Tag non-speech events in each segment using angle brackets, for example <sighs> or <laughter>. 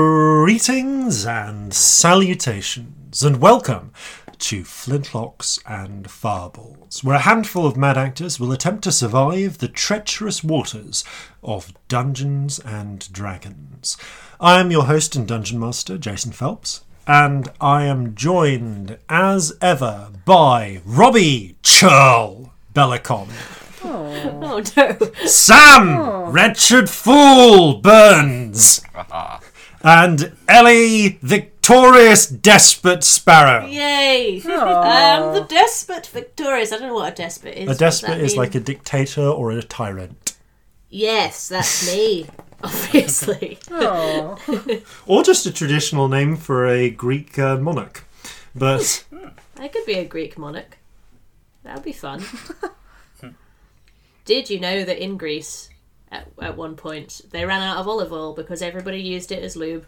Greetings and salutations, and welcome to Flintlocks and Farballs, where a handful of mad actors will attempt to survive the treacherous waters of Dungeons and Dragons. I am your host and dungeon master, Jason Phelps, and I am joined, as ever, by Robbie Churl Bellicom. Oh no. Sam, Oh. wretched fool, <laughs> Burns, and Ellie, victorious despot sparrow. Yay. I'm the despot victorious. I don't know what a despot is. A What does despot that is mean? like a dictator or a tyrant, Yes, <laughs> that's me. Obviously. or just a traditional name for a Greek uh, monarch. But I could be a Greek monarch. That would be <laughs> fun. Did you know that in Greece, at, at one point, they ran out of olive oil because everybody used it as lube?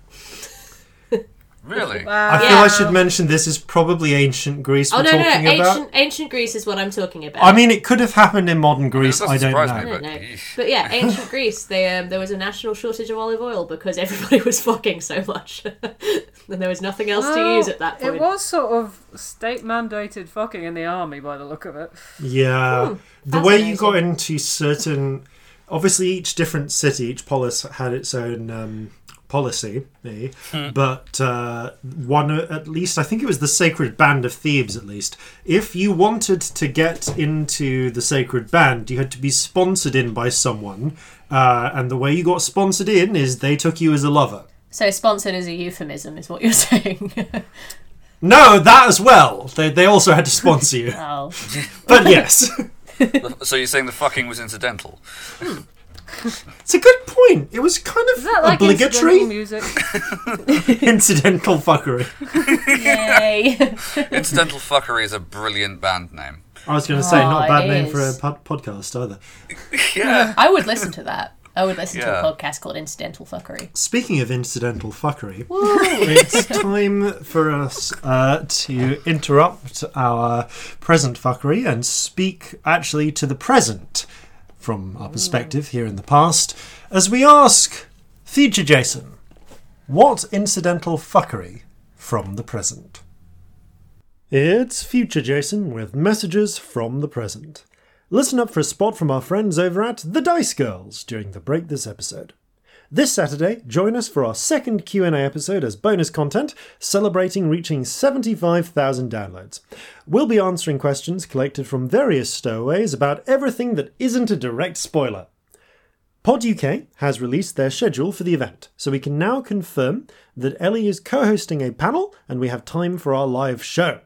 Really? I feel Yeah. I should mention this is probably ancient Greece Oh we're no, no, talking about. ancient ancient Greece is what I'm talking about. I mean, it could have happened in modern Greece. I doesn't don't surprise know. me, I don't know. Eesh. But yeah, ancient Greece, they, um, there was a national shortage of olive oil because <laughs> everybody was fucking so much. <laughs> and there was nothing else to use at that point. Oh, It was sort of state mandated fucking in the army by the look of it. Yeah. the way fascinating. you got into certain. Obviously, each different city, each polis had its own um, policy, eh? but uh, one, at least, I think it was the Sacred Band of Thebes, at least. If you wanted to get into the Sacred Band, you had to be sponsored in by someone, uh, and the way you got sponsored in is they took you as a lover. So sponsored is a euphemism, is what you're <laughs> saying. No, that as well. They, they also had to <laughs> sponsor you. oh, But yes, <laughs> So you're saying the fucking was incidental? it's a good point. It was kind of Is that like obligatory. incidental <laughs> music? <laughs> incidental fuckery. yay! incidental fuckery is a brilliant band name. I was going to say, not a Oh, bad it name for a is. pod- podcast either. Yeah. I would listen to that. I would listen Yeah. to a podcast called Incidental Fuckery. Speaking of incidental fuckery, it's time for us uh, to interrupt our present fuckery and speak actually to the present from our perspective here in the past as we ask future Jason, what incidental fuckery from the present? It's future Jason with messages from the present. Listen up for a spot from our friends over at The Dice Girls during the break this episode. This Saturday, join us for our second Q&A episode as bonus content, celebrating reaching 75,000 downloads. We'll be answering questions collected from various stowaways about everything that isn't a direct spoiler. Pod UK has released their schedule for the event, so we can now confirm that Ellie is co hosting a panel and we have time for our live show.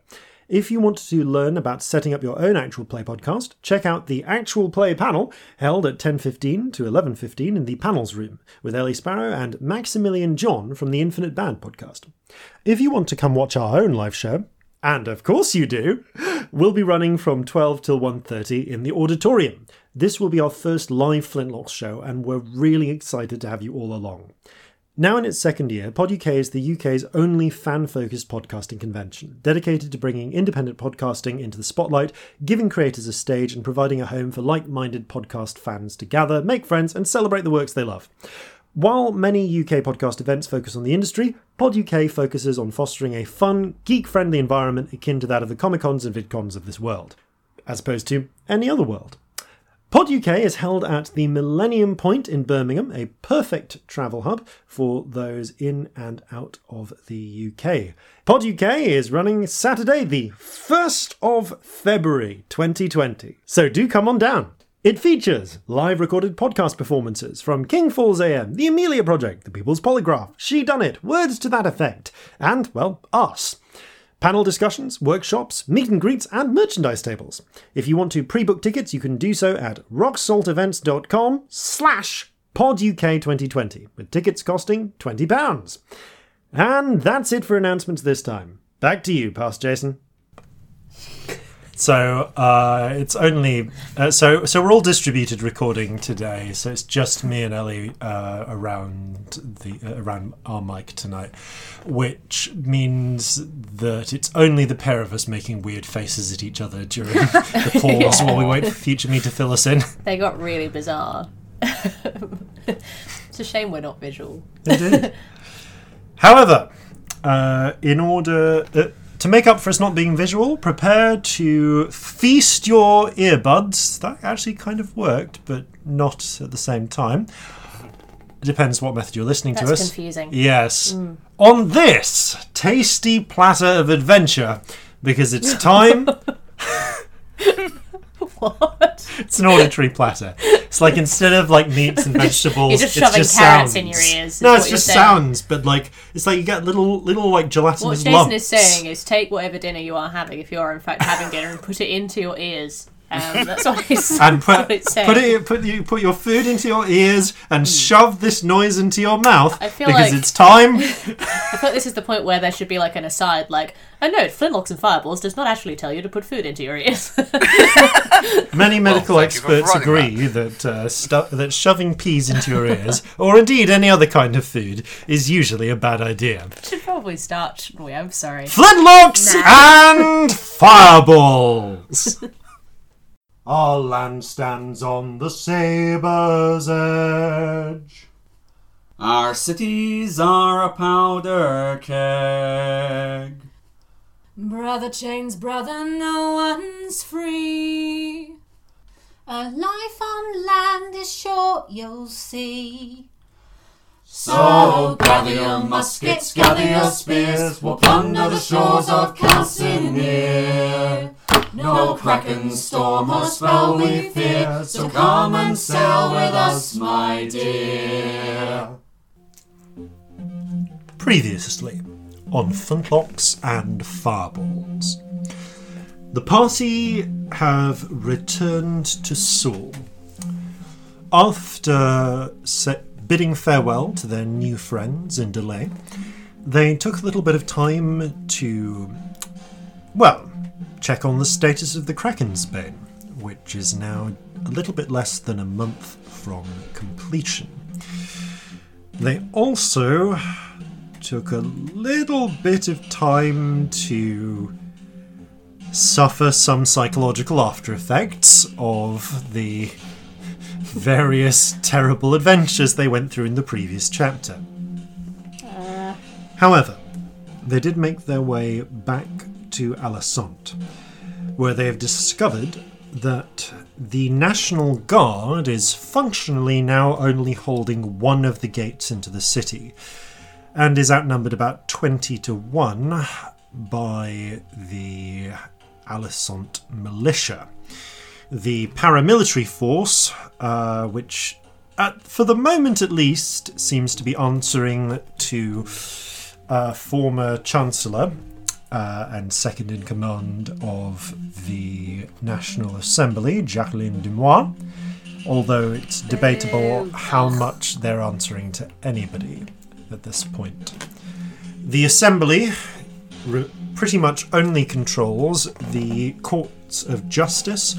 If you want to learn about setting up your own actual play podcast, check out the actual play panel held at 10:15 to 11:15 in the panels room with Ellie Sparrow and Maximilian John from the Infinite Band podcast. If you want to come watch our own live show, and of course you do, we'll be running from 12 till 1:30 in the auditorium. This will be our first live Flintlock show and we're really excited to have you all along. Now in its second year, PodUK is the UK's only fan-focused podcasting convention, dedicated to bringing independent podcasting into the spotlight, giving creators a stage and providing a home for like-minded podcast fans to gather, make friends and celebrate the works they love. While many UK podcast events focus on the industry, Pod UK focuses on fostering a fun, geek friendly environment akin to that of the Comic Cons and VidCons of this world, as opposed to any other world. Pod UK is held at the Millennium Point in Birmingham, a perfect travel hub for those in and out of the UK. Pod UK is running Saturday, the 1st of February 2020, so do come on down. It features live recorded podcast performances from King Falls AM, The Amelia Project, The People's Polygraph, She Done It, words to that effect, and, well, us panel discussions, workshops, meet and greets, and merchandise tables. If you want to pre-book tickets, you can do so at rocksaltevents.com slash poduk2020, with tickets costing £20. And that's it for announcements this time. Back to you, Past Jason. So uh, it's only uh, so so we're all distributed recording today. So it's just me and Ellie uh, around the uh, around our mic tonight, which means that it's only the pair of us making weird faces at each other during the pause while we wait for future me to fill us in. They got <laughs> really bizarre. it's a shame we're not visual. <laughs> Indeed. However, uh, in order uh, to make up for us not being visual, prepare to feast your earbuds. That actually kind of worked, but not at the same time. It depends what method you're listening to That's us. confusing. <laughs> Mm. Yes. On this tasty platter of adventure, because it's <laughs> time. what? It's an auditory platter. It's like instead of like meats and <laughs> vegetables, you're just it's shoving just carrots sounds. in your ears, is No, it's what you're just saying. sounds, but like it's like you get little little like What gelatinous Jason lumps. is saying is take whatever dinner you are having, if you are in fact having dinner, and put it into your ears. <laughs> Um, that's what he's. and what put, it's saying. Hmm. put it put you put your food into your ears and shove this noise into your mouth I feel because like- <laughs> it's time. I thought this is the point where there should be like an aside, like, oh no, Flintlocks and Fireballs does not actually tell you to put food into your ears. <laughs> Many medical thank you for experts providing agree that uh, stu- that shoving peas into your ears, or indeed any other kind of food, is usually a bad idea. should probably start, shouldn't we? I'm sorry. Flintlocks and fireballs. Our land stands on the sabre's edge. Our cities are a powder keg. Brother chains, brother, no one's free. A life on land is short, you'll see. So gather your muskets, gather your spears, we'll plunder the shores of Calcinere. No kraken, storm, or spell we fear, so come and sail with us, my dear. Previously on Flintlocks and Fireballs. The party have returned to Saul after se- bidding farewell to their new friends in Delay. They took a little bit of time to, well, check on the status of the Kraken's Bane, which is now a little bit less than a month from completion. They also took a little bit of time to suffer some psychological after effects of the various terrible adventures they went through in the previous chapter. However, they did make their way back to Alisant, where they have discovered that the National Guard is functionally now only holding one of the gates into the city and is outnumbered about 20 to 1 by the Alisant militia. The paramilitary force, uh, which at, for the moment at least seems to be answering to uh, former Chancellor uh, and second in command of the National Assembly, Jacqueline Dumois, although it's debatable how much they're answering to anybody at this point. The Assembly re- pretty much only controls the courts of justice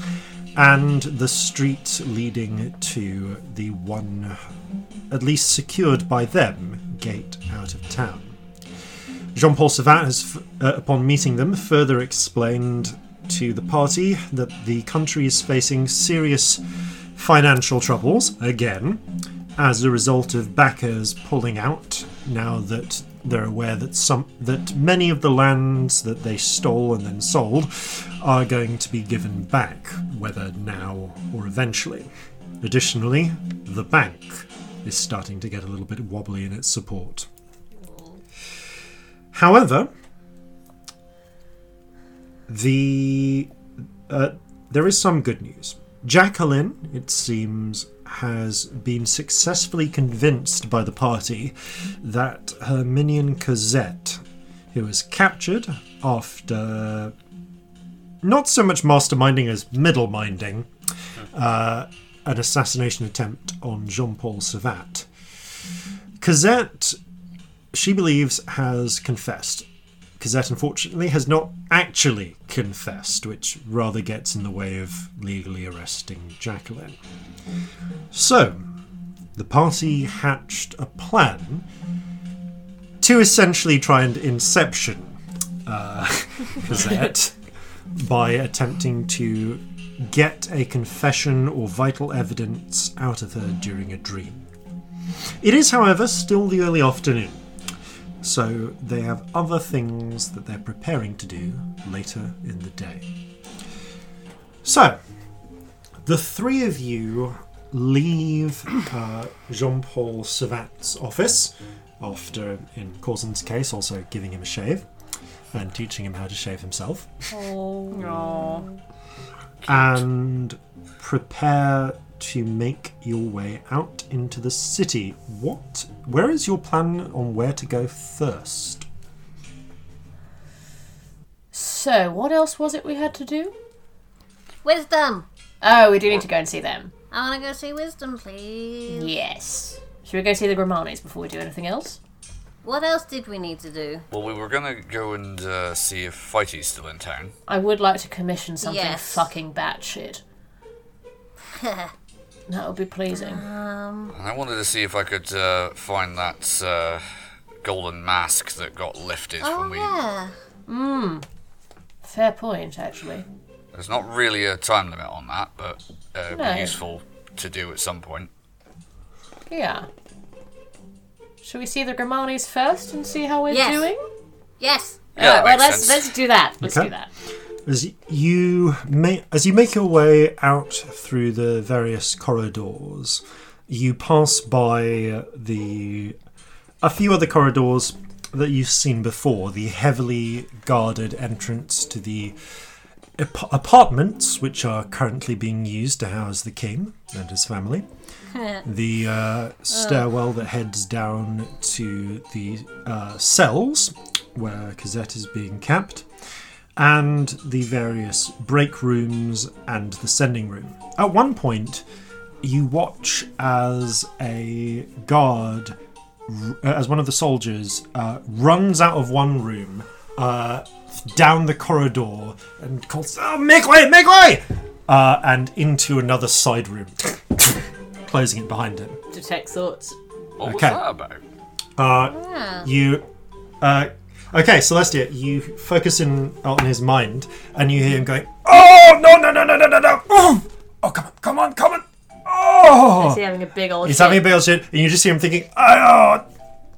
and the streets leading to the one, at least secured by them, gate out of town. Jean Paul Savant has, f- uh, upon meeting them, further explained to the party that the country is facing serious financial troubles again as a result of backers pulling out now that they're aware that some that many of the lands that they stole and then sold are going to be given back whether now or eventually additionally the bank is starting to get a little bit wobbly in its support however the uh, there is some good news. Jacqueline, it seems, has been successfully convinced by the party that her minion Cosette, who was captured after not so much masterminding as middle minding uh, an assassination attempt on Jean Paul Savat, Cosette, she believes, has confessed Cosette unfortunately has not actually confessed, which rather gets in the way of legally arresting Jacqueline. So, the party hatched a plan to essentially try and inception uh, <laughs> Cosette by attempting to get a confession or vital evidence out of her during a dream. It is, however, still the early afternoon so they have other things that they're preparing to do later in the day. So, the three of you leave uh, Jean Paul Savat's office after, in Corson's case, also giving him a shave and teaching him how to shave himself Aw. and prepare to make your way out into the city. What? Where is your plan on where to go first? So, what else was it we had to do? Wisdom. Oh, we do need to go and see them. I want to go see wisdom, please. Yes. Should we go see the Grimanis before we do anything else? What else did we need to do? <laughs> Well, we were gonna go and uh, see if Fighty's still in town. I would like to commission something Yes. fucking batshit. that would be pleasing. And I wanted to see if I could uh, find that uh, golden mask that got lifted when we. Oh, Yeah. Fair point, actually. There's not really a time limit on that, but uh, it'd No. be useful to do at some point. Yeah. Should we see the Grimanis first and see how we're Yes. doing? Yes. Yeah, that well, makes let's sense. let's do that. Let's Okay. do that. As you make, as you make your way out through the various corridors, you pass by the a few other corridors that you've seen before. The heavily guarded entrance to the ap- apartments, which are currently being used to house the king and his family. the uh, stairwell that heads down to the uh, cells where Cosette is being kept and the various break rooms and the sending room. At one point, you watch as a guard, r- as one of the soldiers, uh, runs out of one room, uh, down the corridor, and calls, oh, Make way, make way! Uh, and into another side room, <laughs> closing it behind him. Detect thoughts. What was Okay. that about? Uh, You, uh, okay, Celestia, you focus in on his mind, and you hear him going, "Oh no no no no no no no! Oh, oh come on come on come on! Is Oh!" he having a big old He's having a big old shit, and you just hear him thinking, "Oh,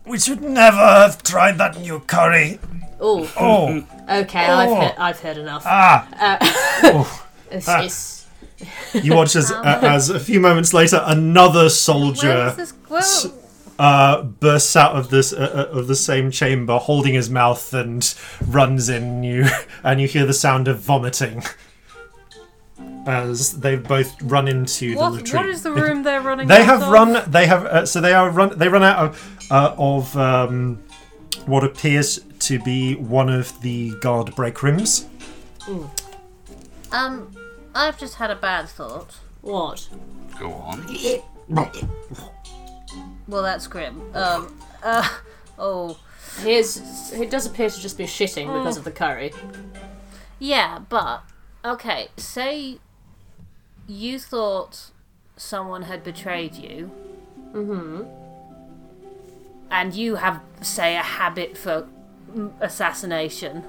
we should never have tried that new curry." Oh, Oh, okay, I've, heard, I've heard enough. ah! It's- it's- You watch as Um, uh, as a few moments later, another Where is soldier this quote? uh, bursts out of this uh, uh, of the same chamber, holding his mouth, and runs in. and You <laughs> and you hear the sound of vomiting as they both run <laughs> into What, the latrine. what is the room they're running? <laughs> they out have of? run. They have uh, so they are run. They run out of uh, of um, what appears to be one of the guard break rooms. Um, I've just had a bad thought. what? Go on. Well, that's grim. Um, uh, oh. His, it does appear to just be shitting because of the curry. Yeah, but okay, say you thought someone had betrayed you. Mhm. And you have say a habit for mm, assassination.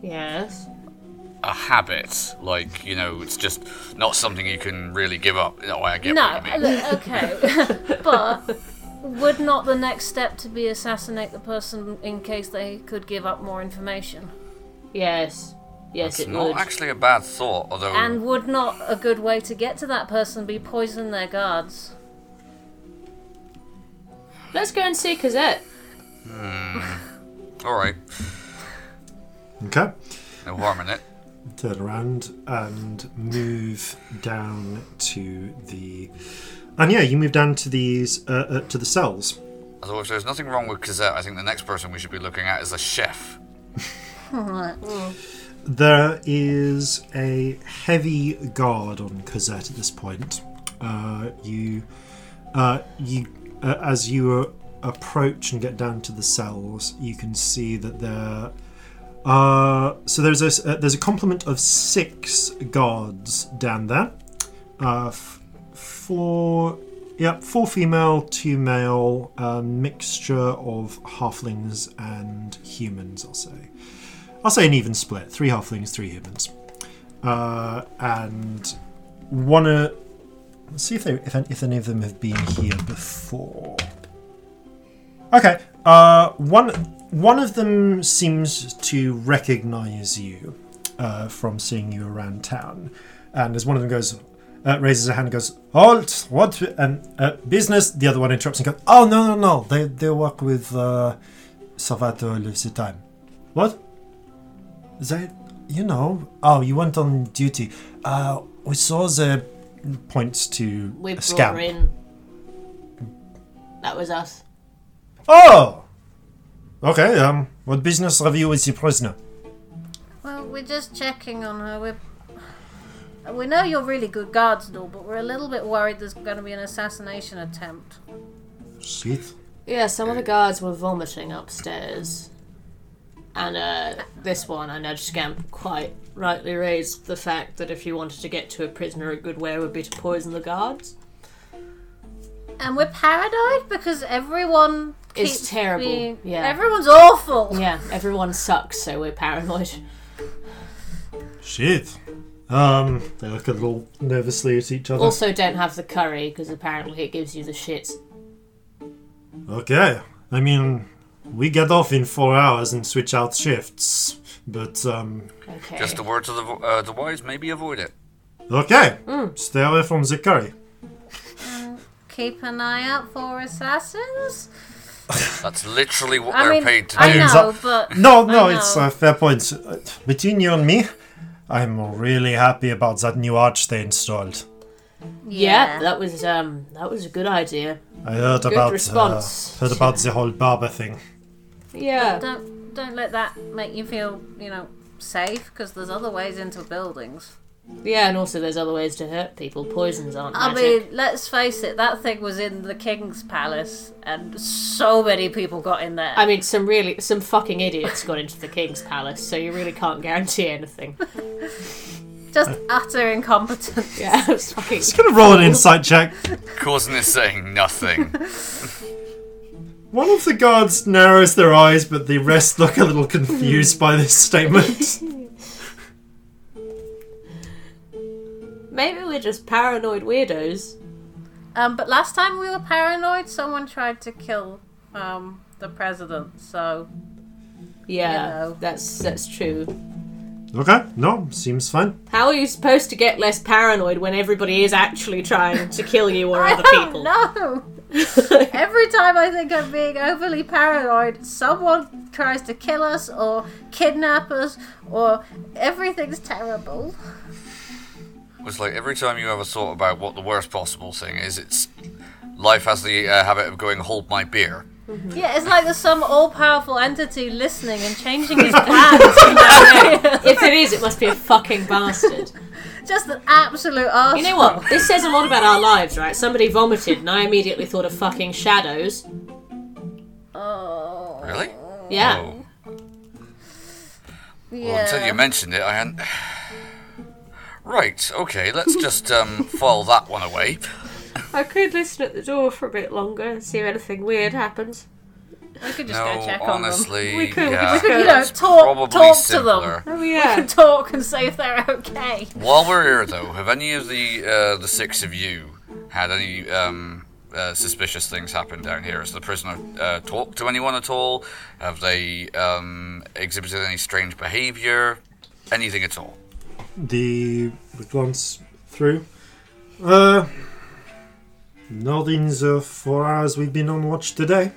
Yes. A habit, like you know, it's just not something you can really give up. No, I get No, what you mean. look, okay. but would not the next step to be assassinate the person in case they could give up more information? Yes. Yes, It's it not would. actually a bad thought, although And would not a good way to get to that person be poison their guards? Let's go and see Cosette. all right, Okay. no harm in it. turn around and move down to the and yeah you move down to these uh, uh, to the cells Although if there's nothing wrong with Cosette, I think the next person we should be looking at is a chef. there is a heavy guard on cosette at this point uh, you uh, you uh, as you uh, approach and get down to the cells you can see that there uh, so there's a s- uh, there's a complement of six guards down there uh, f- four yep four female two male a mixture of halflings and humans i'll say i'll say an even split three halflings three humans uh, and one uh, let's see if they if, if any of them have been here before okay uh one one of them seems to recognize you uh, from seeing you around town. And as one of them goes, uh, raises a hand and goes, Halt! What? Um, uh, business? The other one interrupts and goes, Oh, no, no, no. They, they work with uh, Salvatore Lucitan. What? They, you know. Oh, you went on duty. Uh, we saw the points to We a brought scamp. her in. That was us. Oh! Okay, um, what business have you with the prisoner? Well, we're just checking on her. We we know you're really good guards and all, but we're a little bit worried there's going to be an assassination attempt. Shit. Yeah, some of the guards were vomiting upstairs. And uh, this one, I nudged Scamp, quite rightly raised the fact that if you wanted to get to a prisoner, a good way would be to poison the guards. And we're paranoid because everyone It's keeps terrible, being- yeah. everyone's awful. Yeah, everyone sucks, so we're paranoid. <laughs> Shit. Um, they look a little nervously at each other. Also, don't have the curry, because apparently it gives you the shits. Okay. I mean, we get off in four hours and switch out shifts. But, um, Okay. Just a word to the vo- uh, the wise, maybe avoid it. okay. Hmm. Stay away from the curry. Keep an eye out for assassins. That's literally what I we're mean, paid to do. I Onions know, up. but No, no, I know. it's a fair point. Uh, Between you and me, I'm really happy about that new arch they installed. yeah. that was um, that was a good idea. I heard about uh, response. heard about the whole barber thing. Yeah. Don't don't let that make you feel you know safe because there's other ways into buildings. Yeah, and also there's other ways to hurt people. Poisons aren't I magic. mean, let's face it, that thing was in the king's palace, and so many people got in there. I mean, some really some fucking idiots got into the king's palace, so you really can't guarantee anything. Just utter <laughs> incompetence. Yeah, it was fucking. Just gonna roll an insight check. Causing is saying nothing. <laughs> One of the guards narrows their eyes, but the rest look a little confused by this statement. Maybe we're just paranoid weirdos. Um, but last time we were paranoid, someone tried to kill um, the president, so Yeah, Hello. that's that's true. okay, no, seems fine. How are you supposed to get less paranoid when everybody is actually trying to kill you <laughs> or <laughs> I other don't people? <laughs> know. Every time I think I'm being overly paranoid, someone tries to kill us or kidnap us, or <laughs> everything's terrible. It's like every time you have a thought about what the worst possible thing is, it's life has the uh, habit of going, "Hold my beer." Yeah, it's like there's some all-powerful entity listening and <laughs> changing his plans. If it is, it must be a fucking bastard. Just an absolute arsehole. You know what? This says a lot about our lives, right? Somebody vomited, and I immediately thought of fucking shadows. Oh, Really? Yeah. Oh. yeah. Well, until you mentioned it, I hadn't. Right. Okay. Let's just um, <laughs> file that one away. I could listen at the door for a bit longer and see if anything weird happens. we could just No, go check honestly, We could- we yeah, could, on them. <laughs> You know, That's talk, probably talk to simpler. them. Oh We yeah. can <laughs> talk and see if they're okay. While we're here, though, have any of the uh, the six of you had any um, uh, suspicious things happen down here? Has the prisoner uh, talked to anyone at all? Have they um, exhibited any strange behaviour? Anything at all? The, the glance through. Uh, not in the four hours we've been on watch today.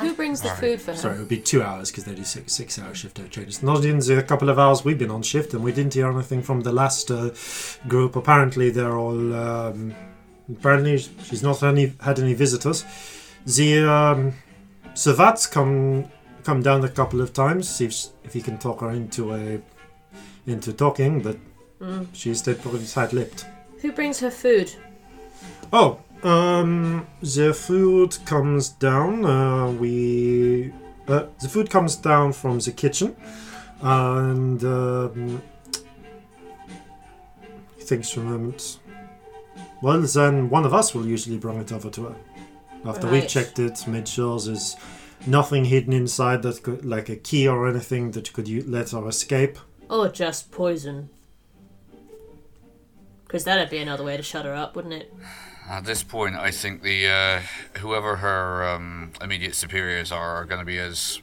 Who brings the food for her? Sorry, it would be two hours because they do six six hour shift don't changes. Not in the couple of hours we've been on shift, and we didn't hear anything from the last uh, group. Apparently, they're all. Um, apparently, she's not any had any visitors. The um, Savats come come down a couple of times, see if, s- if he can talk her into a into talking, but she stayed pretty tight lipped. Who brings her food? Oh, um, the food comes down. Uh, we uh, the food comes down from the kitchen, and um, thinks for a moment. Well, then one of us will usually bring it over to her after we've Right. checked it, made sure there's nothing hidden inside that could, like a key or anything that could u- let her escape. Or just poison? Because that'd be another way to shut her up, wouldn't it? At this point, I think the uh, whoever her um, immediate superiors are are going to be as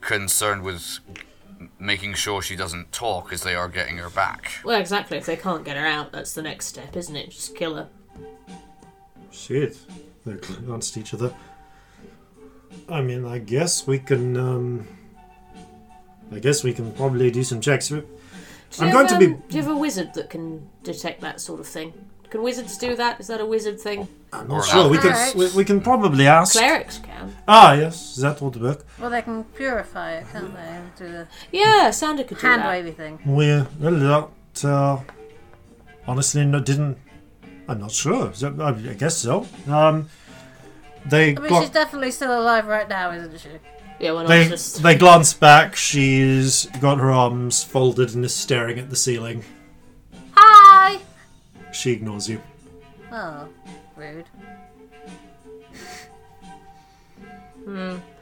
concerned with making sure she doesn't talk as they are getting her back. Well, exactly. If they can't get her out, that's the next step, isn't it? Just kill her. Shit. They're against each other. I mean, I guess we can. Um, I guess we can probably do some checks. Do I'm you going have, to be. um, Do you have a wizard that can detect that sort of thing? Can wizards do that? Is that a wizard thing? I'm not sure. We can. Alright. We, we can probably ask. Clerics can. Ah, yes, that would work. Well, they can purify it, can't they? Do the Yeah, Sander could do hand that. wavy thing. We well, that. Uh, honestly, no, didn't. I'm not sure. So, I, I guess so. Um, they I mean, got. she's definitely still alive right now, isn't she? Yeah, when I They, was just they glance back. She's got her arms folded and is staring at the ceiling. Hi. She ignores you. Oh, rude.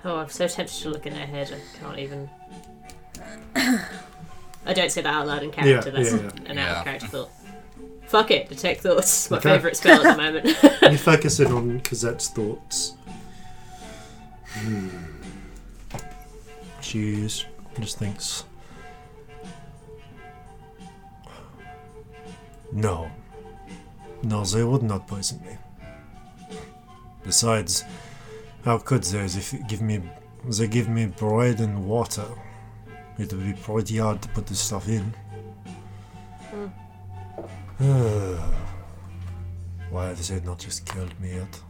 Oh, I'm so tempted to look in her head. I can't even. I don't say that out loud in character. Yeah, That's yeah, an out Yeah. of character thought. Fuck it, detect thoughts. It's my Okay. favourite spell at the moment. <laughs> You focus in on Cosette's thoughts. Hmm. Jeez. Just thinks. No. No, they would not poison me. Besides, how could they if it give me they give me bread and water? It would be pretty hard to put this stuff in. Why have they not just killed me yet?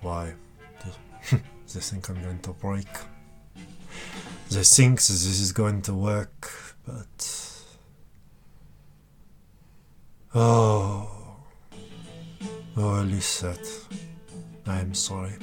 Why? <laughs> They- they think I'm going to break. They think that this is going to work, but. Oh. Oh, Lisette. I am sorry.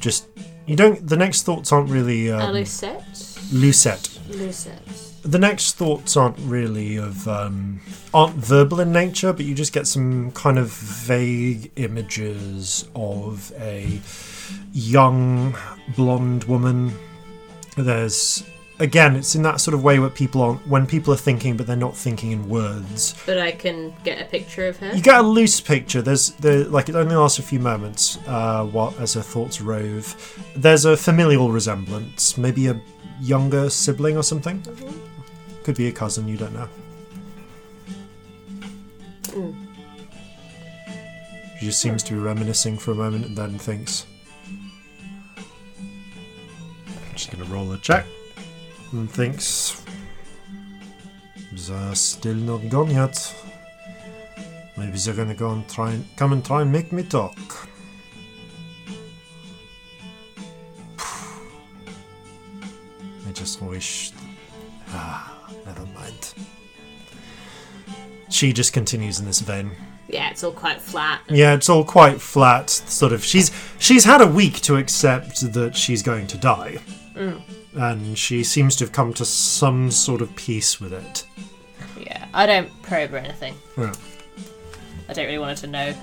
Just. You don't. The next thoughts aren't really. <laughs> Um, Lucette? Lucette Lucette. the next thoughts aren't really of um, aren't verbal in nature, but you just get some kind of vague images of a young blonde woman. There's again, it's in that sort of way where people aren't when people are thinking, but they're not thinking in words. But I can get a picture of her. Uh-huh. You get a loose picture. There's the like it only lasts a few moments uh, while as her thoughts rove. There's a familial resemblance, maybe a younger sibling or something. Could be a cousin. You don't know. She just seems to be reminiscing for a moment and then thinks. She's gonna roll a check and thinks. They're still not gone yet. Maybe they're gonna go and try and come and try and make me talk. <sighs> I just wish. Ah, never mind. She just continues in this vein. Yeah, it's all quite flat. Yeah, it's all quite flat. Sort of. She's she's had a week to accept that she's going to die, and she seems to have come to some sort of peace with it. Yeah, I don't probe or anything. Yeah. I don't really want her to know.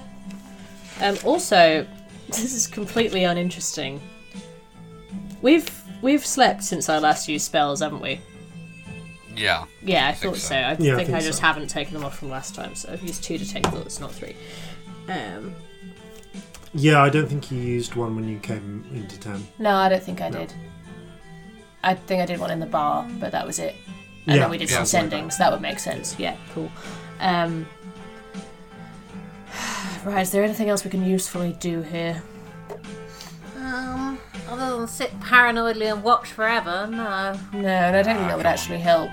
Um, also, <laughs> this is completely uninteresting. We've we've slept since I last used spells, haven't we? Yeah. Yeah, I, think thought so. so. I Yeah, I think I, think just so. haven't taken them off from last time, so I've used two to take thoughts, not three. Um, Yeah, I don't think you used one when you came into town. no, I don't think I did. I think I did one in the bar, but that was it. And Yeah, then we did yeah, some something like sending, so that would make sense. Yeah, cool. Um, <sighs> right, is there anything else we can usefully do here? Um, other than sit paranoidly and watch forever, no. No, and I don't think that would actually help.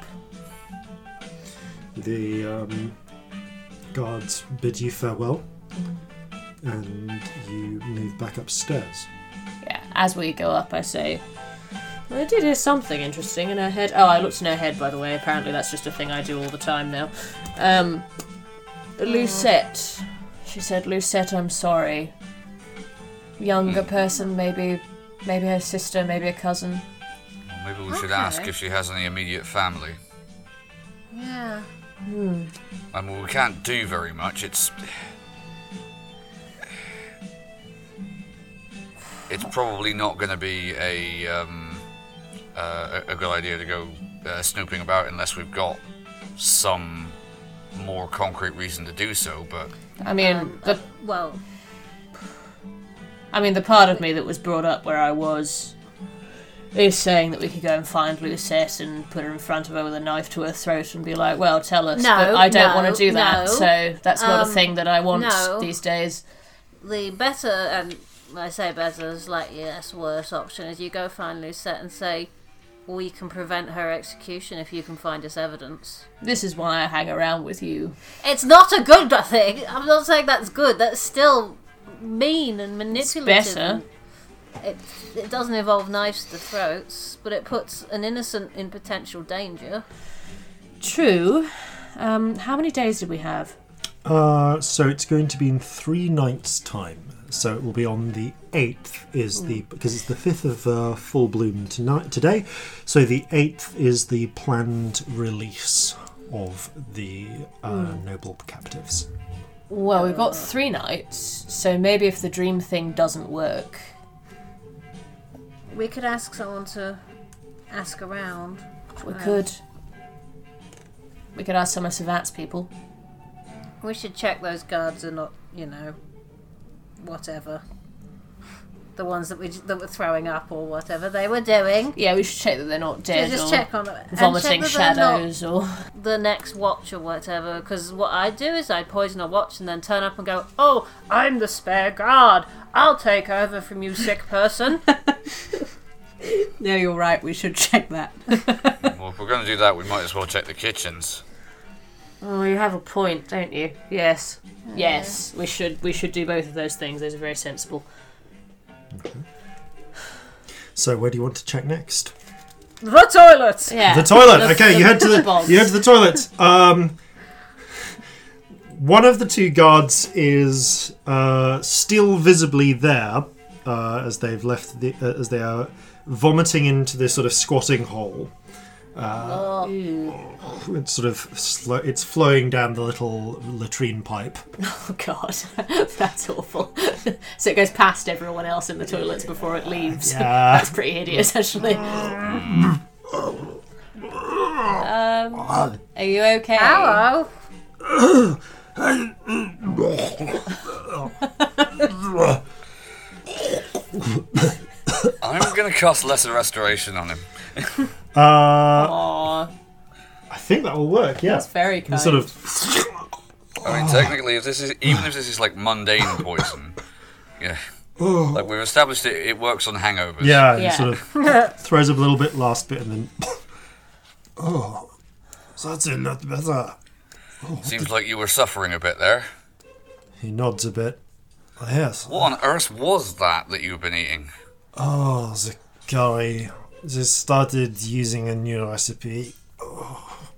The um, guards bid you farewell, and you move back upstairs. Yeah, as we go up, I say, I did hear something interesting in her head. Oh, I looked in her head, by the way. Apparently, that's just a thing I do all the time now. Um, Lucette. She said, Lucette, I'm sorry. Younger person, maybe, maybe her sister, maybe a cousin. Well, maybe we should ask if she has any immediate family. Yeah. I mean, we can't do very much. It's. It's probably not going to be a, um, uh, a a good idea to go uh, snooping about unless we've got some more concrete reason to do so. But I mean, the Well, I mean, the part of me that was brought up where I was is saying that we could go and find Lucette and put her in front of her with a knife to her throat and be like, well, tell us. No, but I don't no, want to do that, no. so that's not a Um, thing that I want no. these days. the better, and I say better is like yes, worse option is you go find Lucette and say, we can prevent her execution if you can find us evidence. This is why I hang around with you. It's not a good <laughs> thing. I'm not saying that's good. That's still mean and manipulative. Better. It, it doesn't involve knives to throats, but it puts an innocent in potential danger. True. Um, how many days did we have? Uh, so it's going to be in three nights' time. So it will be on the eighth is the because it's the fifth of uh, full bloom tonight today. So the eighth is the planned release of the uh, noble captives. Well, we've got three nights, so maybe if the dream thing doesn't work. We could ask someone to ask around. uh, We could. We could ask some of Savat's people. We should check those guards are not, you know, whatever. The ones that we j- that were throwing up or whatever they were doing. Yeah, we should check that they're not Yeah, dead just or check on it. and vomiting check that they're not shadows or. <laughs> the next watch or whatever. Because what I do is I poison a watch and then turn up and go, "Oh, I'm the spare guard. I'll take over from you, sick person." No, you're right. We should check that. well, if we're going to do that, we might as well check the kitchens. Oh, you have a point, don't you? yes. Yes, we should. We should do both of those things. Those are very sensible. So where do you want to check next? the toilets. Yeah. The toilet. The- okay, you head to the the <laughs> box. you head to the toilet. Um, one of the two guards is uh, still visibly there uh, as they've left the uh, as they are vomiting into this sort of squatting hole. Uh, Oh. it's sort of sl- it's flowing down the little latrine <laughs> pipe. Oh God, that's awful. so it goes past everyone else in the toilets before it leaves. Yeah. that's pretty hideous, actually. um, are you okay? Hello. I'm going to cast lesser restoration on him. Uh, Aw, I think that will work. Yeah, that's very And kind. sort of I mean, technically, if this is even if this is like mundane poison, yeah, like we've established it, it works on hangovers. Yeah, he Yeah. sort of throws up a little bit last bit and then. <coughs> oh, that's a lot better. Seems like you were suffering a bit there. He nods a bit. Yes. What on earth was that that you've been eating? Oh, the curry. They started using a new recipe.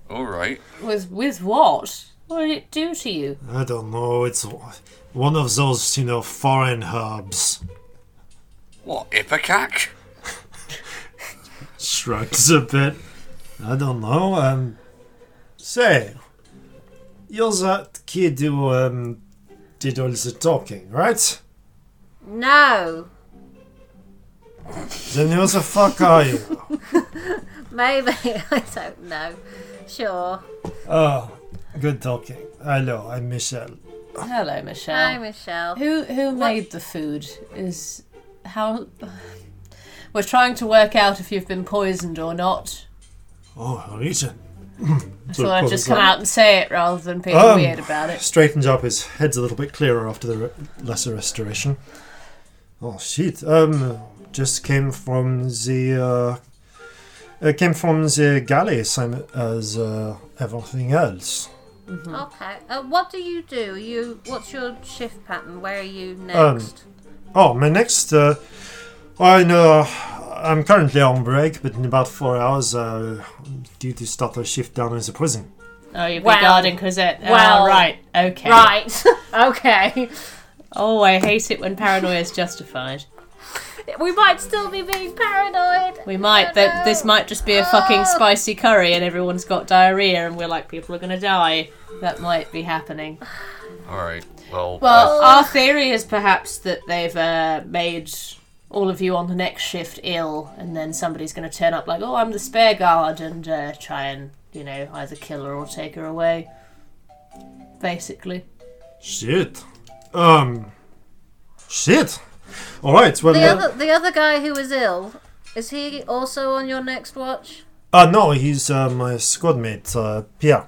All right. with with what? What did it do to you? I don't know. It's one of those, you know, foreign herbs. What ipecac? Shrugs a bit. I don't know. Um, say, you're that kid who um did all the talking, right? No. Then who the fuck are you? Maybe <laughs> I don't know. Sure. Oh, good talking. Hello, I'm Michelle. Hello, Michelle. Hi, Michelle. Who who made the food? Is how we're trying to work out if you've been poisoned or not. Oh, <clears throat> Norwegian. So I just come out and say it rather than being Um, weird about it. Straightens up, his head's a little bit clearer after the re- lesser restoration. Oh shit! Um, just came from the uh, uh came from the galley, same as uh, everything else. Okay. Uh, what do you do? Are you what's your shift pattern? Where are you Um, next? Oh, my next. Uh, I know. I'm currently on break, but in about four hours, uh, due to start a shift down in the prison. Oh, you've Well, been guarding Cosette. well, oh, right. <laughs> Okay. right. okay. Oh, I hate it when paranoia is justified. We might still be being paranoid. We might. That this might just be a Ah. fucking spicy curry, and everyone's got diarrhea, and we're like, people are gonna die. That might be happening. All right. Well, Well, our theory is perhaps that they've uh, made all of you on the next shift ill, and then somebody's going to turn up like, oh, I'm the spare guard, and uh, try and, you know, either kill her or take her away. Basically. Shit. Um. Shit. All right. Well. The uh, other the other guy who was ill, is he also on your next watch? uh, no, he's uh, my squad mate, uh, Pierre.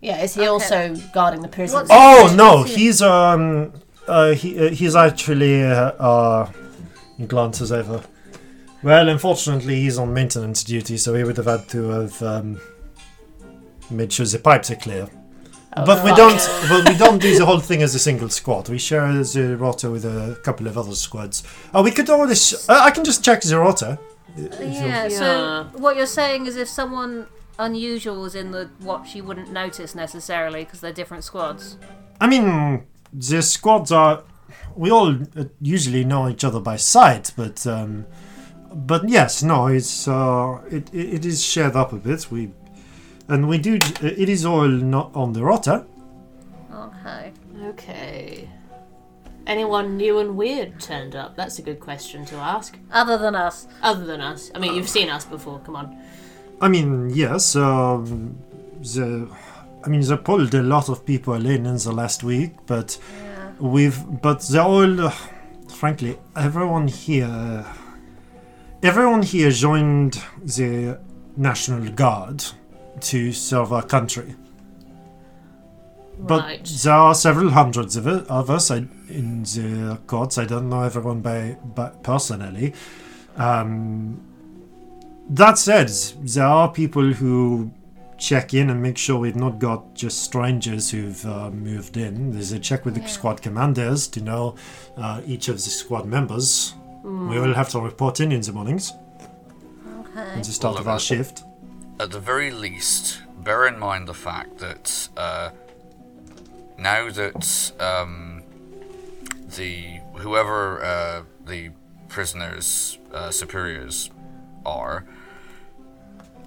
Yeah, is he also guarding the prison? What's- Oh no, he's um. Uh, he uh, he's actually uh, uh. He glances over. Well, unfortunately, he's on maintenance duty, so he would have had to have um. Made sure the pipes are clear. Oh, but we fuck. don't. <laughs> But we don't do the whole thing as a single squad. We share the rota with a couple of other squads. Oh, we could already. Sh- uh, I can just check the rota. Yeah, Yeah. so what you're saying is if someone unusual was in the watch, you wouldn't notice necessarily because they're different squads. I mean, the squads are. We all uh, usually know each other by sight, but um, but yes, no, it's uh, it, it it is shared up a bit. We and we do. It is all not on the rotter. Okay. Okay. Anyone new and weird turned up? That's a good question to ask. Other than us. Other than us. I mean, you've seen us before, come on. I mean, yes. Um, the I mean, they pulled a lot of people in in the last week, but we've but they're all, uh, frankly, everyone here. Everyone here joined the National Guard to serve our country. But Right. there are several hundreds of, it, of us I, in the courts. I don't know everyone by, by personally. Um, that said, there are people who check in and make sure we've not got just strangers who've uh, moved in. There's a check with the squad commanders to know uh, each of the squad members. We all have to report in in the mornings. At the start All of our right. shift. At the very least, bear in mind the fact that uh, now that um, the whoever uh, the prisoners' uh, superiors are,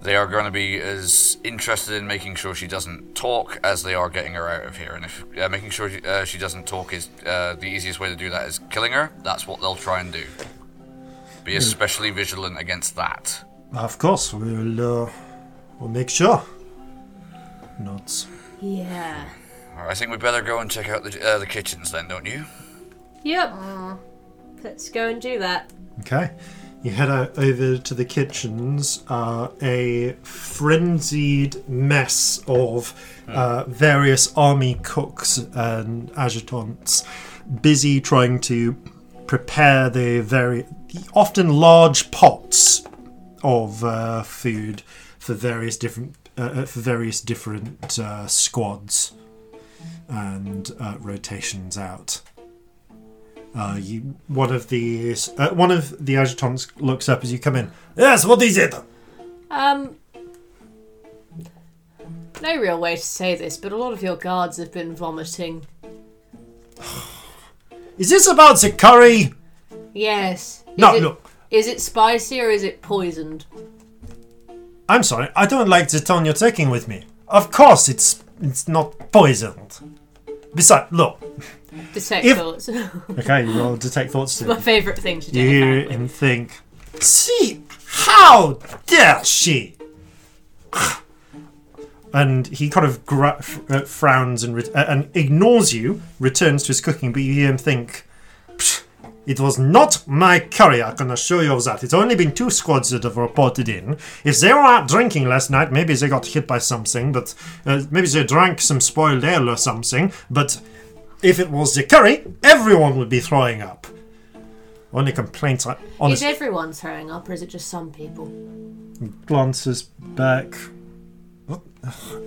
they are going to be as interested in making sure she doesn't talk as they are getting her out of here. And if uh, making sure she, uh, she doesn't talk is uh, the easiest way to do that is killing her, that's what they'll try and do. Be especially vigilant against that. Of course, we'll, uh, we'll make sure. Not. Yeah. All right, I think we better go and check out the, uh, the kitchens then, don't you? Yep. Let's go and do that. Okay. You head out over to the kitchens, uh, a frenzied mess of uh, various army cooks and adjutants busy trying to prepare the very the often large pots of uh, food for various different uh, uh, for various different uh, squads and uh, rotations out. Uh, you, one of the uh, one of the adjutants looks up as you come in. Yes, what is it? Um. No real way to say this, but a lot of your guards have been vomiting. Is this about the curry? Yes. Is No, it, look. Is it spicy or is it poisoned? I'm sorry, I don't like the tone you're taking with me. Of course, it's it's not poisoned. Besides, look. Detect If- thoughts. Okay, you'll detect thoughts <laughs> too. My <laughs> favourite thing to do. You hear it apparently. and think, see, how dare she? <sighs> And he kind of gra- f- uh, frowns and, re- uh, and ignores you, returns to his cooking, but you hear him think, "Psh, it was not my curry, I can assure you of that. It's only been two squads that have reported in. If they were out drinking last night, maybe they got hit by something, but uh, maybe they drank some spoiled ale or something, but if it was the curry, everyone would be throwing up. Only complaints I Is honestly everyone throwing up or is it just some people? glances back.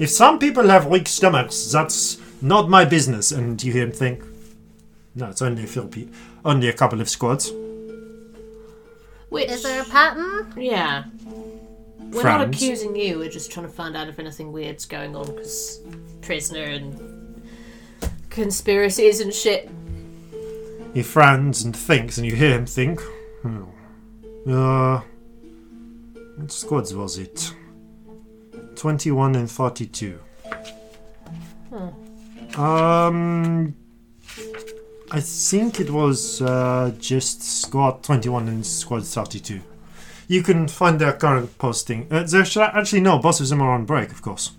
If some people have weak stomachs, that's not my business. And you hear him think, "No, it's only a few people, only a couple of squads." Which, Is there a pattern? yeah. We're not Frowns. accusing you, we're just trying to find out if anything weird's going on because prisoner and conspiracies and shit. He frowns and thinks, and you hear him think, "Hmm, uh, what squads was it? Twenty-one and Hmm. thirty-two. Um, I think it was uh, just Squad 21 and Squad 32. You can find their current posting. Uh, there should, actually, no, both of them are on break, of course.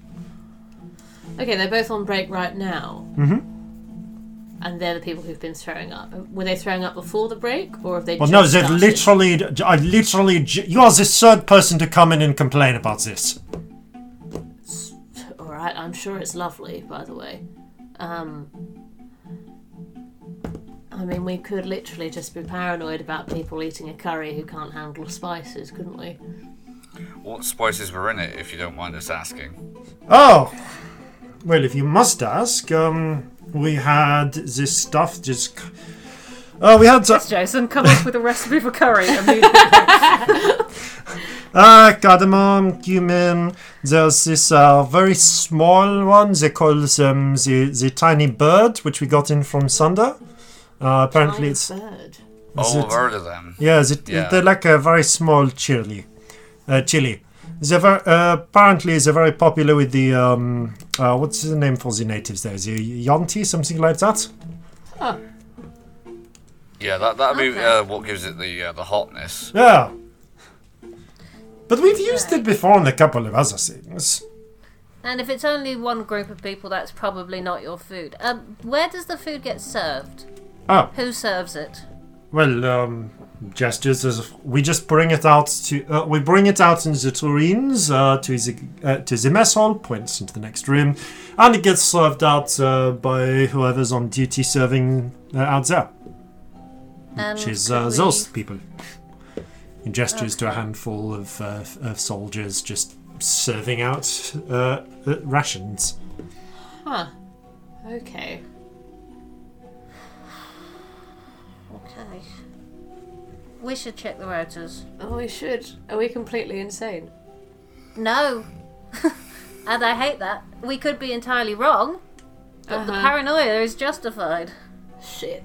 Okay, they're both on break right now. Mm-hmm. And they're the people who've been throwing up. Were they throwing up before the break, or have they? Well, just no, they've started? literally. I literally. ju- You are the third person to come in and complain about this. All right, I'm sure it's lovely, by the way. Um, I mean, we could literally just be paranoid about people eating a curry who can't handle spices, couldn't we? What spices were in it, if you don't mind us asking? Oh, well, if you must ask, um, we had this stuff just. c- Uh, we had. Yes, Jason, come up with a recipe for <laughs> curry immediately. Uh, cardamom, cumin. There's this uh, very small one. They call them the, the tiny bird, which we got in from Sunder. Uh, apparently, Tiny it's bird. All it- Oh, I've heard of them. yeah, the, Yeah. they're like a very small chili. Uh, chili. They're ver- uh, apparently they're very popular with the um, uh, what's the name for the natives there? The Yanti, something like that. Yeah, that that'd be uh, what gives it the uh, the hotness. Yeah. But we've used it before on a couple of other things. And if it's only one group of people, that's probably not your food. Um, where does the food get served? Oh. Who serves it? Well, um, just as as we just bring it out to uh, we bring it out in the tureens uh, to the uh, to the mess hall, points into the next room, and it gets served out uh, by whoever's on duty serving uh, out there, And which is could uh, we- those people. He gestures to a handful of, uh, of soldiers just serving out uh, uh, rations. Huh. Okay. Okay. We should check the routers. Oh, we should. Are we completely insane? No. <laughs> and I hate that. We could be entirely wrong, but the Uh-huh. paranoia is justified. Shit.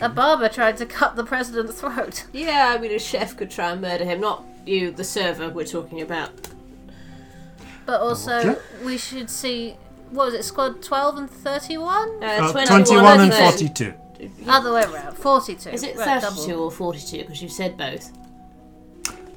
A barber tried to cut the president's throat. Yeah, I mean, a chef could try and murder him. Not you, the server we're talking about. But also, Okay. we should see. What was it, squad 12 and 31? Uh, Uh, 21 and isn't it? 42. Other Oh, way around, 42. Is it Right, 32 double. or 42? Because you said both.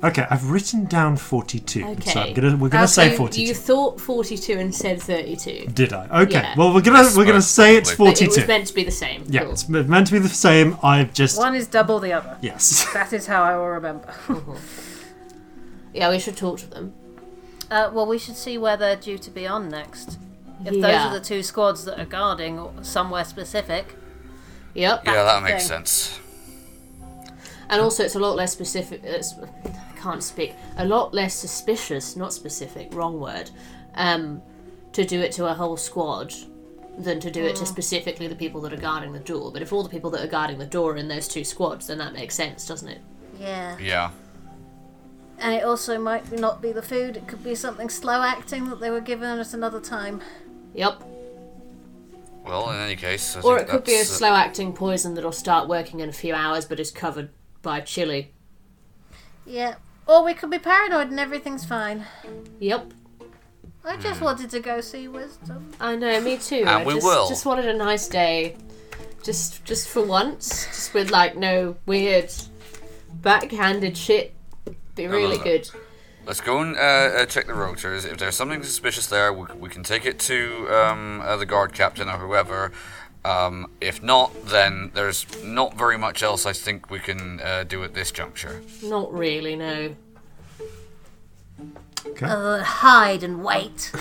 Okay, I've written down 42. So I'm Okay. Uh, gonna, we're going to say So 42. You thought 42 and said 32. Did I? Okay. Yeah. Well, we're gonna we're gonna That's say it's probably- But it forty was two. meant to be the same. Yeah, Cool. it's me- meant to be the same. I've just One is double the other. yes. <laughs> That is how I will remember. Yeah, we should talk to them. Uh, well, we should see where they're due to be on next. If Yeah. those are the two squads that are guarding somewhere specific. Yep. Yeah, that makes sense. And also, it's a lot less specific. It's, I can't speak. A lot less suspicious, not specific, wrong word, um, to do it to a whole squad than to do it to specifically the people that are guarding the door. But if all the people that are guarding the door are in those two squads, then that makes sense, doesn't it? Yeah. Yeah. And it also might not be the food, it could be something slow acting that they were given at another time. Yep. Well, in any case, I Or it think could be a that's, uh, slow acting poison that'll start working in a few hours but is covered by chili. Yeah. Or we could be paranoid and everything's fine. Yep. I just wanted to go see wisdom. I know, me too. And I we just, will. Just wanted a nice day, just just for once, just with like no weird backhanded shit. Be no, really no. good. Let's go and uh, uh, check the rotors. If there's something suspicious there, we, we can take it to um, uh, the guard captain or whoever. Um, if not, then there's not very much else I think we can uh, do at this juncture. Not really, no. Uh, hide and wait.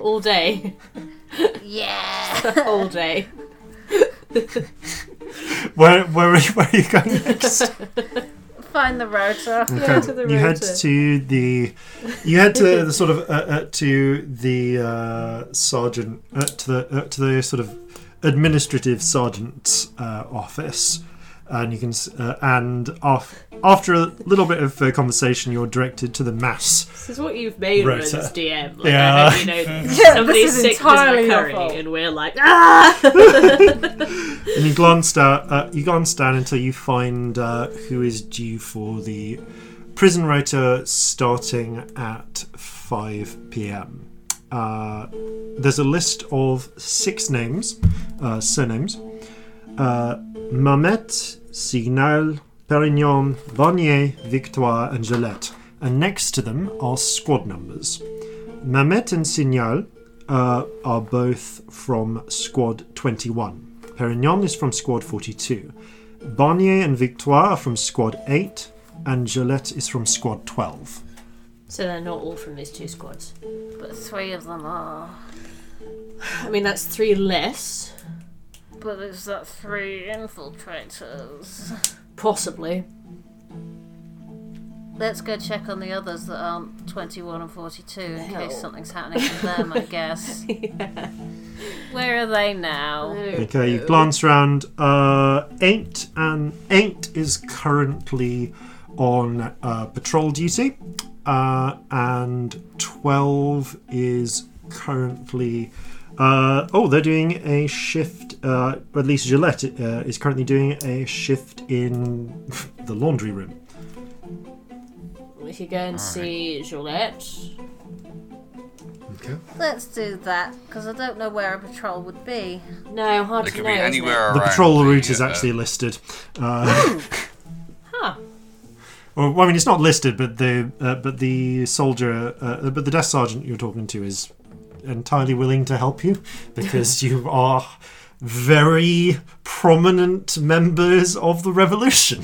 All day, <laughs> Yeah. <laughs> all day. Where where are you, where are you <laughs> going next? Find the rotor. Okay. you head to the you head to the sort of uh, uh, to the uh, sergeant uh, to the uh, to the sort of administrative sergeant's uh, office, and you can s- uh, and off after a little bit of uh, conversation, you're directed to the mass This is what you've made Right, us, so- DM. Like, Yeah. I hope <laughs> you know that this somebody's is sick entirely as a your curry, fault. and we're like, ah. And you glance down. Uh, you glance down until you find uh, who is due for the prison rotor starting at five p.m. uh, there's a list of six names, uh, surnames. Uh, Mamet, Signal, Perignon, Bonnier, Victoire, and Gillette. And next to them are squad numbers. Mamet and Signal uh, are both from Squad 21. Perignon is from Squad 42. Bonnier and Victoire are from Squad 8. And Gillette is from Squad 12. So they're not all from these two squads. But three of them are. I mean, that's three less, But is that three infiltrators? possibly. Let's go check on the others that aren't 21 and 42 in Hell. case something's happening to them, I guess. Where are they now? Okay, you glance round. Uh, eight and eight is currently on uh, patrol duty, uh, and twelve is currently. Uh, oh, they're doing a shift. Uh, at least Gillette uh, is currently doing a shift in <laughs> the laundry room. We could go and see Gillette. Okay. Let's do that, because I don't know where a patrol would be. No, hard They to could know. be isn't it? anywhere The around. patrol the, route is uh, actually listed. Uh, Huh. <laughs> Well, well, I mean, it's not listed, but the uh, but the soldier, uh, but the desk sergeant you're talking to is entirely willing to help you because you are very prominent members of the revolution.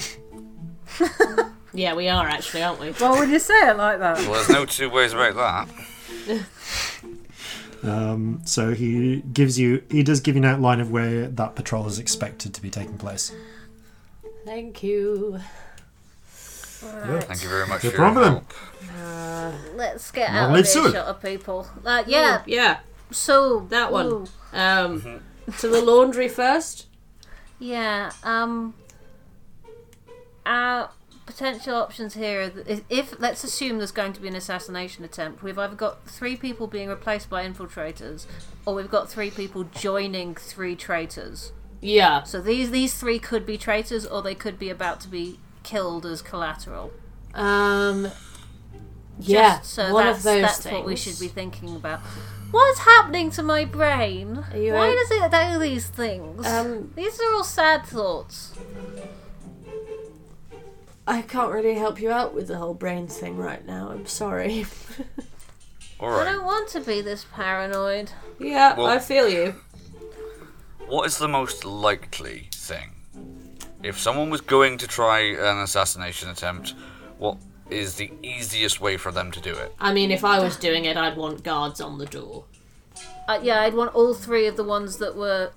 Yeah, we are actually, aren't we? Why would you say it like that? Well, there's no two ways about that. Um, so he gives you he does give you an outline of where that patrol is expected to be taking place. Thank you. Thank you very much No for your problem. help. Let's get Now out of let's do here, it. shot of people. Like, yeah, Yeah, so. that one. ooh. Um, to the laundry first. Yeah, um. Our potential options here are th- if- if, let's assume there's going to be an assassination attempt, we've either got three people being replaced by infiltrators, or we've got three people joining three traitors. Yeah. So these these three could be traitors, or they could be about to be killed as collateral. Um. Yeah. Just so one that's, of those that's things. what we should be thinking about. What's happening to my brain? you Why o- does it do these things? Um, these are all sad thoughts. I can't really help you out with the whole brain thing right now. I'm sorry. <laughs> All I right. don't want to be this paranoid. yeah, Well- I feel you. What is the most likely thing? If someone was going to try an assassination attempt, what is the easiest way for them to do it? I mean, if I was doing it, I'd want guards on the door. Uh, yeah, I'd want all three of the ones that were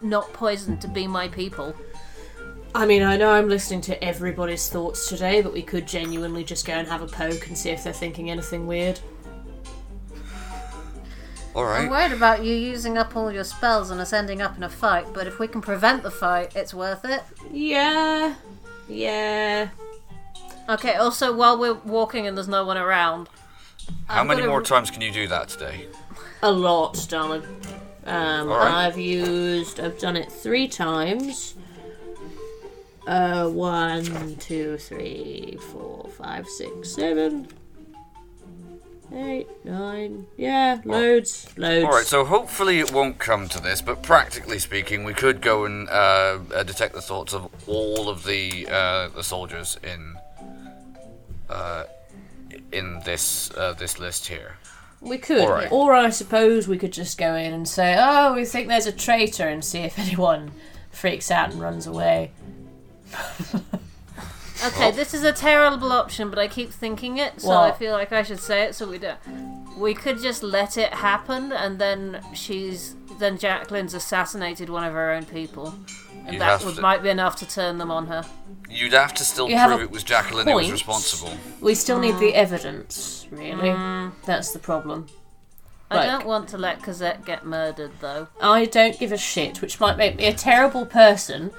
not poisoned to be my people. I mean, I know I'm listening to everybody's thoughts today, but we could genuinely just go and have a poke and see if they're thinking anything weird. All I'm right. worried about you using up all your spells and us ending up in a fight, but if we can prevent the fight, it's worth it. Yeah. Yeah. Okay, also, while we're walking and there's no one around, How I'm many gonna- more times can you do that today? A lot, darling. Um, All right. I've used, I've done it three times. Uh, one, two, three, four, five, six, seven, eight, nine. Yeah, loads, loads. All right. So hopefully it won't come to this, but practically speaking, we could go and uh, uh, detect the thoughts of all of the uh, the soldiers in uh, in this uh, this list here. We could, All right. or I suppose we could just go in and say, "Oh, we think there's a traitor," and see if <laughs> anyone freaks out and runs away. Oh. Okay, this is a terrible option, but I keep thinking it, so I What? feel like I should say it. So we do. We could just let it happen, and then she's then Jacqueline's assassinated one of her own people, and You'd that have would, to- might be enough to turn them on her. You'd have to still You have prove a it was Jacqueline who was point. responsible. We still need Mm. the evidence, really. That's the problem. I Like- don't want to let Cosette get murdered, though. Uh, I don't give a shit, which might make me a terrible person,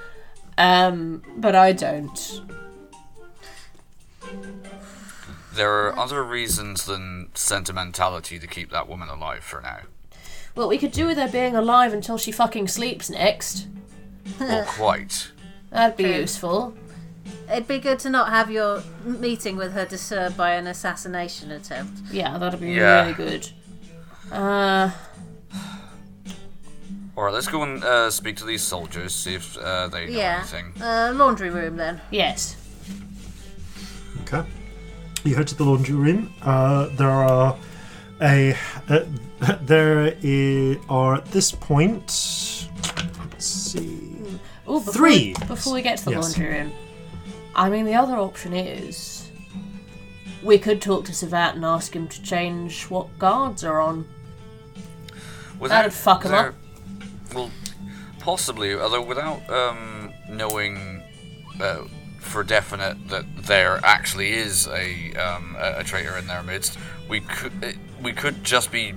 um, but I don't. There are other reasons than sentimentality to keep that woman alive <laughs> for now. Well, we could do with her being alive until she fucking sleeps next. Or quite. That'd be useful. It'd be good to not have your meeting with her disturbed by an assassination attempt. Yeah, that'd be Yeah. really good. Uh, All right, let's go and uh, speak to these soldiers, see if uh, they know Yeah. anything. Uh, laundry room then. yes. Okay. You head to the laundry room. Uh, there are a uh, <laughs> there i- are at this point. Let's see. Ooh, before Three. We, before we get to the Yes. laundry room, I mean, the other option is we could talk to Savat and ask him to change what guards are on. Was That'd fuck 'em there- Well, possibly, although without um, knowing uh, for definite that there actually is a um, a, a traitor in their midst, we could uh, we could just be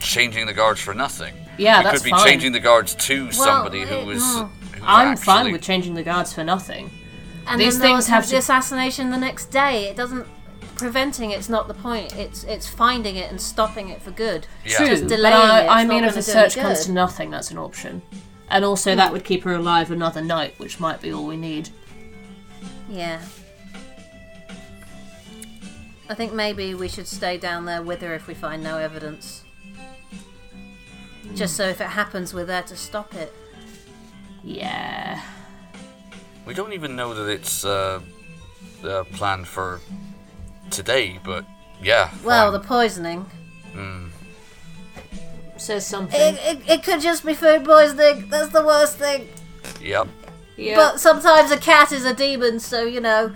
changing the guards for nothing. Yeah, we that's could be fine. eh, changing the guards to somebody it- who was. mm. who I'm actually- fine with changing the guards for nothing. And These then they'll things have the to- assassination the next day. It doesn't preventing it's not the point. It's it's finding it and stopping it for good. Yeah. True, Just but delaying I, it, I it's mean, not if the gonna do search any comes good. to nothing, that's an option. And also, that would keep her alive another night, which might be all we need. Yeah. I think maybe we should stay down there with her if we find no evidence. Just so if it happens, we're there to stop it. Yeah. We don't even know that it's uh, uh, planned for today, but yeah. Well, the fine. poisoning. Mm. Says something. It, it, it could just be food poisoning. That's the worst thing. Yep. Yeah. But sometimes a cat is a demon, so you know.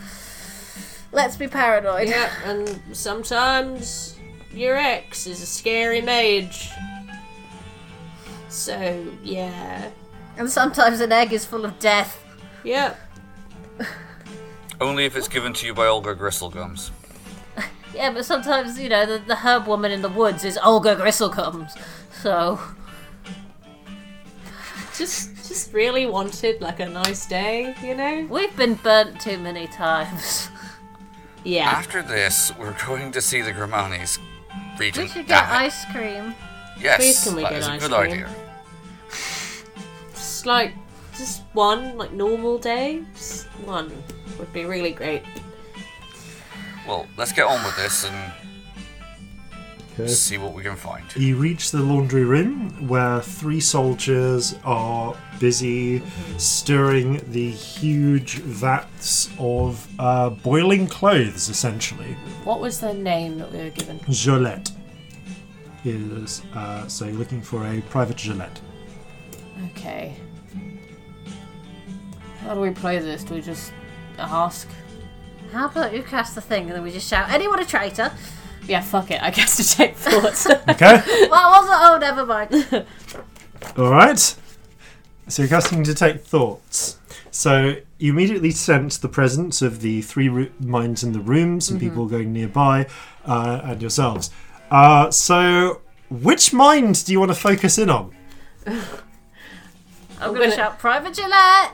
Let's be paranoid. yeah, and sometimes your ex is a scary mage. So, yeah. And sometimes an egg is full of death. Yep. Only if it's given to you by Olga Gristlegums. Yeah, but sometimes, you know, the, the herb woman in the woods is "Oh, Olga Gristlecombs. So. Just just really wanted like a nice day, you know? We've been burnt too many times. Yeah. After this, we're going to see the Grimani's region. <laughs> We should get Damn it. ice cream. Yes, Please can we that get is a ice good cream? idea. Just like just one like normal day. Just one would be really great. Well, let's get on with this and Okay. see what we can find. You reach the laundry room where three soldiers are busy stirring the huge vats of uh, boiling clothes, essentially. What was the name that we were given? Gillette is uh, so you're looking for a private Gillette. Okay. How do we play this? Do we just ask? How about you cast the thing and then we just shout, anyone a <laughs> traitor? Yeah, fuck it. I guess <laughs> to take thoughts. Okay, well, was it? Oh, never <laughs> mind. all right. So you're casting detect thoughts. So you immediately sense the presence of the three ru- minds in the room, some people going nearby, uh, and yourselves. Uh, so which mind do you want to focus in on? I'm going to shout, Private <laughs> Gillette!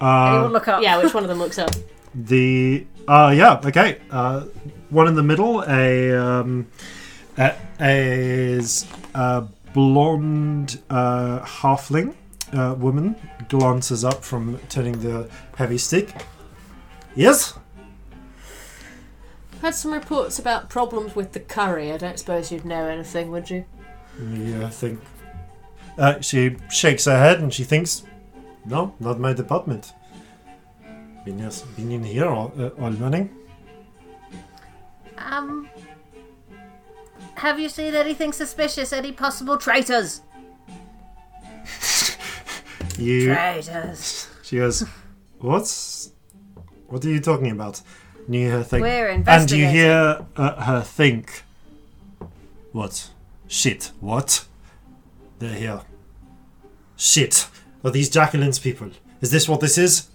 Uh, Anyone look up? Yeah, which one of them looks up? The uh yeah okay uh one in the middle a um a, is a blonde uh halfling uh, woman glances up from turning the heavy stick. Yes. Had some reports about problems with the curry. I don't suppose you'd know anything, would you? Yeah, I think. Uh, she shakes her head and she thinks, "No, not my department. Been yes, been in here all, uh, all morning. Um. Have you seen anything suspicious? Any possible traitors? You Traitors. She goes, "What's? What are you talking about?" And you hear her think, We're and you investigating. hear uh, her think, "What? Shit! What? They're here. Shit! Are these Jacqueline's people? Is this what this is?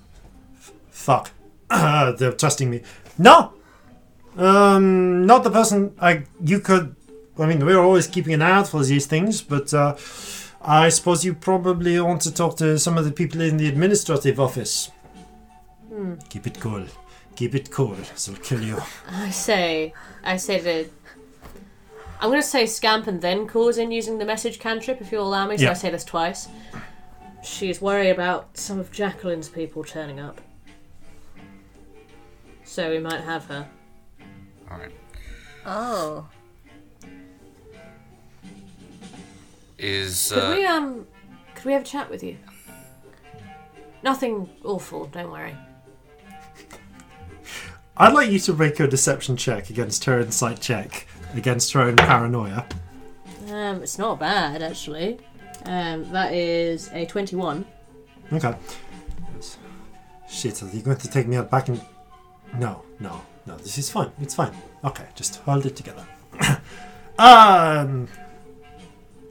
F- fuck! <clears throat> They're trusting me. No. Um, not the person. I. You could. I mean, we're always keeping an eye out for these things, but." Uh, I suppose you probably want to talk to some of the people in the administrative office. Keep it cool. Keep it cool. So we'll kill you. I say I say to I'm gonna say scamp and then cause in using the message cantrip if you'll allow me, so Yeah. I say this twice. She's worried about some of Jacqueline's people turning up. So we might have her. All right. Oh. is Could uh, we um could we have a chat with you? Nothing awful, don't worry. I'd like you to make a deception check against her insight check against her own paranoia. Um, it's not bad actually. Um, that is a twenty-one. Okay. Shit, are you going to take me out back and. No, no, no, this is fine. It's fine. Okay, just hold it together. <coughs> um.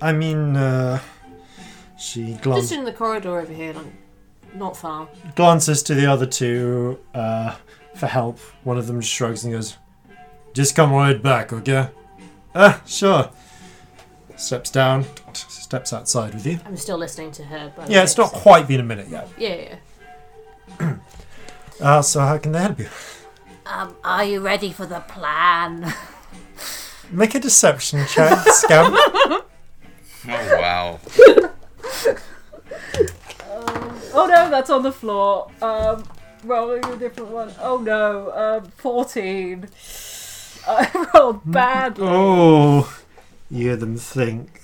I mean, uh. She Just glances, in the corridor over here, like not far. glances to the other two uh, for help. One of them just shrugs and goes, Just come right back, okay? Ah, sure. Steps down, steps outside with you. I'm still listening to her, but Yeah, it's not quite been a minute yet. Yeah, yeah. Uh, so, how can they help you? Um, are you ready for the plan? Make a deception check, scamp. oh wow. Oh no, that's on the floor. Um, rolling a different one. Oh no, um, 14. I <laughs> rolled badly. Oh, you hear them think.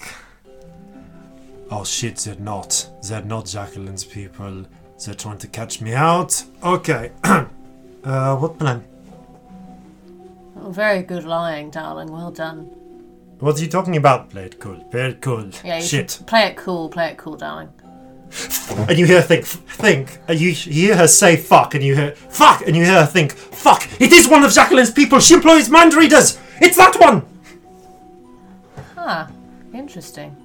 Oh shit, they're not. They're not Jacqueline's people. They're trying to catch me out. Okay. <clears throat> uh, what plan? Oh, very good lying, darling. Well done. What are you talking about? Play it cool. Play it cool. Yeah, you shit. should play it cool. Play it cool, darling. And you hear her think, think, and you hear her say fuck, and you hear fuck, and you hear her think, fuck, it is one of Jacqueline's people. She employs mind readers. It's that one. Huh. Interesting.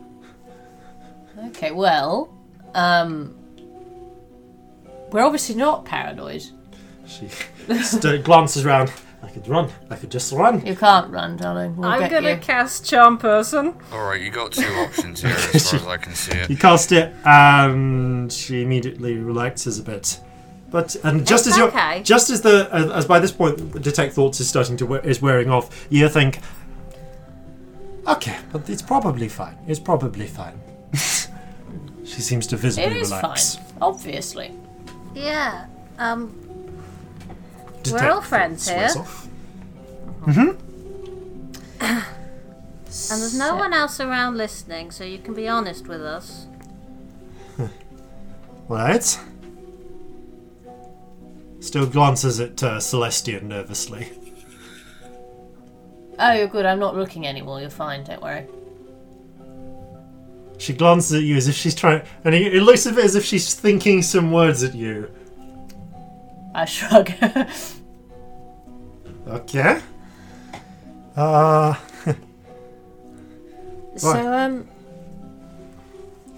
Okay, well, um, we're obviously not paranoid. She <laughs> st- glances around. I could run. I could just run. You can't run, darling. We'll I'm get gonna you. cast Charm Person. All right, you got two options here, as far as I can see it. <laughs> You cast it, and she immediately relaxes a bit. But and just as you okay. just as the as, as by this point, detect thoughts is starting to we- is wearing off. You think, okay, but it's probably fine. It's probably fine. <laughs> she seems to visibly It is relax. fine, obviously. <laughs> Yeah. Um, Detect all friends thoughts wears here. off. and there's no one else around listening, so you can be honest with us. Right. Still glances at uh, Celestia nervously. Oh, you're good. I'm not looking anymore. You're fine. Don't worry. She glances at you as if she's trying, and it it looks a bit as if she's thinking some words at you. I <laughs> shrug. Okay. Uh, So, um,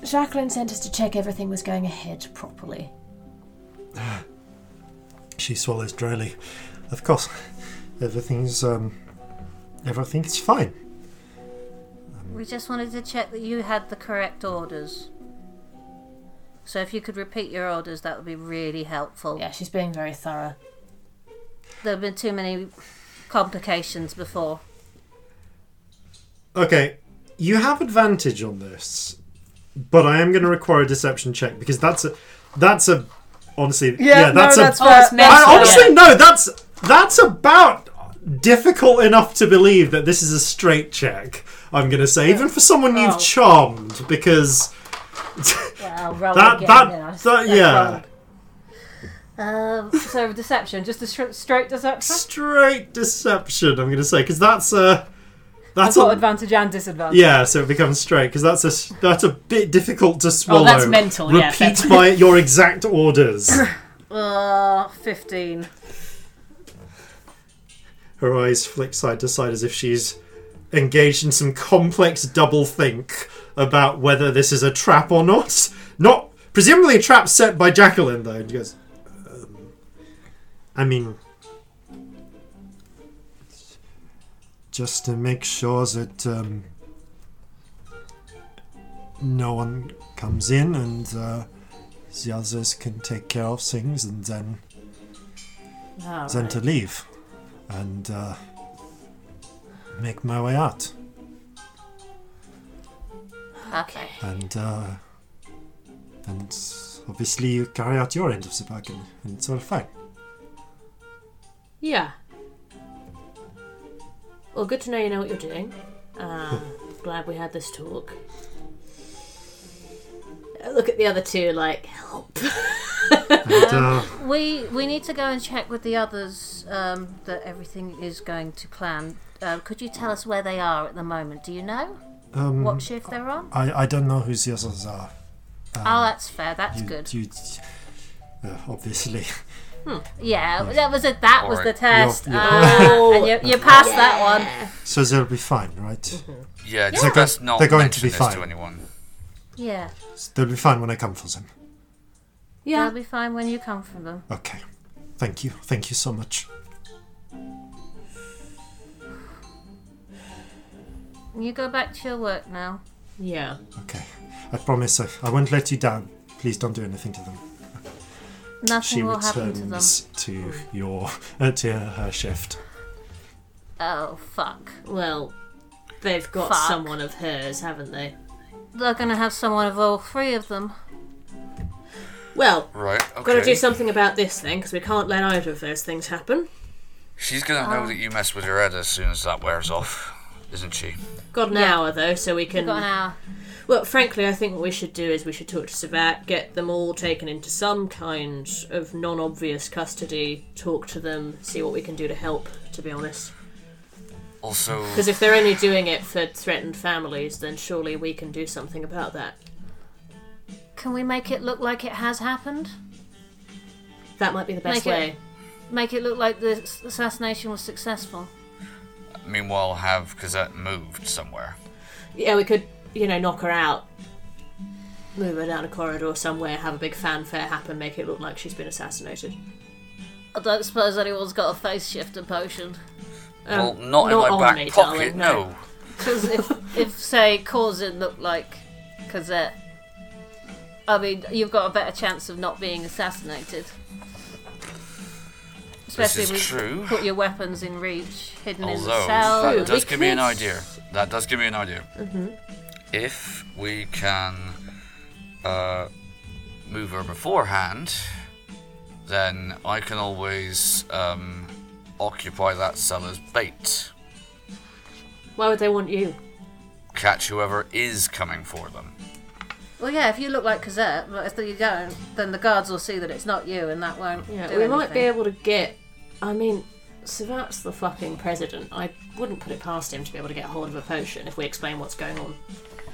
Jacqueline sent us to check everything was going ahead properly. she swallows dryly. Of course, everything's um, everything's fine. We just wanted to check that you had the correct orders. So if you could repeat your orders, that would be really helpful. Yeah, she's being very thorough. There have been too many complications before. Okay, you have advantage on this, but I am going to require a deception check because that's a that's a honestly yeah, that's no, a that's Oh, it's fair. meant I to be. honestly no that's that's about difficult enough to believe that this is a straight check. I'm going to say even for someone you've charmed because Wow, roll that again, that, then. I- that that's yeah. wrong. <laughs> Um, So deception, just a str- straight deception. straight deception. I'm gonna say because that's a I've that's got a advantage and disadvantage. yeah. So it becomes straight because that's a s- that's a bit difficult to swallow. Oh, that's mental, yeah, Repeat fair. <laughs> my your exact orders. Uh, 15. Her eyes flick side to side as if she's engaged in some complex double think about whether this is a trap or not. Not presumably a trap set by Jacqueline though. And she goes, um, I mean. Just to make sure that um, no one comes in and uh, the others can take care of things and then then to leave and uh, make my way out. okay. And uh, and obviously you carry out your end of the bargain, and it's all fine. Yeah. Well, good to know you know what you're doing. Uh, glad we had this talk. I look at the other two like, help. Ah. And, uh, We we need to go and check with the others um, that everything is going to plan. Uh, could you tell us where they are at the moment? Do you know um, what shift they're on? I, I don't know who the others are. oh, that's fair. That's uh, You- good. you- uh, obviously. <laughs> yeah, that was it. That was the Alright. test. You're- you're- Uh, and you, you passed that one. So they'll be fine, right? Mm-hmm. Yeah, just They're go- best not they're going to mention be this fine. to anyone. Yeah, They'll be fine when I come for them. they'll be fine when you come from them. Okay. Thank you. Thank you so much. You go back to your work now. Yeah. Okay. I promise I, I won't let you down. Please don't do anything to them. Nothing She will happen to them. returns to, your uh, to her, her shift. Oh fuck! well, they've got Fuck. someone of hers, haven't they? They're gonna have someone of all three of them. Well, Right, okay. gotta do something about this then, because we can't let either of those things happen. She's gonna know that you messed with her head as soon as that wears off, isn't she? Got an hour though, so we can. Got an hour. Well, frankly, I think what we should do is we should talk to Savat, get them all taken into some kind of non obvious custody, talk to them, see what we can do to help, to be honest. Also, Because if they're only doing it for threatened families, then surely we can do something about that. Can we make it look like it has happened? That might be the best Make it- way. Make it look like the s- assassination was successful. meanwhile, have Cosette moved somewhere. Yeah, we could, you know, knock her out, move her down a corridor somewhere, have a big fanfare happen, make it look like she's been assassinated. I don't suppose anyone's got a face shifter potion. well, not, not in my on back me, darling, pocket, no. no. Because if, if, say, Corzin looked like Cosette, I mean, you've got a better chance of not being assassinated. Especially is if you true. put your weapons in reach, hidden in the Although, cell. that does we give me an could- idea. That does give me an idea. If we can uh, move her beforehand, then I can always um, occupy that cell as bait. Why would they want you? Catch whoever is coming for them. Well, yeah, if you look like Cosette, but if you don't, then the guards will see that it's not you, and that won't. Yeah, do we might be anything. able to get. I mean, Savat's the fucking president. I wouldn't put it past him to be able to get hold of a potion if we explain what's going on.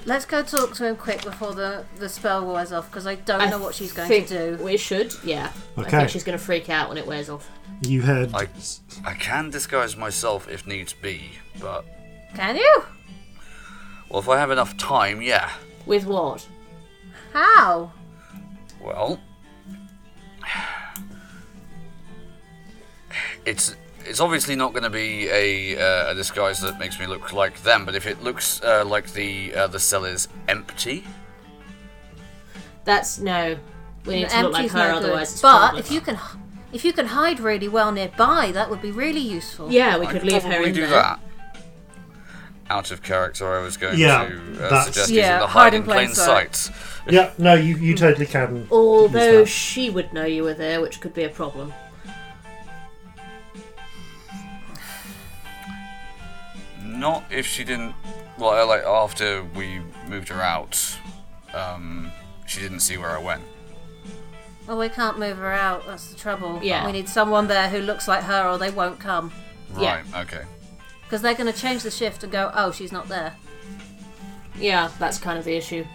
Let's go talk to him quick before the, the spell wears off, because I don't know what she's going think to do. We should, yeah. I Okay. think she's going to freak out when it wears off. You heard. I, I can disguise myself if needs be, but Can you? well, if I have enough time, yeah. With what? How? Well, it's it's obviously not going to be a, uh, a disguise that makes me look like them. But if it looks uh, like the uh, the cell is empty, That's no. We need to look like Empty's her, no good. otherwise it's But probably- if you can, if you can hide really well nearby, that would be really useful. yeah, we I could leave her probably in do there. that. Out of character, I was going Yeah, to uh, that's- suggest Yeah, using the hide hide in in plain plain sight. yeah, no, you, you totally can. Although use that. she would know you were there, which could be a problem. Not if she didn't. Well, uh, like after we moved her out, um, she didn't see where I went. Well, we can't move her out. That's the trouble. Yeah. We need someone there who looks like her, or they won't come Yeah. Right. Okay. because they're going to change the shift and go, "Oh, she's not there. Yeah, that's kind of the issue.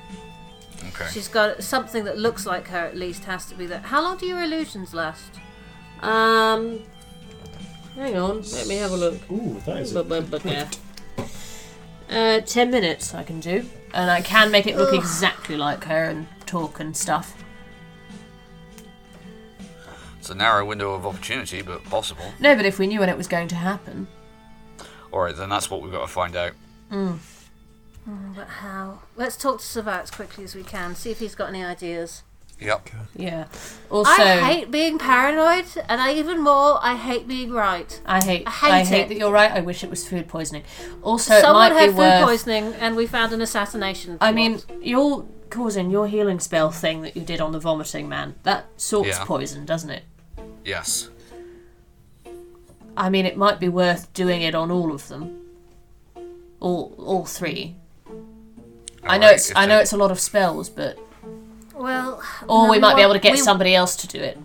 Okay. She's got something that looks like her. At least has to be there." How long do your illusions last? Um, hang on, let me have a look. Ooh, that is. Blah, blah, blah, yeah. Uh, ten minutes I can do, and I can make it look exactly like her and talk and stuff. It's a narrow window of opportunity, but possible. No, but if we knew when it was going to happen. All right, then that's what we've got to find out. But how? Let's talk to Savat as quickly as we can. See if he's got any ideas. Yep. Yeah. Also, I hate being paranoid, and I even more, I hate being right. I hate, I hate I hate it. that you're right. I wish it was food poisoning. Also, it Someone might had be food worth. poisoning, and we found an assassination. I mean, you're causing your healing spell thing that you did on the vomiting man. That sorts Yeah. poison, doesn't it? Yes. I mean, it might be worth doing it on all of them. All, all three. I know Alright, it's, if I know they- it's a lot of spells, but Well, Or we no, might be what- able to get we- somebody else to do it.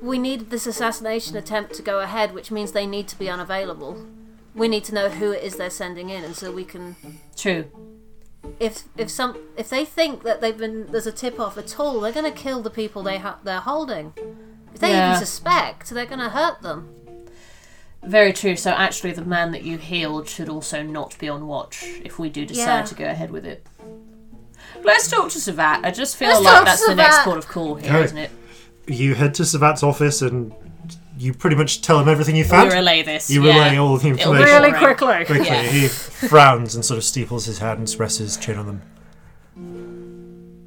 We need this assassination attempt to go ahead, which means they need to be unavailable. We need to know who it is they're sending in, and so we can True. if if some if they think that they've been there's a tip off at all, they're going to kill the people they ha- they're holding. If they Yeah. even suspect, they're going to hurt them. Very true. So actually, the man that you healed should also not be on watch if we do decide Yeah. to go ahead with it. Let's talk to Savat. I just feel Let's like talk that's to the next Savat. port of call here, Okay. not it? You head to Savat's office and you pretty much tell him everything you We found. relay this. you yeah. relay all the It'll information be Really alright. quickly. quickly. Yeah. He frowns and sort of steeples his head and rests his chin on them.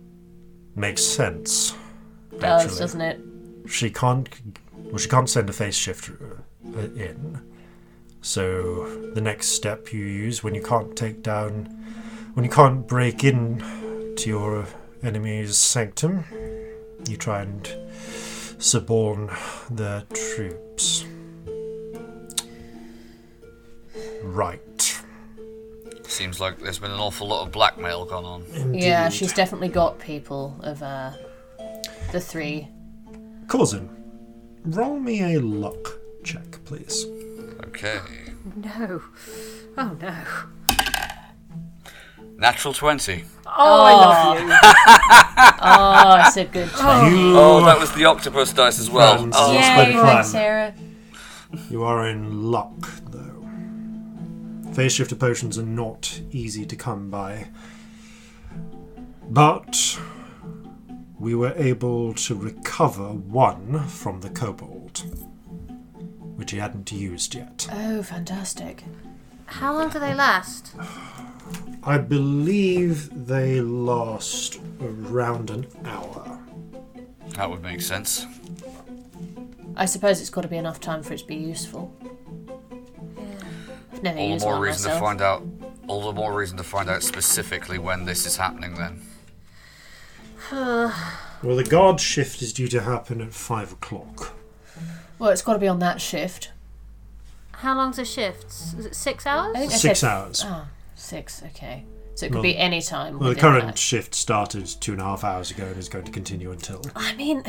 Makes sense. Does actually. doesn't it? she can't well she can't send a face shift uh, in so the next step you use when you can't take down when you can't break in to your enemy's sanctum you try and suborn their troops right Seems like there's been an awful lot of blackmail gone on. Yeah, she's definitely got people of uh, the three. Corzin roll me a luck check please Okay. No, oh no. Natural 20. Oh, I love you. Ah. Oh, it's a good choice. you Oh, that was the octopus dice as well. Friends. Oh, Yeah. Yay, quite right, fun. Sarah. You are in luck, though. Phase shifter potions are not easy to come by. But we were able to recover one from the kobold, which he hadn't used yet. Oh, fantastic. How long do they last? I believe they last around an hour. that would make sense. I suppose it's got to be enough time for it to be useful. I've never All the used more one reason myself. to find out. All the more reason to find out specifically when this is happening. Then Well, the guard shift is due to happen at five o'clock. Well, it's got to be on that shift. How long's a shift? Is it six hours? I think they Six said- hours. Oh, six. Okay. So it could be any time. Well, the within current that. shift started two and a half hours ago and is going to continue until. I mean,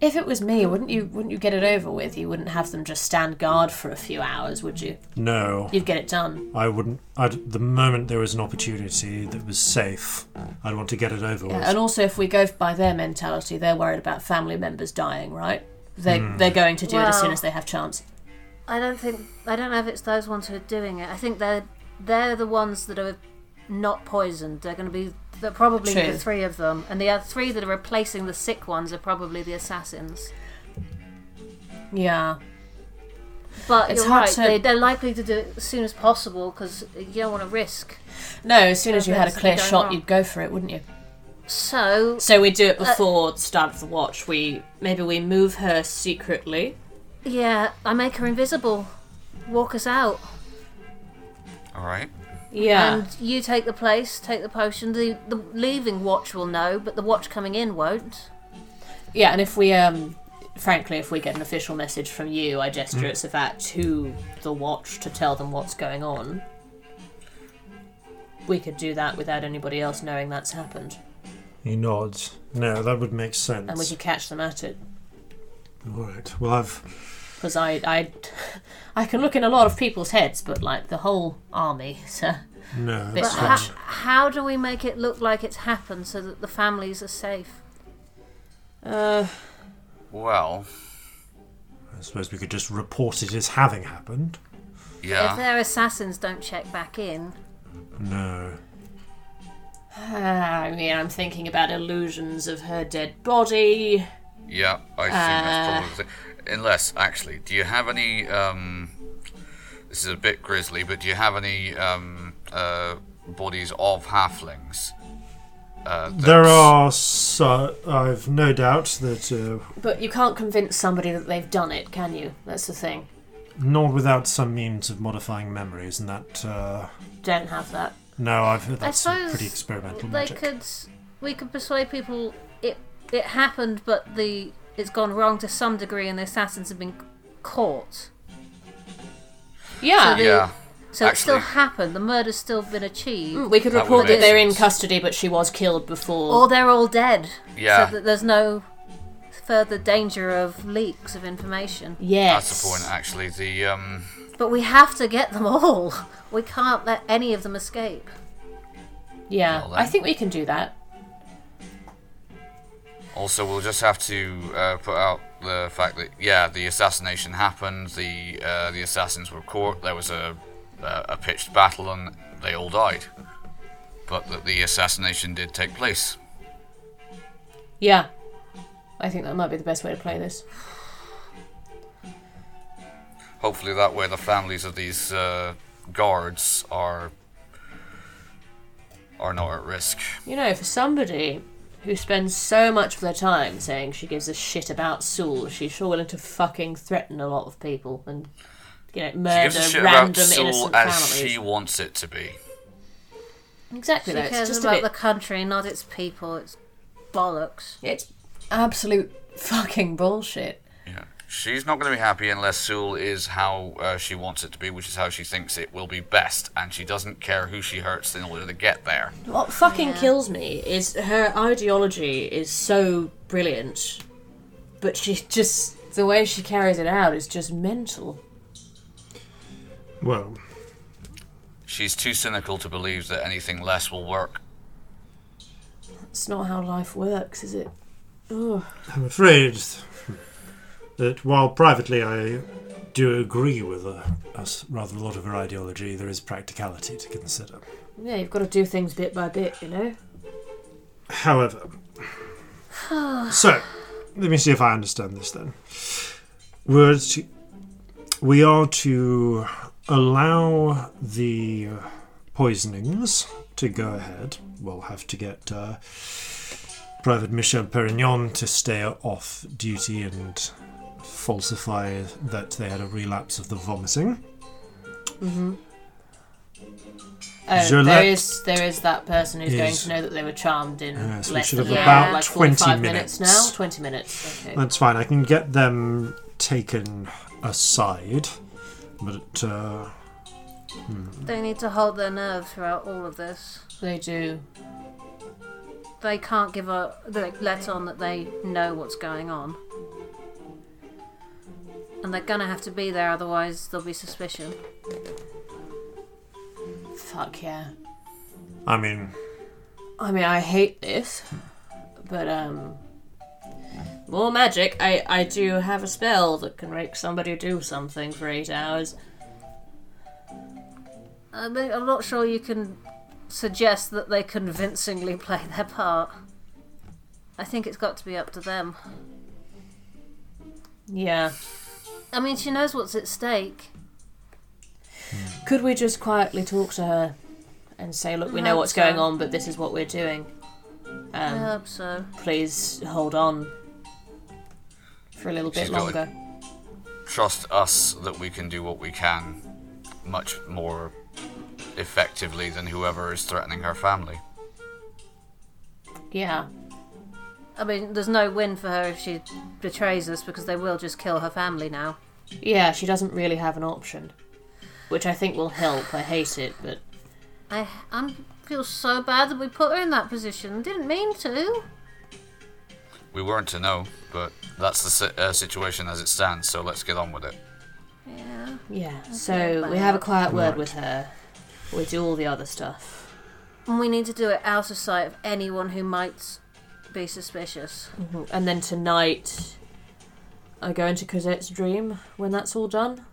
if it was me, wouldn't you? Wouldn't you get it over with? You wouldn't have them just stand guard for a few hours, would you? No. You'd get it done. I wouldn't. I'd, the moment there was an opportunity that was safe, I'd want to get it over with. And also, if we go by their mentality, they're worried about family members dying, right? They Hmm. they're going to do it as soon Well- as they have chance. I don't think I don't know if it's those ones who are doing it. I think they're they're the ones that are not poisoned. They're going to be they're probably True. the three of them, and the other three that are replacing the sick ones are probably the assassins. Yeah. But It's you're hard right; to- they, they're likely to do it as soon as possible because you don't want to risk. No, as soon as you had a Something's clear going shot, wrong. you'd go for it, wouldn't you? So So we do it before the start of the watch. We maybe we move her secretly. yeah, I make her invisible, walk us out, all right. Yeah. and you take the place, take the potion. The, the leaving watch will know, but the watch coming in won't. Yeah, and if we, um, frankly, if we get an official message from you, I gesture at Savat to the watch to tell them what's going on. We could do that without anybody else knowing that's happened, he nods. No, that would make sense. and we could catch them at it. All right. Well, I've Because I, I, <laughs> I can look in a lot of people's heads, but like the whole army. <laughs> So no. Bit That's much. fine. How, how do we make it look like it's happened so that the families are safe? Well, I suppose we could just report it as having happened. If yeah. their assassins don't check back in, No. Ah, I mean, I'm thinking about illusions of her dead body. Yeah, I think that's probably. The thing. Unless, actually, do you have any? Um, this is a bit grisly, but do you have any um, uh, bodies of halflings? Uh, There that's- are. So, I've no doubt that uh, But you can't convince somebody that they've done it, can you? That's the thing. not without some means of modifying memories, and that. Uh, Don't have that. no, I've. That's some suppose pretty experimental they magic. could we could persuade people it it happened, but the it's gone wrong to some degree, and the assassins have been caught. Yeah. Yeah, So it still Actually- Mm. happened. The murder's still been achieved. We could That report would that make they're in sense. custody, but she was killed before. Or they're all dead. Yeah. So that there's no further danger of leaks of information. yes. That's the point, actually. The um, But we have to get them all. <laughs> We can't let any of them escape. Yeah, Well, then. I think we can do that. also we'll just have to uh, put out the fact that yeah, the assassination happened. The uh, the assassins were caught. There was a uh, a pitched battle, and they all died. But that the assassination did take place. Yeah. I think that might be the best way to play this. Hopefully, that way the families of these uh, guards are are not at risk. You know, for somebody who spends so much of their time saying she gives a shit about Sewell, she's sure willing to fucking threaten a lot of people and, you know, She murder gives a shit random about Saul innocent as families. she wants it to be. Exactly, Who though. It's cares just a about bit. the country, not its people? It's bollocks. It's absolute fucking bullshit. Yeah. She's not going to be happy unless Sewell is how uh, she wants it to be, which is how she thinks it will be best, and she doesn't care who she hurts in order to get there. What fucking kills me is her ideology is so brilliant, but she <laughs> just. The way she carries it out is just mental. Well, She's too cynical to believe that anything less will work. It's not how life works, is it? I'm afraid that while privately I do agree with a, a s- rather a lot of her ideology, there is practicality to consider. Yeah, you've got to do things bit by bit, you know? However, so let me see if I understand this then. We're to, we are to allow the poisonings to go ahead. We'll have to get uh, Private Michel Perignon to stay off duty and falsify that they had a relapse of the vomiting. Oh, Gillette. there is there is that person who's going Yes. to know that they were charmed in Yes, we less should than have an about hour, like 20 45 minutes. minutes. now. Twenty minutes. Okay. That's fine. I can get them taken aside, but. Uh, They need to hold their nerve throughout all of this. They do. They can't give a like, let on that they know what's going on. And they're gonna have to be there, otherwise there'll be suspicion. Fuck yeah. I mean, I mean, I hate this, but um, more magic. I I do have a spell that can make somebody do something for eight hours. I mean, Uh, I'm not sure you can suggest that they convincingly <laughs> play their part. I think it's got to be up to them. Yeah. I mean, she knows what's at stake. Could we just quietly talk to her and say, look, we know hope what's so. going on, but this is what we're doing. I Um, hope so. please hold on for a little bit She's got it. longer. Trust us that we can do what we can much more effectively than whoever is threatening her family. Yeah. I mean, there's no win for her if she betrays us because they will just kill her family now. Yeah, she doesn't really have an option. Which I think will help. I hate it, but I I feel so bad that we put her in that position. Didn't mean to. We weren't to know, but that's the si- uh, situation as it stands, so let's get on with it. Yeah. yeah. So we bad. have a quiet word with her. We do all the other stuff. And we need to do it out of sight of anyone who might be suspicious. And then tonight I go into Cosette's dream when that's all done.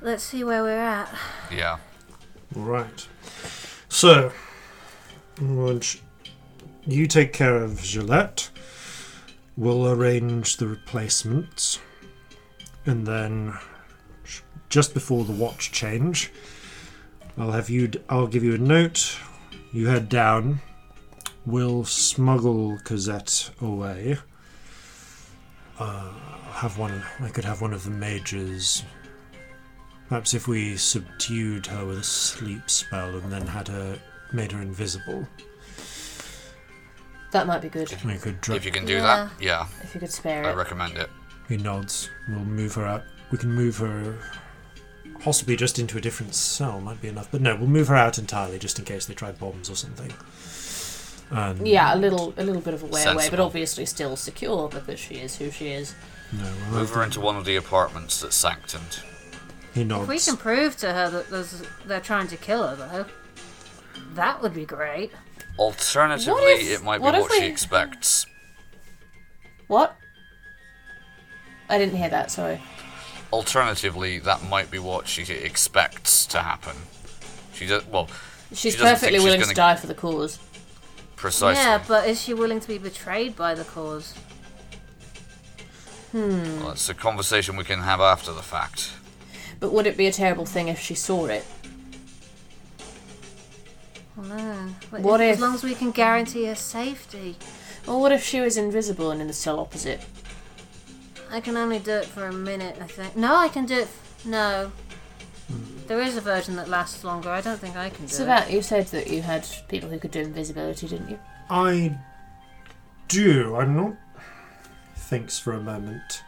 Let's see where we're at. Yeah. Right. So, Raj, you take care of Gillette. We'll arrange the replacements. And then, sh- just before the watch change, I'll have you. d- I'll give you a note. You head down. We'll smuggle Cosette away. Uh, have one. I could have one of the majors Perhaps if we subdued her with a sleep spell and then had her made her invisible, That might be good we could drag. If you can do that, yeah, if you could spare I it. recommend it. He nods. We'll move her out. We can move her Possibly just into a different cell might be enough. But no, we'll move her out entirely just in case they try bombs or something. And Yeah, a little, a little bit of a way away, but Sensible. obviously still secure because she is who she is. no, we'll Move have her into one of the apartments that's sanctioned. he If we nods. can prove to her that there's, they're trying to kill her, though, that would be great. Alternatively, What if- it might be what what, if she we- expects. What? I didn't hear that. Sorry. Alternatively, that might be what she expects to happen. She does well. She's She doesn't think perfectly she's willing gonna- to die for the cause. Precisely. Yeah, but is she willing to be betrayed by the cause? Well, it's a conversation we can have after the fact. But would it be a terrible thing if she saw it? Well, no. But What if, if- As long as we can guarantee her safety. Or what if she was invisible and in the cell opposite? I can only do it for a minute, I think. No, I can do it. F- no. There is a version that lasts longer. I don't think I can do So it. that you said that you had people who could do invisibility, didn't you? I do. I'm not. Thinks for a moment.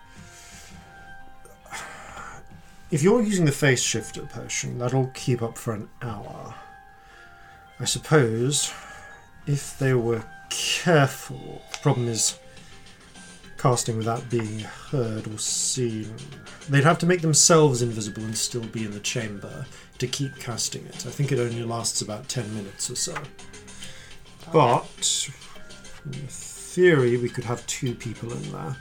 If you're using the face shifter potion, that'll keep up for an hour. I suppose if they were careful. The problem is casting without being heard or seen. They'd have to make themselves invisible and still be in the chamber to keep casting it. I think it only lasts about 10 minutes or so. But in theory, we could have two people in there.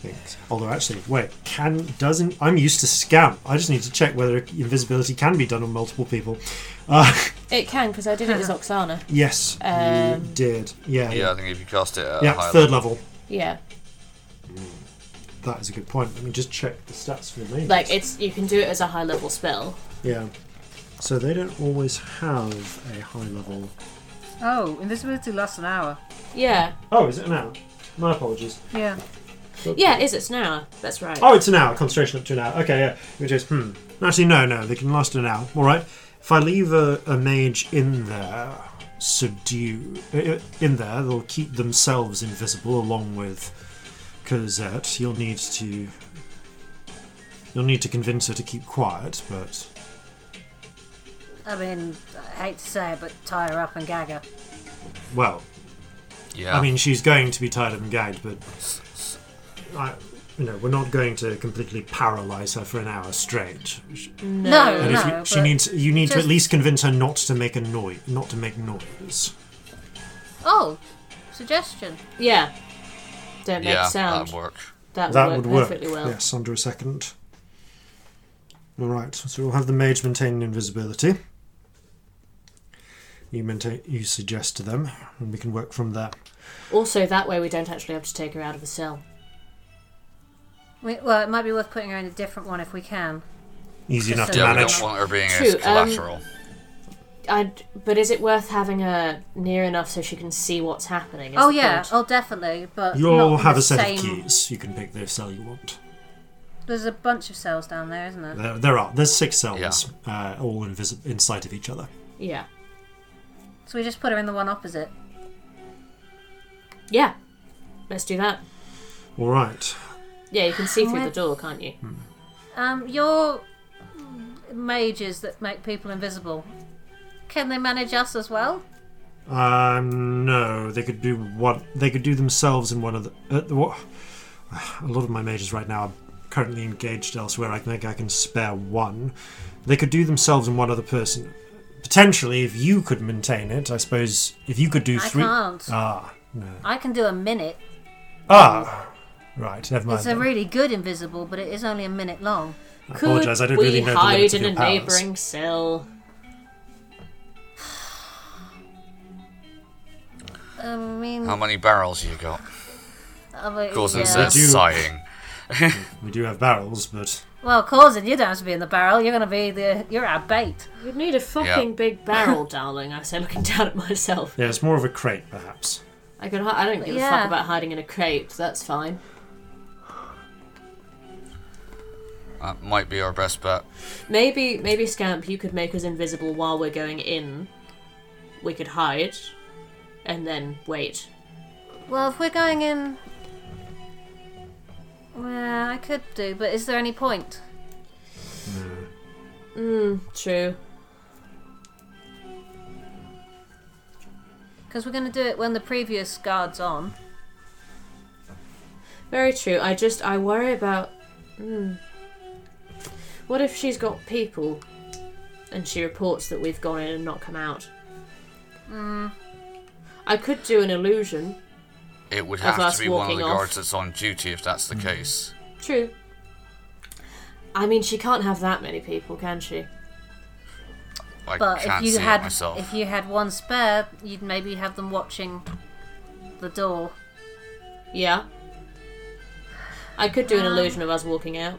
Thanks. Although, actually, wait, can doesn't I'm used to scam. I just need to check whether invisibility can be done on multiple people. Uh, It can, because I did it as Oksana. yes, Um, you did. Yeah, Yeah, I yeah, think if you cast it at a yeah. high Third level. level. Yeah, That is a good point. Let me just check the stats for me. like it's you can do it as a high level spell. yeah. So they don't always have a high level. Oh, invisibility lasts an hour. Yeah, Oh, is it an hour? My apologies. Yeah. yeah, it is it's now? That's right. Oh, it's an hour. Concentration up to an hour. Okay, yeah. Which is, hmm. Actually, no, no. They can last an hour. All right. If I leave a, a mage in there, subdue uh, in there, they'll keep themselves invisible along with Cosette. You'll need to. You'll need to convince her to keep quiet, but I mean, I hate to say it, but tie her up and gag her. well, Yeah. I mean, she's going to be tired and gagged, but I, you know, we're not going to completely paralyze her for an hour straight. No, no. And if you, she but needs, you need to at just- least convince her not to make a noise, not to make noise. Oh, suggestion. Yeah, don't make yeah, sound. that'd work. That, That would would work work. perfectly well. Yes, under a second. All right, so we'll have the mage maintain invisibility. You maintain, you suggest to them, and we can work from there. Also, that way we don't actually have to take her out of the cell. We, well, it might be worth putting her in a different one if we can. Easy enough to Yeah, we manage. don't want her being True, as um, collateral. I. But is it worth having her near enough so she can see what's happening? is oh the yeah, point. oh definitely. But You'll not have the a set same- of keys. You can pick the cell you want. There's a bunch of cells down there, isn't there? There, there are. There's six cells, uh, all invisi- in sight of each other. Yeah. So we just put her in the one opposite. Yeah. Let's do that. All right. Yeah, you can see through the Let's- door, can't you? Hmm. Um, your mages that make people invisible, can they manage us as well? Um, no, they could do what they could do themselves in one of the. Uh, what, <sighs> a lot of my mages right now are currently engaged elsewhere. I think I can spare one. They could do themselves and one other person. Potentially, if you could maintain it, I suppose if you could do I three. can't. Ah, no. I can do a minute. Ah, right. Never mind. It's a then. really good invisible, but it is only a minute long. I apologize. I don't really know the hide limits of in a your powers. neighboring cell? I mean, How many barrels you got? I mean, Causing yeah. says They do- sighing. We do have barrels, but well, Corzin, you don't have to be in the barrel. You're gonna be the you're our bait. You'd need a fucking big <laughs> barrel, darling. I say, looking down at myself. yeah, it's more of a crate, perhaps. I could. Hi- I don't give a Yeah. fuck about hiding in a crate. That's fine. That might be our best bet. Maybe, maybe Scamp, you could make us invisible while we're going in. We could hide, and then wait. Well, if we're going in, well, I could do, but is there any point? True. Because we're going to do it when the previous guard's on. Very true. I just I worry about. Hmm. What if she's got people, and she reports that we've gone in and not come out? I could do an illusion. It would Of have us to be one of walking the off. guards that's on duty if that's the case. True. I mean, she can't have that many people, can she? I But can't if you see had it myself. if you had one spare, you'd maybe have them watching the door. Yeah. I could do an illusion of us walking out.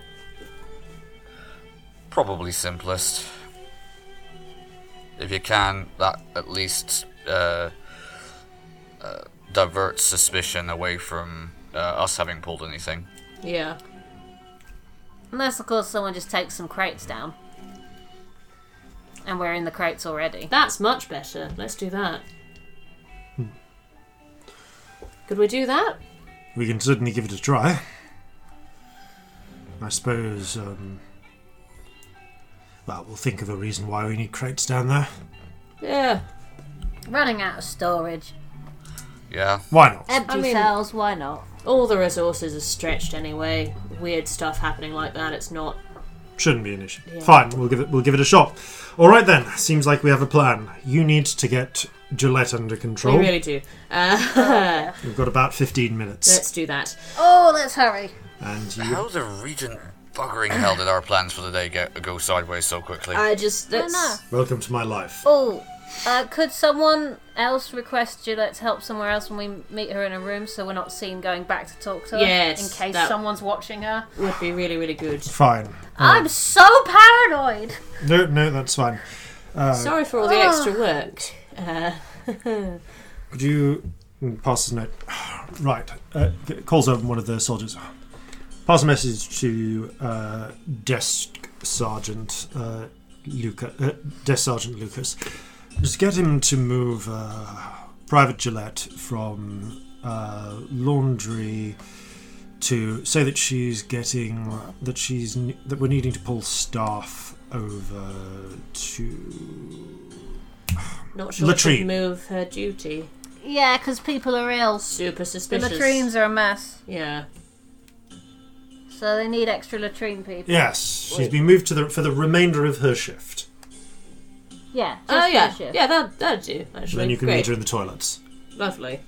Probably simplest. If you can, that at least uh, uh, diverts suspicion away from uh, us having pulled anything. Yeah. Unless, of course, someone just takes some crates down. And we're in the crates already. That's much better. Let's do that. Could we do that? We can certainly give it a try. I suppose, um. Well, we'll think of a reason why we need crates down there. Yeah. Running out of storage. Yeah, Why not? Empty mean- cells, why not? All the resources are stretched anyway. Weird stuff happening like that. It's not Shouldn't be an issue. Fine, we'll give it we'll give it a shot. Alright then, seems like we have a plan. You need to get Gillette under control. We really do. Uh, <laughs> We've got about fifteen minutes. let's do that. Oh, let's hurry. And you how the regent buggering hell did our plans for the day get, go sideways so quickly? I just let's. no. welcome to my life. Oh, uh, could someone else request Gillette's help somewhere else when we meet her in a room so we're not seen going back to talk to her? Yes, In case that- someone's watching her. Would be really really good. Fine. I'm so paranoid! No, no, that's fine. Uh, Sorry for all the extra work. Uh, Could you mm, pass this note? <sighs> Right. Uh, g- calls over one of the soldiers. Pass a message to uh, desk sergeant uh, Luca, uh, desk sergeant Lucas. Just get him to move uh, Private Gillette from uh, laundry to say that she's getting that she's n- that we're needing to pull staff over to not sure. if she'd Latrine. Move her duty. Yeah, because people are ill. Super The suspicious. latrines are a mess, Yeah. so they need extra latrine people. Yes, she's been moved to the for the remainder of her shift. Yeah. just Oh yeah. for shift. Yeah, that that'd do actually. then you can Great. meet her in the toilets. Lovely.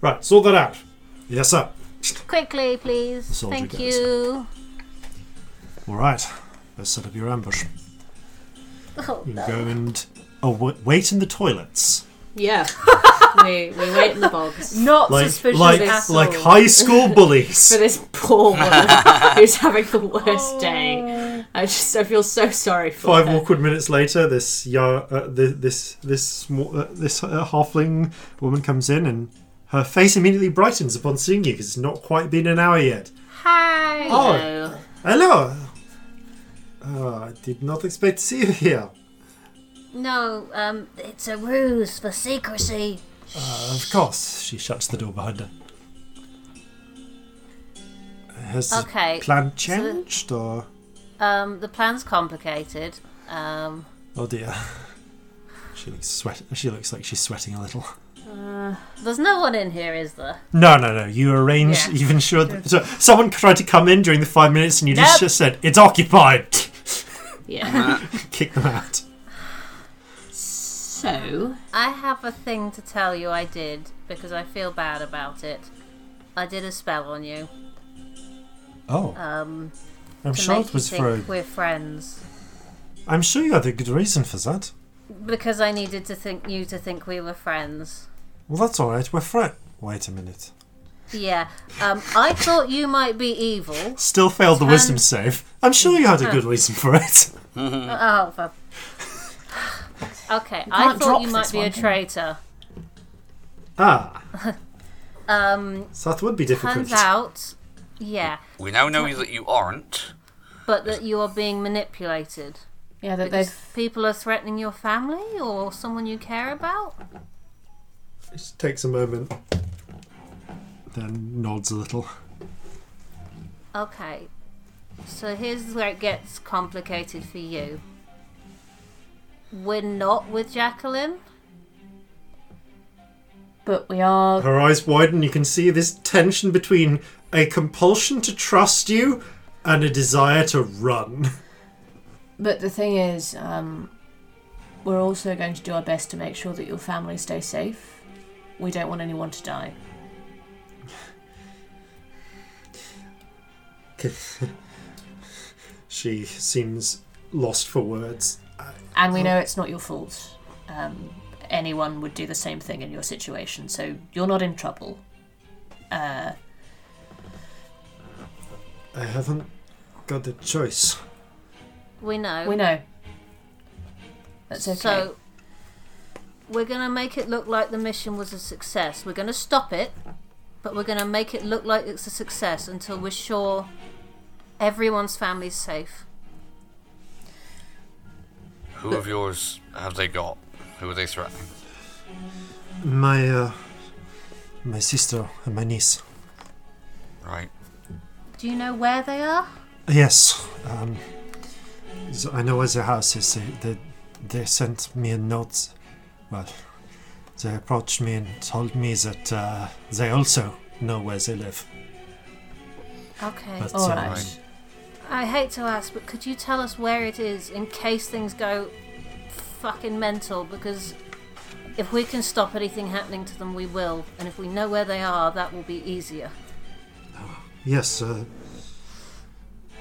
Right, sort that out. Yes, sir. Quickly, please. soldier Thank goes. you. All right, let's set up your ambush. Oh, You go and oh, wa- wait in the toilets, Yeah. <laughs> we we wait in the bogs Not like suspicious like at like all. high school bullies. <laughs> for this poor <laughs> woman who's having the worst day. I just I feel so sorry for Five her. awkward minutes later, this young, uh, this this this small, uh, this uh, halfling woman comes in, and her face immediately brightens upon seeing you because it's not quite been an hour yet. Hi. Oh, So, hello. Oh, I did not expect to see you here. No, um, it's a ruse for secrecy. Of course, she shuts the door behind her. Has Okay, the plan changed, or Um, the plan's complicated. Um, oh dear, <laughs> she looks sweat. She looks like she's sweating a little. there's no one in here, is there? No, no, no. You arranged, Yeah. you've ensured. That, so someone tried to come in during the five minutes, and you just, just said it's occupied. <laughs> yeah. Kick them out. so I have a thing to tell you I did because I feel bad about it. I did a spell on you Oh, um, I'm to sure make it was you for. think A, we're friends I'm sure you had a good reason for that. because I needed to think you to think we were friends. Well, that's all right. We're friends. Wait a minute. Yeah, um, I thought you might be evil. Still failed the wisdom save. I'm sure you had a good reason for it. <laughs> Oh, for... <sighs> okay. I thought you might be a traitor. Ah, Um, so that would be difficult. turns out, yeah, we now know that you aren't. but that you are being manipulated. yeah, that Because people are threatening your family or someone you care about. Just takes a moment, then nods a little. Okay. So here's where it gets complicated for you. We're not with Jacqueline. But we are. Her eyes widen. You can see this tension between a compulsion to trust you and a desire to run. <laughs> But the thing is, um, we're also going to do our best to make sure that your family stay safe. We don't want anyone to die. She seems lost for words. And we know it's not your fault. Um, anyone would do the same thing in your situation, so you're not in trouble. I haven't got the choice. We know. We know. That's okay. So we're gonna make it look like the mission was a success. We're gonna stop it, but we're gonna make it look like it's a success until we're sure everyone's family's safe. Who of yours have they got? Who are they threatening? My, uh, my sister and my niece. Right. Do you know where they are? Yes, um, so I know where the house is. They, they, they sent me a note. Well, they approached me and told me that uh, they also know where they live. Okay. But, All uh, right. I hate to ask, but could you tell us where it is in case things go fucking mental? Because if we can stop anything happening to them, we will. And if we know where they are, that will be easier. Yes, uh,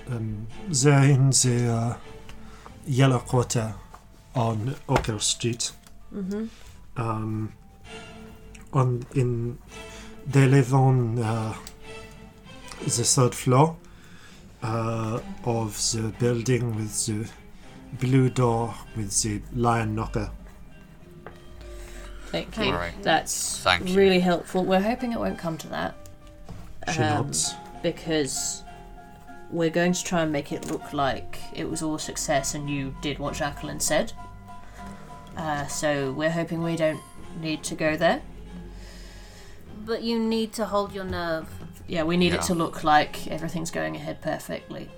um, they're in the uh, Yellow Quarter on Oakhurst Street. Mm-hmm. Um, on in they live on uh, the third floor uh, of the building with the blue door with the lion knocker. Thank you. All right. That's Thank you. really helpful. We're hoping it won't come to that. She Um, nods. because we're going to try and make it look like it was all success and you did what Jacqueline said. Uh, so we're hoping we don't need to go there. But you need to hold your nerve. Yeah, we need Yeah. it to look like everything's going ahead perfectly.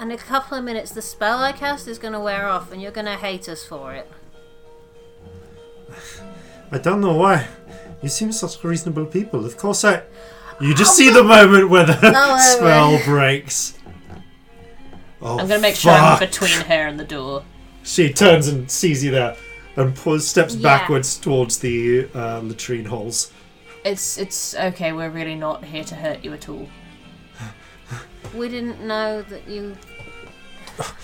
In a couple of minutes, the spell I cast is going to wear off, and you're going to hate us for it. I don't know why. You seem such reasonable people. Of course, I. You just see the moment where the <laughs> I- spell breaks. Oh, I'm gonna make sure I'm fuck. between her and the door. She turns and sees you there, and pulls, steps Yeah. backwards towards the uh, latrine holes. It's it's okay. We're really not here to hurt you at all. We didn't know that you.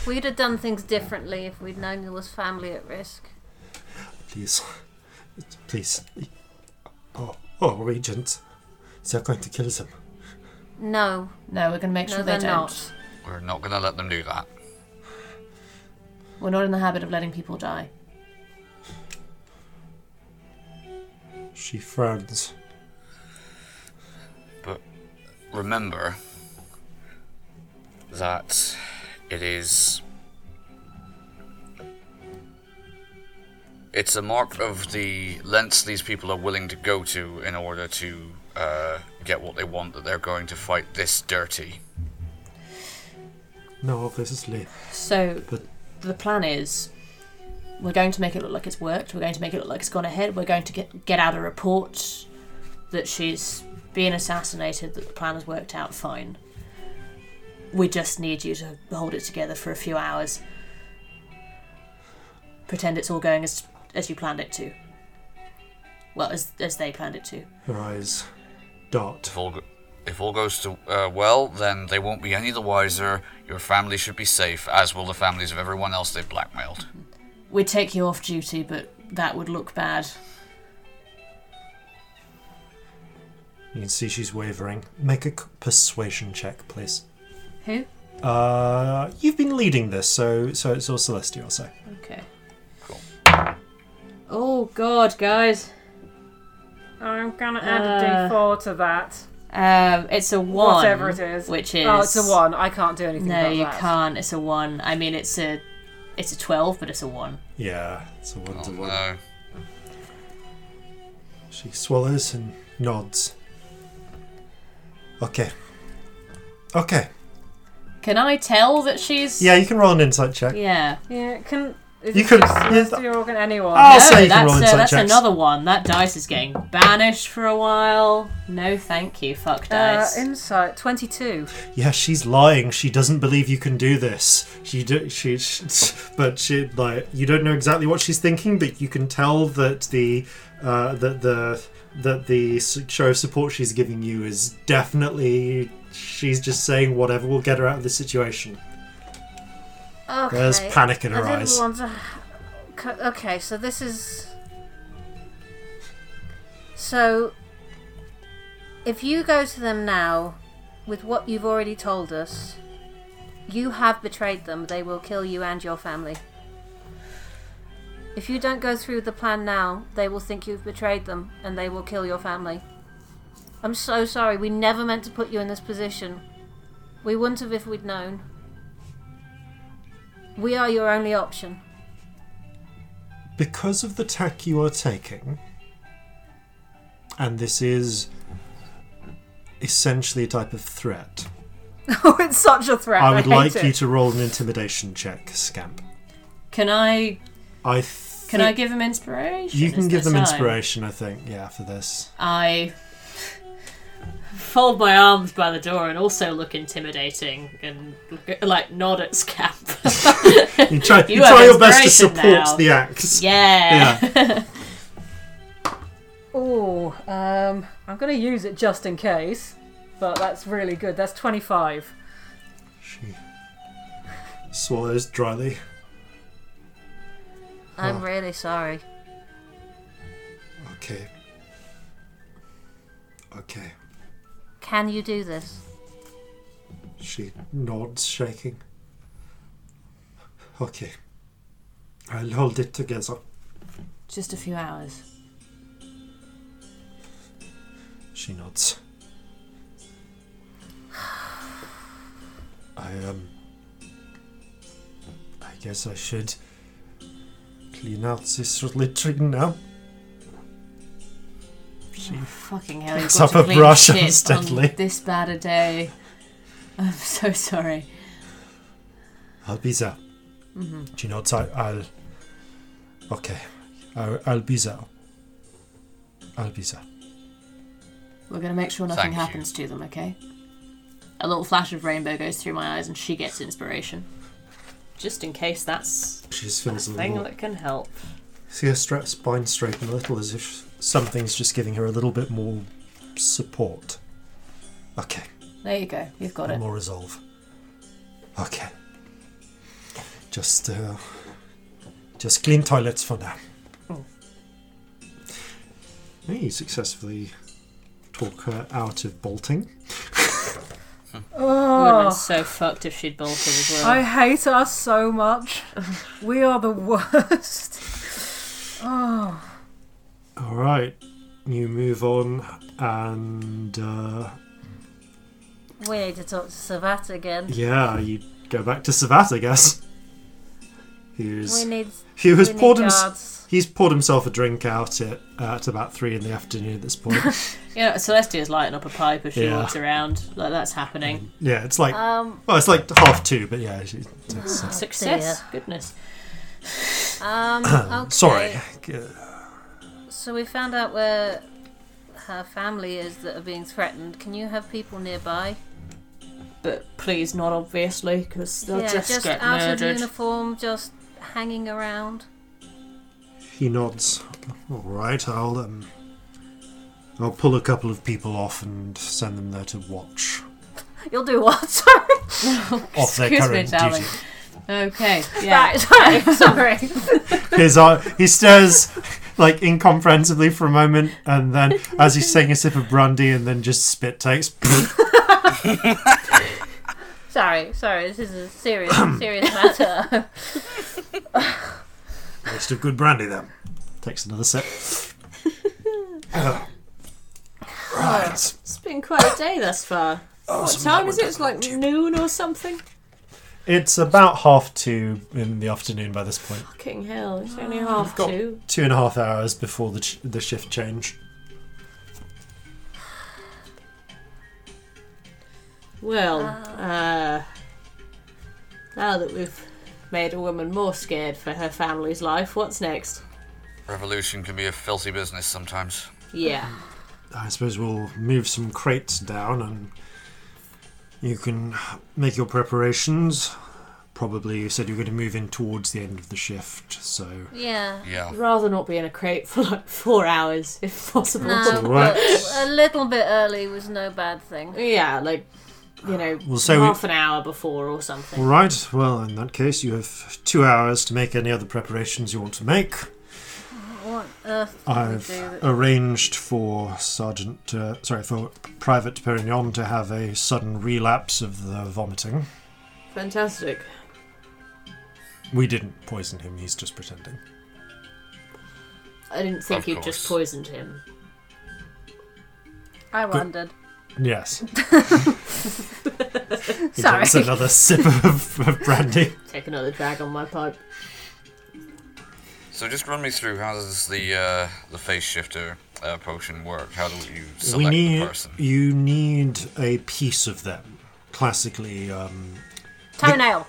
We'd have done things differently if we'd known there was family at risk. Please, please. Oh, oh, Regent, they're going to kill them. No, No, we're gonna make no, sure they're they don't. not. We're not going to let them do that. We're not in the habit of letting people die. She frowns. remember that it is it's a mark of the lengths these people are willing to go to in order to uh, get what they want that they're going to fight this dirty No, obviously. So But- the plan is we're going to make it look like it's worked. We're going to make it look like it's gone ahead. We're going to get get out a report that she's being assassinated. That the plan has worked out fine. We just need you to hold it together for a few hours. Pretend it's all going as as you planned it to. Well, as as they planned it to. Her eyes dart. if all, go- if all goes to uh, well then they won't be any the wiser your family should be safe as will the families of everyone else they've blackmailed We'd take you off duty, but that would look bad. You can see she's wavering. Make a c- persuasion check, please. Who? Uh, you've been leading this, so so it's all Celestia, so. Okay. Cool. Oh God, guys. I'm gonna add Uh, a d4 to that. Um, it's a one. Whatever it is. which is Oh, it's a one. I can't do anything No, about you that. can't. It's a one. I mean, it's a, it's a twelve, but it's a one. Yeah, it's a one to one. no She swallows and nods. Okay. Okay. Can I tell that she's? Yeah, you can roll an insight check. yeah. Yeah, can. Is Oh, You it could- just yeah, Celestia th- or can anyone? I'll No, say you can that's, roll uh, insight that's checks. another one. That dice is getting banished for a while. No, thank you. Fuck Uh, dice. insight 22. Yeah, she's lying. She doesn't believe you can do this. She do she, she <laughs> but she like you don't know exactly what she's thinking, but you can tell that the uh, that the that the s- show of support she's giving you is definitely she's just saying whatever will get her out of this situation. Okay. There's panic in her I didn't eyes. want to... Co- Okay, so this is. So, if you go to them now with what you've already told us, you have betrayed them. They will kill you and your family. If you don't go through with the plan now, they will think you've betrayed them and they will kill your family. I'm so sorry. We never meant to put you in this position. We wouldn't have if we'd known. We are your only option. because of the tack you are taking, and this is essentially a type of threat. Oh, <laughs> it's such a threat. I would hate like it. <laughs> you to roll an intimidation check, Scamp. can I? I th- Can I give them inspiration? you can Is give there them time? inspiration, I think, yeah, for <laughs> this. I fold my arms by the door and also look intimidating and look, like nod at Scamp. <laughs> <laughs> You try, you have try your best to inspiration support now. the axe. yeah. <laughs> Oh, um, I'm going to use it just in case, but that's really good. That's 25. She swallows dryly. I'm really sorry. Okay. Okay. Can you do this? She nods, shaking. Okay. I'll hold it together. Just a few hours. She nods. <sighs> I um I guess I should clean out this littering now. Fucking <laughs> hell! You've Picks got up to a clean brush shit unsteadily. on this bad a day. <laughs> I'm so sorry. I'll be there. She nods. I, I'll. Okay. I, I'll be there. I'll be there. We're gonna make sure nothing Thank you. happens to them, okay? A little flash of rainbow goes through my eyes, and she gets inspiration, just in case that's She just feels a a thing little. that can help. See her stra- spine straighten a little as if something's just giving her a little bit more support. Okay. There you go. You've got and it. more resolve. Okay. Just, uh, just clean toilets for now. Hey, you successfully talk her out of bolting. We would have Oh, been so fucked if she'd bolted as well. I hate us so <laughs> much. we are the worst. Oh, All right, you move on, and uh, We need to talk to Savat again. yeah, you go back to Savat, I guess. We Who's need. he We was need poured himself. guards. He's poured himself a drink out at, at about three in the afternoon at this point. You know, Celestia's lighting up a pipe as she Yeah. Mm. walks around. Like that's happening. yeah, it's like Um. Well, it's like half two, but yeah. It's, it's, uh, Oh, it's- Success. Goodness. <clears throat> Um. okay. Sorry. Uh, So we found out where her family is that are being threatened. Can you have people nearby? But please, not obviously, because they'll yeah, just, just get out murdered. of uniform, just hanging around. He nods. All right, I'll um, I'll pull a couple of people off and send them there to watch You'll do what? <laughs> Sorry. off their Excuse me, current darling. duty. <laughs> okay. Yeah. <laughs> Right. Sorry. Sorry. <laughs> His eye, he stares like incomprehensibly for a moment, and then as he's taking a sip of brandy, and then just spit takes. <laughs> sorry. Sorry. This is <clears throat> a serious, <laughs> serious matter. Waste of good brandy then. Takes another <laughs> sip. Uh, right. It's been quite a day thus far. what Awesome, time Oh, that is would it? It's like definitely- noon or something. It's about half two in the afternoon by this point. Fucking hell! It's only half got- two. two and a half hours before the ch- the shift change. Well, uh, Now that we've made a woman more scared for her family's life, what's next? Revolution can be a filthy business sometimes. Yeah. I suppose we'll move some crates down and you can make your preparations. Probably you said you're going to move in towards the end of the shift, so. Yeah. Yeah. Rather not be in a crate for like four hours, if possible. No, Right. but a little bit early was no bad thing. Yeah, like, you know, Well, so we- half an hour before or something. Alright, well, in that case, you have two hours to make any other preparations you want to make. What uh, earth did we I've do? that- arranged for Sergeant, uh, sorry, for Private Perignon to have a sudden relapse of the vomiting. Fantastic. We didn't poison him, he's just pretending. I didn't think Of you would just course. poisoned him. I wondered. Yes. he Sorry. takes another sip of, of brandy. Take another drag on my pipe. So just run me through how does the uh, the face shifter uh, potion work? How do you we select the need e- person? you need a piece of them. Classically, um, Toenail.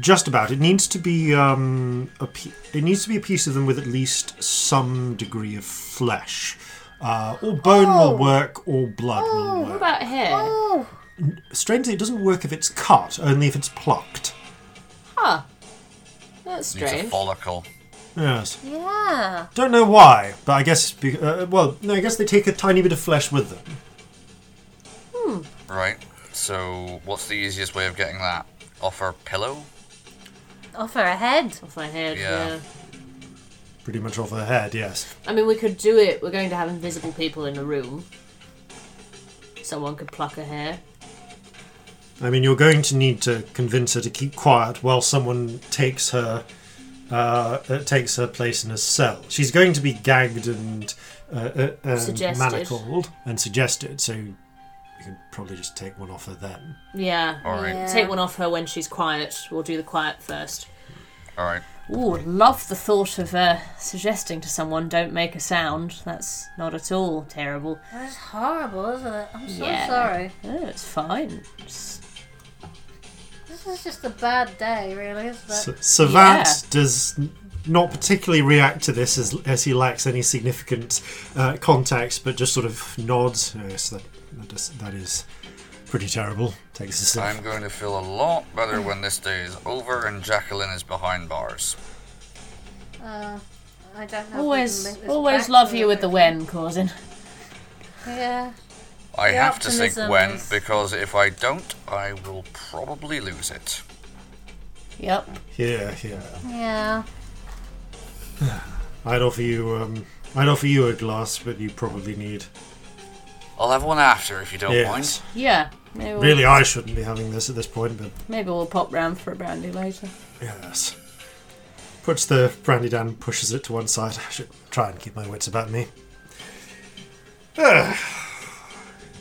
just about. It needs to be um, a pe- it needs to be a piece of them with at least some degree of flesh. Uh, or bone will work, or blood will work. About hair. Ooh. Strangely, it doesn't work if it's cut, only if it's plucked. Huh. That's Needs a strange. follicle. Yes. Yeah. Don't know why, but I guess. Be- uh, well, no, I guess they take a tiny bit of flesh with them. Right. So what's the easiest way of getting that? Offer pillow? Offer a head. Off my head, Yeah. yeah. Pretty much off her head, yes. I mean, we could do it. We're going to have invisible people in the room. Someone could pluck a hair. I mean, you're going to need to convince her to keep quiet while someone takes her uh, uh, takes her place in a cell. She's going to be gagged and, uh, uh, and Suggested. manacled and suggested, so you can probably just take one off her then. Yeah. Alright. Yeah. Take one off her when she's quiet. We'll do the quiet first. Alright. Ooh, love the thought of uh, suggesting to someone don't make a sound. That's not at all terrible. That's horrible, isn't it? I'm so Yeah. sorry. Oh, it's fine. Just- This is just a bad day, really, isn't it? S- Savant Yeah. does n- not particularly react to this as, as he lacks any significant uh, context, but just sort of nods. Uh, Yes, that, that, is, that is pretty terrible. Takes a sip. I'm going to feel a lot better when this day is over and Jacqueline is behind bars. Uh, I don't know. if we can always, make this always back love to you with the when causing. Yeah. I The have to think optimism when is- because if I don't, I will probably lose it. Yep. Here, here. Yeah. I'd offer you, um, I'd offer you a glass, but you probably need. I'll have one after if you don't mind. Yes. Yeah. Maybe we'll, Really, I shouldn't be having this at this point, but maybe we'll pop round for a brandy later. yes. Puts the brandy down, pushes it to one side. I should try and keep my wits about me. Ah.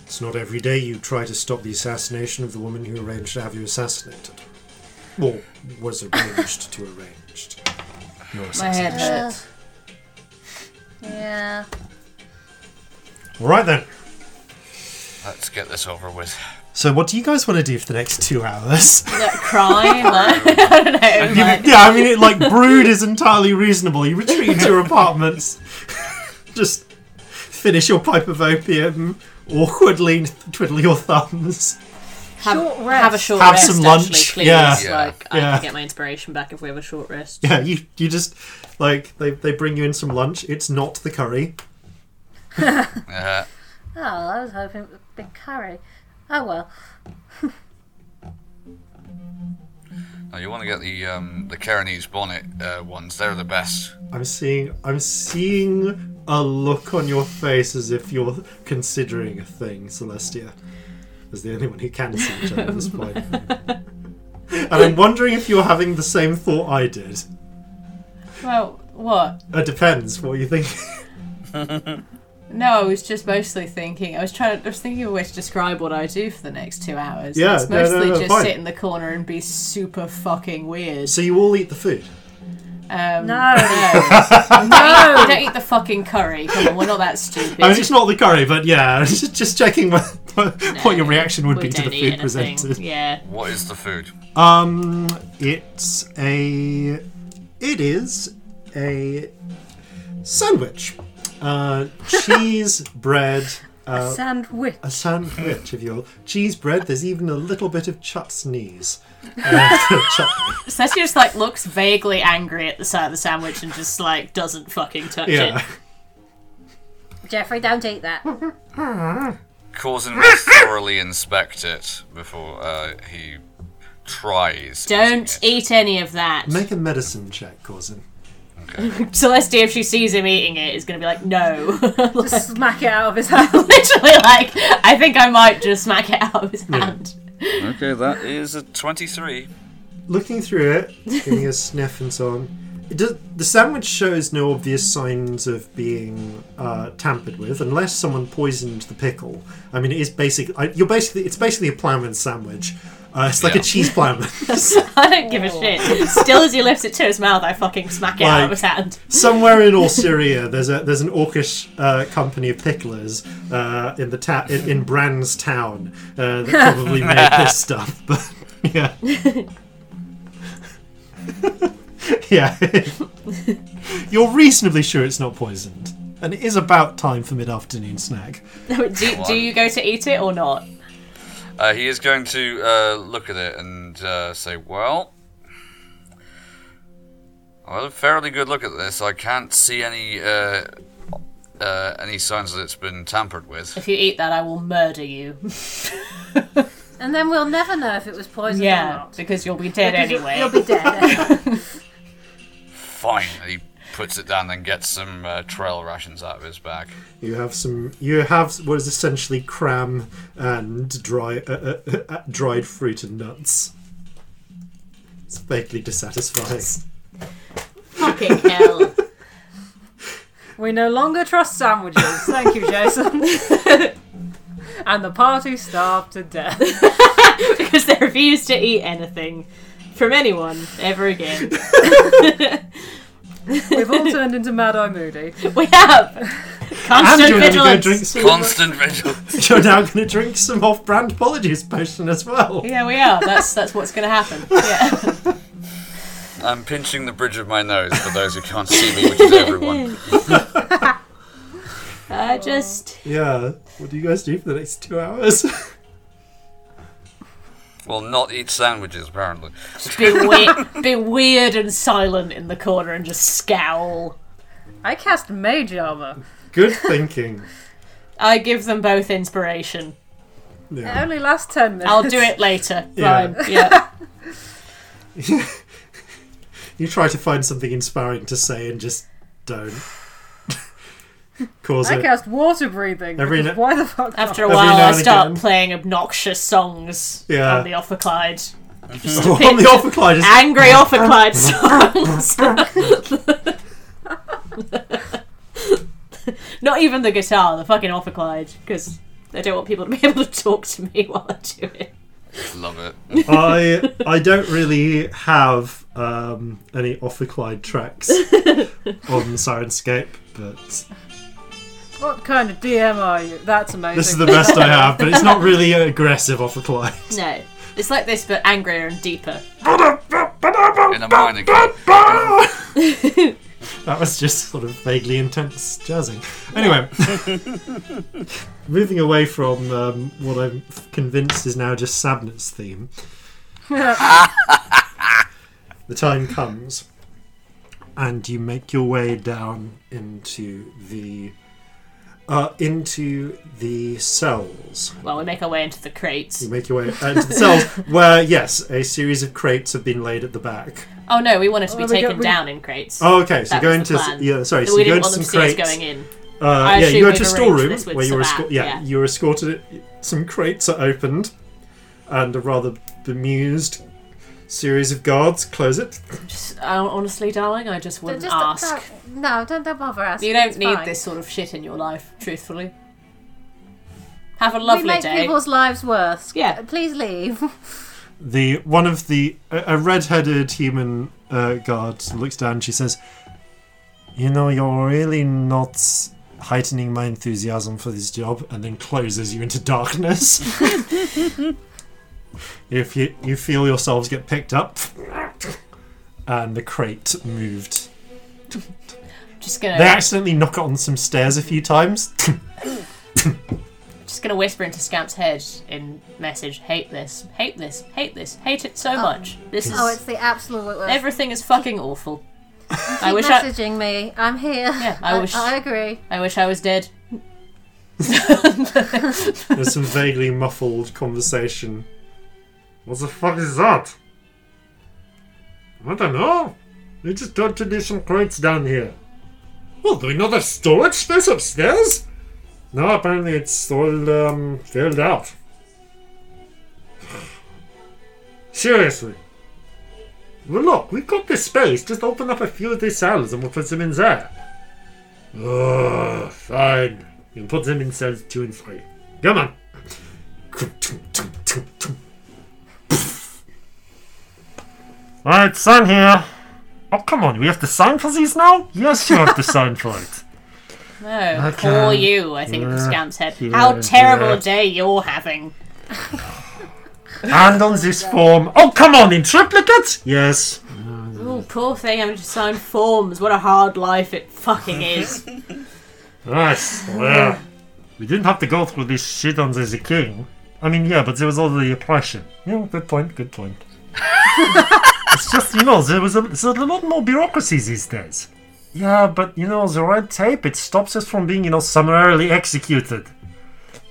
It's not every day you try to stop the assassination of the woman who arranged to have you assassinated. Or was arranged to arranged. Your My head assassination. hurts. Yeah. All right then. Let's get this over with. So, what do you guys want to do for the next two hours? <laughs> That cry, <laughs> like, I don't know. Like, yeah, I mean, it, like brood is entirely reasonable. You retreat to your apartments, just finish your pipe of opium, awkwardly twiddle your thumbs. have, Short have a rest. short Have rest, some actually, lunch. please. Yeah. Yeah. Like, I Yeah. can get my inspiration back if we have a short rest. Yeah, you you just like they they bring you in some lunch. It's not the curry. Uh, Oh, I was hoping it would be curry. Oh well. now you want to get the um, the Karenese bonnet uh, ones. They're the best. I'm seeing I'm seeing a look on your face as if you're considering a thing, Celestia. As the only one who can see each other at this point. And I'm wondering if you're having the same thought I did. Well, what? It depends what you think. No, I was just mostly thinking. I was trying. I was thinking of a way to describe what I do for the next two hours. Yeah, it's no, no, mostly no, just fine. sit in the corner and be super fucking weird. So you all eat the food. Um, <laughs> No. no, no. Don't eat the fucking curry. Come on, we're not that stupid. I mean, it's not the curry, but yeah, <laughs> just checking. whe- what your reaction would We be to don't the eat food anything. presented. Yeah. What is the food? Um, it's a. It is a sandwich. Uh, cheese, <laughs> bread, uh, Sandwich. a sandwich of your cheese bread. There's even a little bit of chutneys. Ceci just like looks vaguely angry at the side of the sandwich and just like doesn't fucking touch Yeah. <laughs> it. Jeffrey, don't eat that. Causing me to thoroughly inspect it before uh, he tries. Don't eating eat it. any of that. Make a medicine check, Corzin. Celeste, if she sees him eating it, is gonna be like, no. <laughs> Like, Smack it out of his hand. literally, like, I think I might just smack it out of his hand. Okay, that is a 23. Looking through it, giving it a sniff and so on, it does, the sandwich shows no obvious signs of being uh, tampered with, unless someone poisoned the pickle. I mean, it is basically I, you're basically it's basically a ploughman sandwich. Uh, it's like Yeah. a cheese <laughs> ploughman. I don't give a shit. Still, as he lifts it to his mouth, I fucking smack it out of Like- his <laughs> hand. Somewhere in all Syria, there's a there's an orcish uh, company of picklers uh, in the ta- in, in Bran's town uh, that probably made this stuff. But yeah, <laughs> yeah, <laughs> you're reasonably sure it's not poisoned, and it is about time for mid-afternoon snack. Do, do you go to eat it or not? Uh, he is going to uh, look at it and uh, say, "Well, I had a fairly good look at this. I can't see any uh, uh, any signs that it's been tampered with." If you eat that, I will murder you. <laughs> And then we'll never know if it was poisoned or Yeah, not. because you'll be dead anyway. You'll be dead. Fine. He puts it down and gets some uh, trail rations out of his bag. You have some. You have what is essentially cram and dry uh, uh, uh, dried fruit and nuts. It's vaguely dissatisfying. <laughs> Fucking hell. We no longer trust sandwiches. Thank you, <laughs> Jason. and the party starved to death. because they refuse to eat anything from anyone ever again. <laughs> We've all turned into Mad Eye Moody. We have And constant you're now going to vigilance. drink some. Constant vigil. <laughs> <laughs> You're now going to drink some off-brand apologies potion as well. Yeah, we are. That's that's what's going to <laughs> happen. Yeah. I'm pinching the bridge of my nose for those who can't see me, which is everyone. I just Yeah. What do you guys do for the next two hours? <laughs> Well, not eat sandwiches apparently. be <laughs> weird, be weird and silent in the corner and just scowl. I cast Mage Armor. Good thinking. I give them both inspiration. It only lasts 10 minutes. I'll do it later. <laughs> Yeah. Fine. Yeah. You try to find something inspiring to say and just don't. <laughs> Cause I it. cast Water Breathing. Every because no- why the fuck? not? After a Every while, now I and start again. playing obnoxious songs Yeah. on the Offerclyde. Oh, on the offer Clyde <laughs> is- Angry Offerclyde songs. <laughs> Not even the guitar, the fucking Offerclyde, because I don't want people to be <laughs> able to talk to me while I do it. Love it. I I don't really have um, any offer Clyde tracks on Sirenscape, but What kind of DM are you? That's amazing. this is the best I have. But it's not really aggressive offer Clyde. No. It's like this, but angrier and deeper. In a minor key. That was just sort of vaguely intense jazzing. <laughs> Anyway, moving away from um, what I'm convinced is now just Sabnet's <laughs> theme. the time comes, and you make your way down into the uh, into the cells. Well, we make our way into the crates. You make your way uh, into the <laughs> cells, where yes, a series of crates have been laid at the back. Oh no, we wanted to be we got- taken we- down in crates. Oh, okay, so That you go was into the s- plan. yeah, sorry, so we you go didn't into want them some to see us crates. going in. Uh, I yeah, assume you go to a we've arranged storeroom this with where you were Sabat, escort- yeah, yeah. you were escorted. Some crates are opened, and a rather bemused series of guards close it. Uh, honestly, darling, I just wouldn't <laughs> Just ask. Don't, no, don't, don't bother asking. You don't it's need fine. this sort of shit in your life, truthfully. Have a We lovely make day. people's lives worse. Yeah. Please leave. <laughs> The one of the a, a red-headed human uh, guard looks down. She says, "You know, you're really not heightening my enthusiasm for this job, and then closes you into <laughs> darkness. if you, you feel yourselves get picked up, and the crate moved. Just gonna They accidentally knock it on some stairs a few times. <laughs> just gonna whisper into Scamp's head in message, hate this, hate this, hate this, hate it so much. This is Oh, it's the absolute worst. everything is fucking awful. I Keep wish I, messaging me. I'm here. Yeah, I wish- I agree. I wish I was dead. There's some vaguely muffled conversation. What the fuck is that? I don't know. They just don't do some crates down here. Well, do we know there's storage space upstairs? No, apparently it's all um, filled out. <sighs> Seriously. Well, look, we've got this space. Just open up a few of these cells and we'll put them in there. Ugh, fine. You can put them in cells two and three. Come on. Alright, sign here. Oh, come on, we have to sign for these now? Yes, you have to sign for it. No, Okay. poor you, I think, in Yeah, Scamp's head. yeah, How terrible yeah. a day you're having. And on this form. Oh, come on, in triplicate? Yes. Oh, poor thing having to sign forms. What a hard life it <laughs> fucking is. Yes, well. We didn't have to go through this shit under the king. I mean, yeah, but there was all the oppression. Yeah, good point, good point. it's just, you know, there was a, there's a lot more bureaucracy these days. Yeah, but, you know, the red tape, it stops us from being, you know, summarily executed.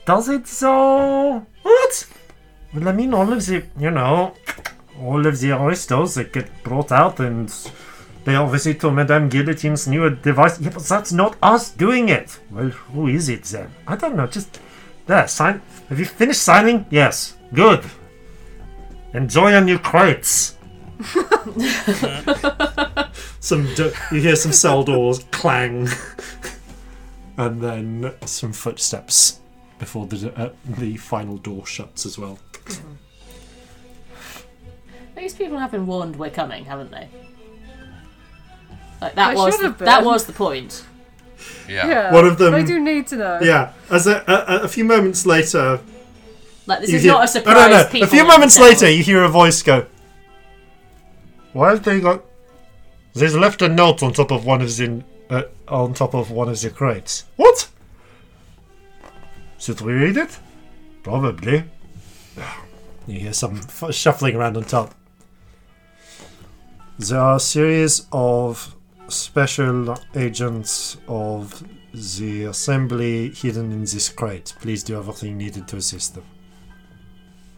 Does it though? What? Well, I mean, all of the, you know, all of the aristos that get brought out and they obviously told Madame Guillotine's new device. Yeah, but that's not us doing it. Well, who is it then? I don't know. Just there, sign. Have you finished signing? Yes. Good. Enjoy your new crates. <laughs> some do- you hear some cell doors clang, <laughs> and then some footsteps before the uh, the final door shuts as well. These people have been warned we're coming, haven't they? Like that They was should the, have been. that was the point. Yeah. Uh, Yeah. One of them- They do need to know. um, Yeah, as a, a, a few moments later, Like this You is hear- not a surprise. No, no, no. People A few moments themselves- later, you hear a voice go. Why have they got? They've left a note on top of one of the uh, on top of one of the crates. What? Should we read it? Probably. You hear some f- shuffling around on top. There are a series of special agents of the assembly hidden in this crate. Please do everything needed to assist them.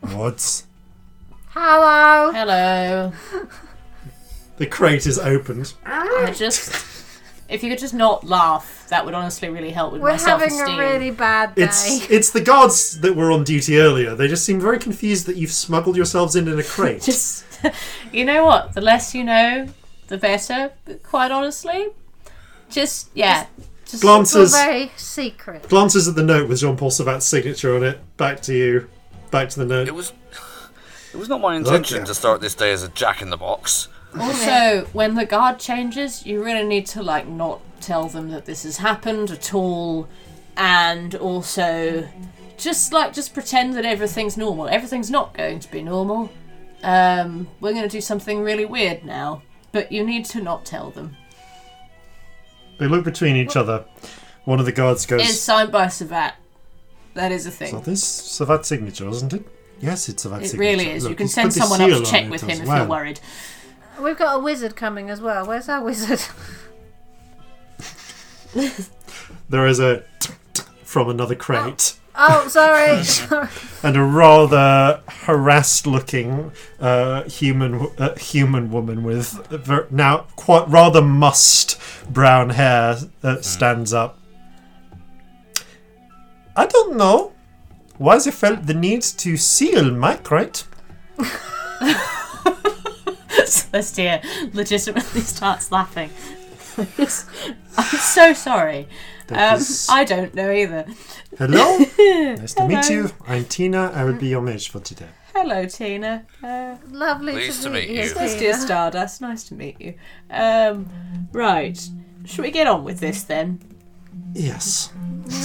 What? Hello. Hello. The crate is opened. I just. If you could just not laugh, that would honestly really help with We're my self-esteem. having a really bad <laughs> day. It's it's the guards that were on duty earlier. They just seem very confused that you've smuggled yourselves in in a crate. <laughs> just you know what the less you know the better quite honestly just yeah just We're glances very secret. glances at the note with Jean Paul Savat's signature on it. Back to you. Back to the It note. was. It was not my intention yeah. to start this day as a jack in the box. also when the guard changes you really need to like not tell them that this has happened at all and also just like just pretend that everything's normal everything's not going to be normal um we're going to do something really weird now but you need to not tell them They look between each other. One of the guards goes. it's signed by savat that is a thing "Well, this Savat's signature, isn't it? Yes, it's Savat's It signature. really is. Look, you can he's send put a someone up to seal check on with it him as if well. you're worried. We've got a wizard coming as well. Where's our wizard? <laughs> There is a <laughs> from another crate. Oh, sorry. sorry. and a rather harassed-looking uh, human uh, human woman with ver- now quite rather must brown hair uh, stands up. I don't know why they felt the need to seal my crate. Celestia legitimately <laughs> starts laughing. I'm so sorry. Um, is- I don't know either. Hello, nice to meet you. I'm Tina. I will be your mage for today. Hello, Tina. Uh, Lovely Pleased to, meet, you. Celestia Stardust, nice to meet you. Um, right, should we get on with this then? Yes.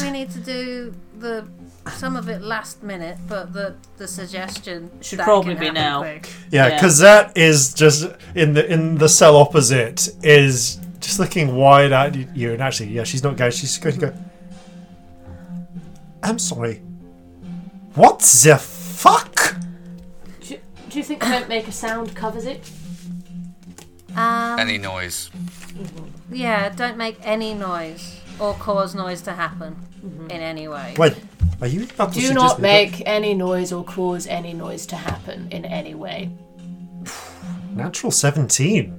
We need to do the some of it last minute, but the the suggestion Should that probably can be happen now. quick. Yeah, Yeah. because that is just in the in the cell opposite is just looking wide at you, and actually, yeah, she's not going. She's going to go. I'm sorry. What the fuck? Do, do you think don't make a sound covers it? Um, Any noise. yeah, don't make any noise or cause noise to happen in any way. Wait, are you about to Do suggest not me that- make any noise or cause any noise to happen in any way. natural seventeen?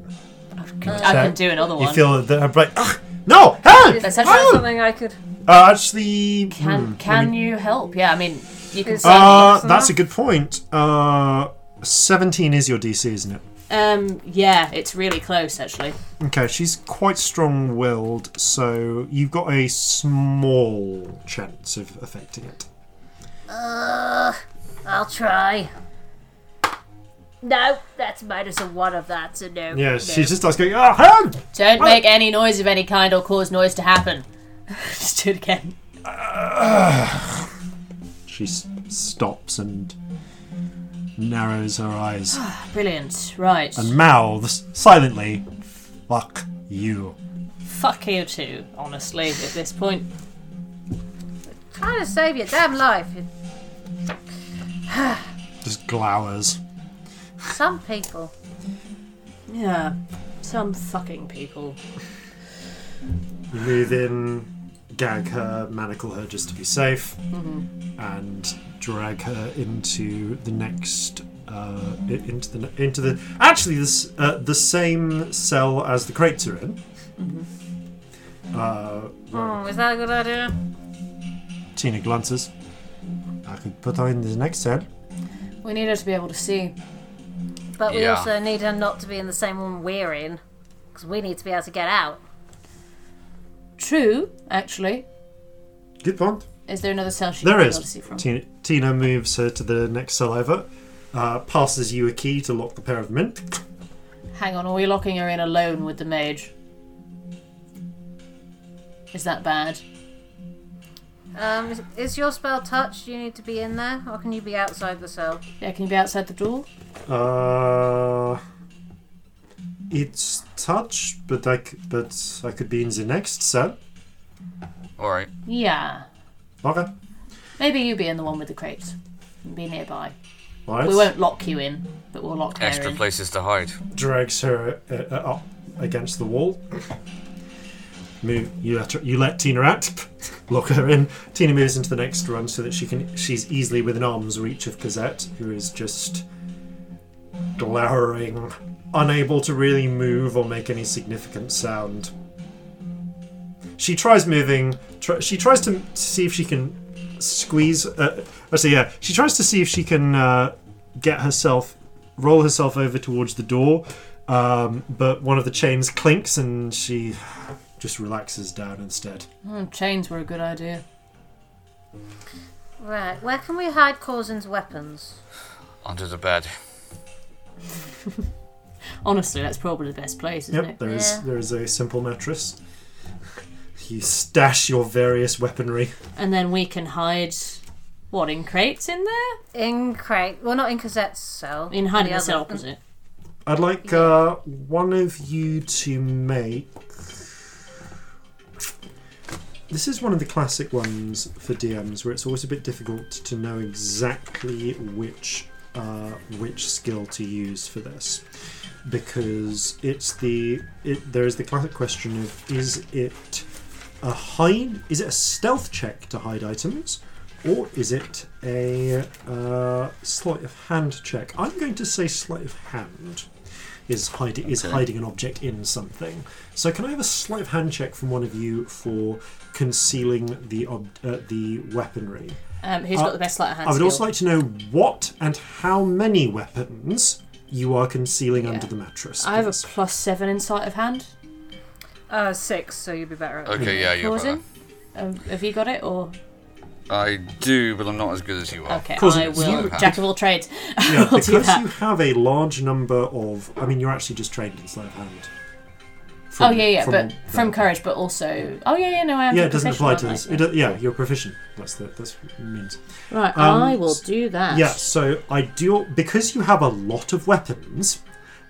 I can do another You one. feel that I'm like, "Ugh, no, hey, That's Is that actually something I could. uh, actually, hmm. Can Hmm, can you help? Yeah, I mean you can. Is say- uh, that- that's a good point. Uh, seventeen is your DC, isn't it? um yeah, it's really close actually. Okay, she's quite strong willed, so you've got a small chance of affecting it. Ugh, I'll try. No, that's minus a one of that, so no. Yeah, no. she just starts going, ah, huh! Don't make any noise of any kind or cause noise to happen. <laughs> Just do it again. She s- stops and narrows her eyes Brilliant. Right. and mouths silently, fuck you. Fuck you too, honestly, at this point. Trying to save your damn life. Just glowers. Some people. Yeah. Some fucking people. You move in, gag her, manacle her just to be safe, Mm-hmm. and drag her into the next. Uh, i- into the ne- into the actually this uh, the same cell as the crates are in. Mm-hmm. Uh, Hmm, is that a good idea? Tina glances. I can put her in the next cell. We need her to be able to see. But we Yeah. also need her not to be in the same one we're in, because we need to be able to get out. True, actually. Good point. Is there another cell she There can be able to is. see from? Tina, Tina moves her to the next cell over, uh, passes you a key to lock the pair of mint. Hang on, are we locking her in alone with the mage? Is that bad? Um, is, is your spell touch? Do you need to be in there, or can you be outside the cell? Yeah, can you be outside the door? Uh, it's touch, but I c- but I could be in the next cell. All right. Yeah. Okay, Maybe you be in the one with the crates. And be nearby. all right. We won't lock you in, but we'll lock her Extra in. places to hide. Drags her uh, uh, up against the wall. Move. You let her, you let Tina out. <laughs> Lock her in. Tina moves into the next run so that she can. She's easily within arm's reach of Cosette, who is just glowering, unable to really move or make any significant sound. She tries moving. Tr- she tries to see if she can squeeze. Uh, actually, yeah, she tries to see if she can uh, get herself, roll herself over towards the door. Um, but one of the chains clinks, and she just relaxes down instead. Hmm, chains were a good idea. Right, where can we hide Corzin's weapons? Under the bed. Honestly, that's probably the best place, isn't Yep, it? there is Yeah. there is a simple mattress. You stash your various weaponry. And then we can hide. What, in crates in there? In crate, well, not in Cosette's cell. In hiding the other- cell opposite. I'd like uh, one of you to make. This is one of the classic ones for DMs where it's always a bit difficult to know exactly which uh, which skill to use for this because it's the it, there is the classic question of is it a hide is it a stealth check to hide items or is it a uh, sleight of hand check i'm going to say sleight of hand is hiding is hiding an object in something so can i have a sleight of hand check from one of you for concealing the ob- uh, the weaponry Um, who's got the best sleight of hand Uh, i would also skill? like to know what and how many weapons you are concealing under the mattress I have a please. <laughs> plus seven in sight of hand. Uh, six, so you'd be better at Okay, yeah, you're better. Causing? Um, have you got it or I do, but I'm not as good as you are. okay? Causing, I it's will. you. Jack of all trades. Yeah, <laughs> I'll do because that. you have a large number of. I mean, you're actually just trained in sleight of hand. From, oh yeah, yeah, from but that. from courage, but also oh yeah, yeah, no, I am. yeah, it doesn't apply to proficient, this. It, aren't do- yeah, you're proficient. That's the, that's what it means. I? Right, um, I will do that. Yeah, so I do because you have a lot of weapons,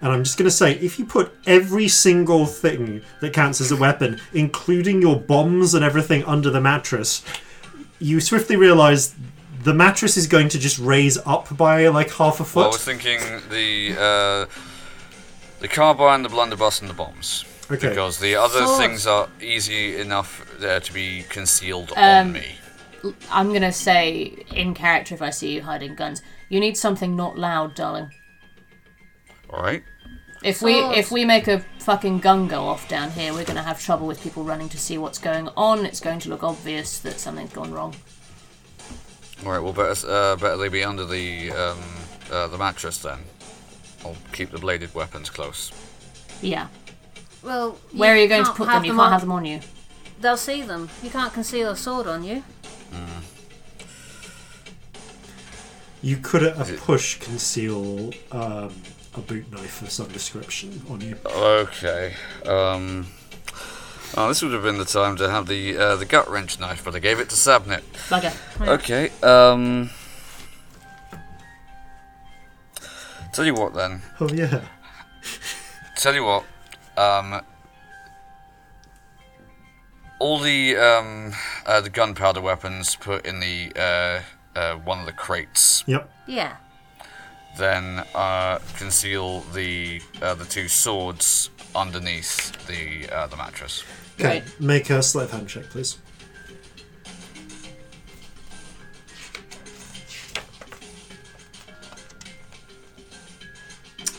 and I'm just gonna say if you put every single thing that counts as a weapon, including your bombs and everything under the mattress, you swiftly realise the mattress is going to just raise up by like half a Well, I was foot. thinking the uh, the carbine, the blunderbuss, and the bombs. Okay. Because the other things are easy enough there to be concealed on Um, me. I'm gonna say in character if I see you hiding guns, you need something not loud, darling. All right. If we if we make a fucking gun go off down here, we're gonna have trouble with people running to see what's going on. It's going to look obvious that something's gone wrong. All right. Well, better uh, better they be under the um, uh, the mattress then. I'll keep the bladed weapons close. Yeah. Well, Where are you going to can't put have them? You can't on- have them on you. They'll see them. You can't conceal a sword on you. You could at a push conceal um, a boot knife of some description on you. Oh. Okay. Um. Oh, this would have been the time to have the uh, the gut wrench knife, but I gave it to Sabnit. Bugger. Okay. Um. Tell you what then. Oh yeah. Tell you what. Um. All the um uh, the gunpowder weapons put in the uh, uh one of the crates. Yep. Yeah. Then uh, conceal the uh, the two swords underneath the uh, the mattress. Okay. Make a sleight of hand check, please.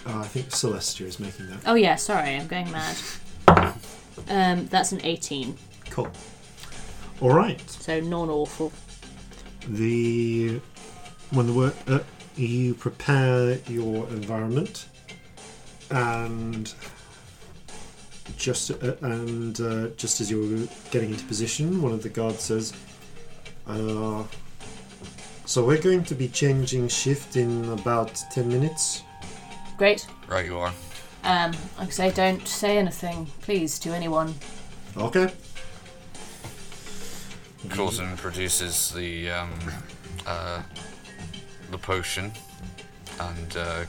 Uh, I think Celestia is making that. Oh yeah, sorry, I'm going mad. Um, that's an 18, Cool. All right. so non-awful. The when the work uh, you prepare your environment and just uh, and uh, just as you're getting into position, one of the guards says, uh, "So we're going to be changing shift in about ten minutes." Great. Right, you are. Um, like I say, don't say anything, please, to anyone. Okay. Coulson produces the um, uh, the potion and uh,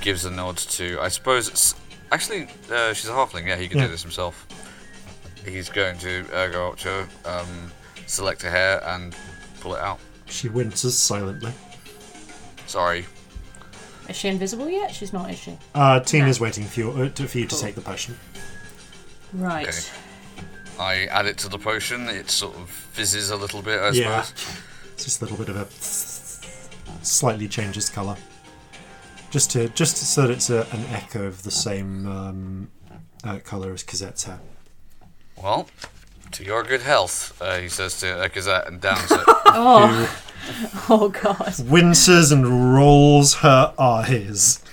gives a nod to. I suppose it's actually uh, she's a halfling. Yeah, he can Yeah. do this himself. He's going to uh, go up to her, um, select a hair and pull it out. She winces silently. Sorry, Is she invisible yet? She's not, is she? Uh, Tina is waiting for you, uh, to, for you to take the potion. Right. Okay. I add it to the potion. It sort of fizzes a little bit. I Yeah. suppose. It's just a little bit of a slightly changes colour, just to just so that it's a, an echo of the same um, uh, colour as Cosette's hair. Well, to your good health, uh, he says to uh, Gazette and <laughs> downs it. <laughs> Oh god. Winces and rolls her eyes.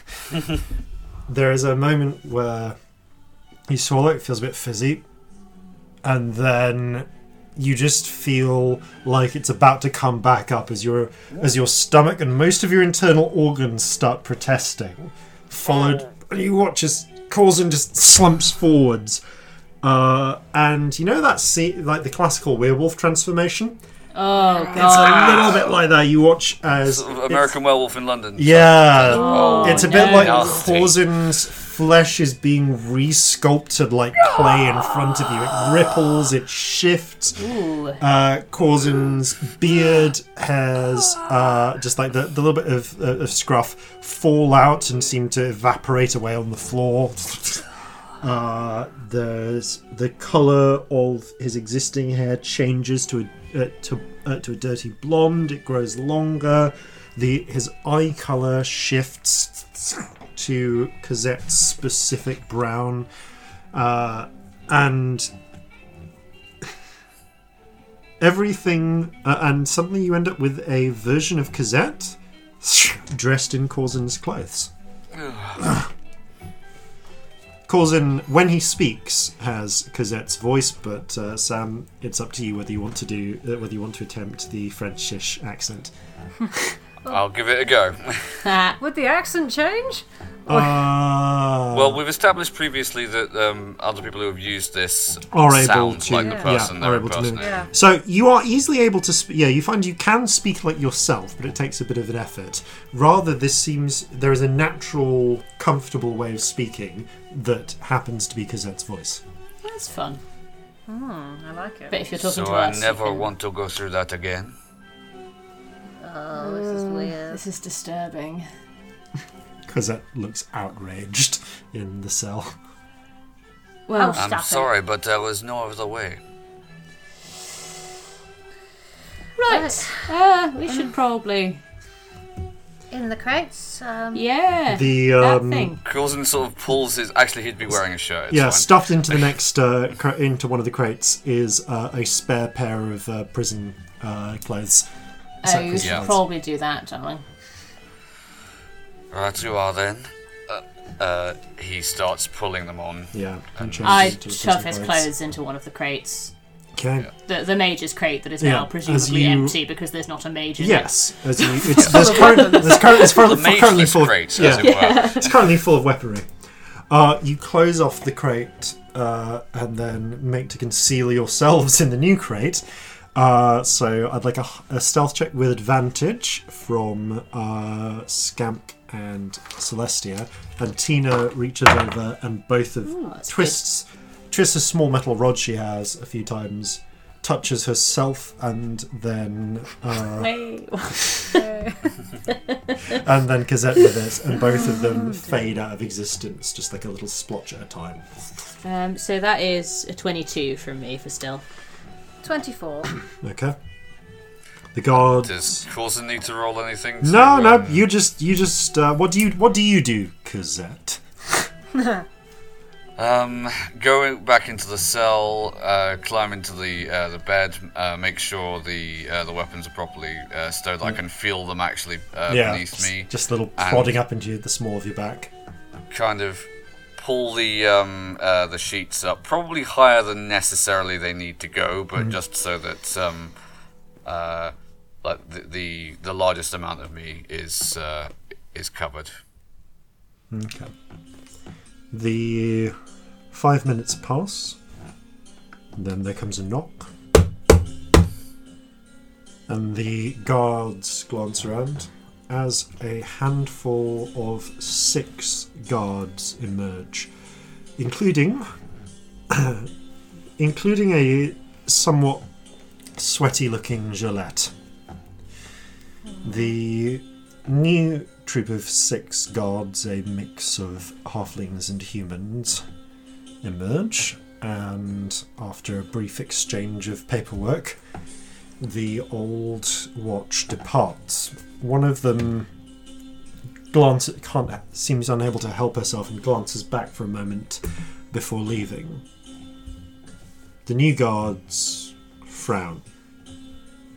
there is a moment where you swallow it, feels a bit fizzy, and then you just feel like it's about to come back up as your as your stomach and most of your internal organs start protesting. Oh. Followed, and you watch as Corzin just slumps forwards. Uh, and you know that see like the classical werewolf transformation. Oh It's a god. little bit like that. You watch as Sort of it's- American Werewolf in London. yeah, it's a bit no. like Nasty. Corzin's flesh is being re-sculpted like clay in front of you. It ripples, it shifts. Uh, Corzin's beard hairs, uh, just like the, the little bit of, uh, of scruff, fall out and seem to evaporate away on the floor. Uh, there's the color of his existing hair changes to a uh, to, uh, to a dirty blonde. It grows longer. The his eye color shifts to Cosette's specific brown, uh, and everything. Uh, and suddenly, you end up with a version of Cosette dressed in Corzin's clothes. Corzin, when he speaks, has Cosette's voice, but uh, Sam, it's up to you whether you want to do uh, whether you want to attempt the <laughs> Frenchish accent. I'll give it a go. Ah, Would the accent change? Ah. Well, we've established previously that um, other people who have used this Are able sound to- like the yeah. person yeah, they're are able to mimic. impersonating. So you are easily able to. Sp- yeah, you find you can speak like yourself, but it takes a bit of an effort. Rather, this seems there is a natural, comfortable way of speaking that happens to be Cosette's voice. That's fun. I like it. But if you're talking So to I us, you never can- want to go through that again. Oh, this is weird. This is disturbing. Cosette looks outraged in the cell. Oh, Well, stop I'm it. sorry, but there was no other way. right. Uh, we should probably. In the crates. Um, Yeah. The that um, thing. Coulson sort of pulls his. Actually, he'd be wearing a shirt. it's yeah, fine. stuffed into <laughs> the next uh, cra- into one of the crates is uh, a spare pair of uh, prison uh, clothes. Oh, you Separate should Yeah. clothes. probably do that, darling. Right, you are then. Uh, uh, he starts pulling them on. Yeah, Uh, and changes I into prison shove his clothes into one of the crates. Okay. The, the mage's crate that is Yeah, now as presumably you- empty because there's not a mage in it. Yes, as <laughs> you, it's, there's, current, there's current, it's The currently, currently mageless full. crate, yeah, as it were. <laughs> it's currently full of weaponry. Uh, you close off the crate uh, and then make to conceal yourselves in the new crate. Uh, so I'd like a, a stealth check with advantage from uh, Scamp and Celestia, and Tina reaches over and both of twists twists a small metal rod she has a few times, touches herself, and then uh, and then Cosette with it, and both of them fade out of existence, just like a little splotch at a time. Um, so that is a 22 from me for still. 24. Okay. The guard. Does Coulson need to roll anything? to, No, no. um, You just, you just. Uh, what do you, what do you do, Cosette? Um, go back into the cell, uh, climb into the uh, the bed, uh, make sure the uh, the weapons are properly uh, stowed. I can feel them actually uh, beneath just, me. just a little And- prodding up into you, the small of your back. kind of pull the um, uh, the sheets up, probably higher than necessarily they need to go, but just so that um, uh, like the, the the largest amount of me is uh, is covered. Okay. The five minutes pass. Then there comes a knock. And the guards glance around as a handful of six guards emerge, including <clears throat> including a somewhat sweaty looking Gillette. The new troop of six guards, a mix of halflings and humans, emerge, and after a brief exchange of paperwork, the old watch departs. One of them glance can't seems unable to help herself and glances back for a moment before leaving. The new guards frown.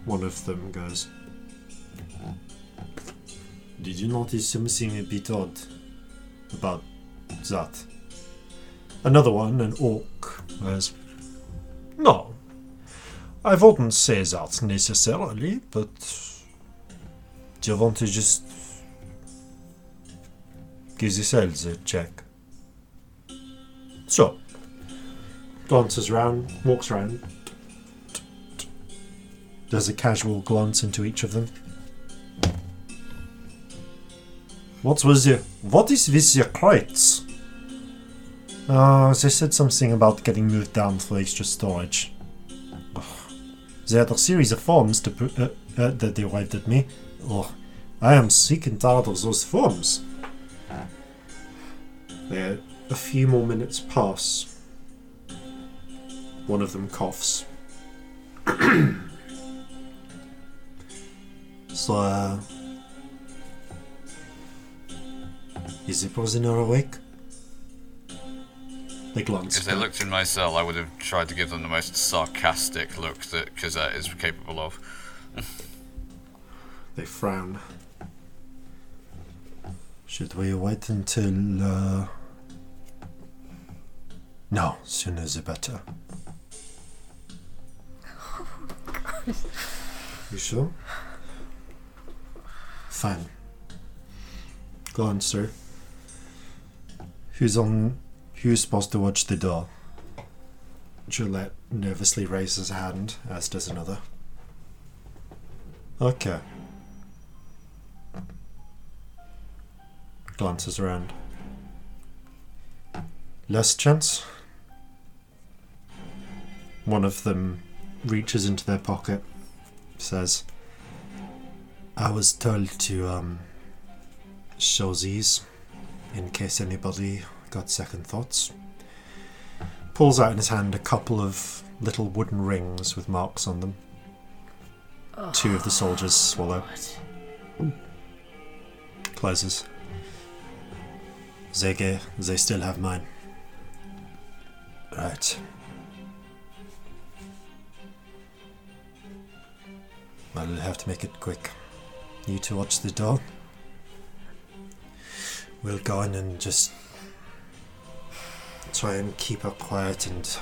One of them goes, did you notice something a bit odd about that? Another one, an orc, goes, No, I wouldn't say that necessarily, but do you want to just give the cells a check? So, glances round, walks round, does a casual glance into each of them. What was the what is with your crates? Uh, they said something about getting moved down for extra storage. Ugh. They had a series of forms to pr- uh, uh, that they waved at me. Ugh. I am sick and tired of those forms. There, Ah. Eh, a few more minutes pass. One of them coughs. <clears throat> so, uh, Is the prisoner awake? They glance. If they back. looked in my cell, I would have tried to give them the most sarcastic look that Cosette is capable of. They frown. Should we wait until. Uh... No, sooner the better. you sure? Fine. Glance through. Who's on? Who's supposed to watch the door? Gillette nervously raises a hand, as does another. Okay. Glances around. Less chance. One of them reaches into their pocket, says, I was told to um, show these in case anybody got second thoughts. Pulls out in his hand a couple of little wooden rings with marks on them. Two of the soldiers swallow. Closes. Zege, they still have mine. Right. I'll have to make it quick. You two watch the door. We'll go in and just try and keep her quiet and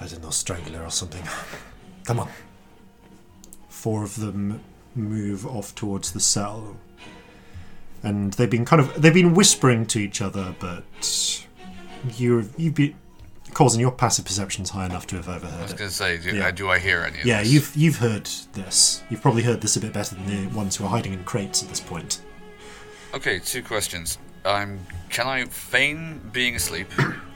I don't know, strangle her or something. <laughs> Come on. Four of them move off towards the cell. And they've been kind of they've been whispering to each other, but you you've been causing your passive perception's high enough to have I was overheard it. going to say, do, Yeah. uh, do I hear any of Yeah, this? you've you've heard this. You've probably heard this a bit better than the ones who are hiding in crates at this point. Okay, two questions. Um, can I feign being asleep? <clears throat>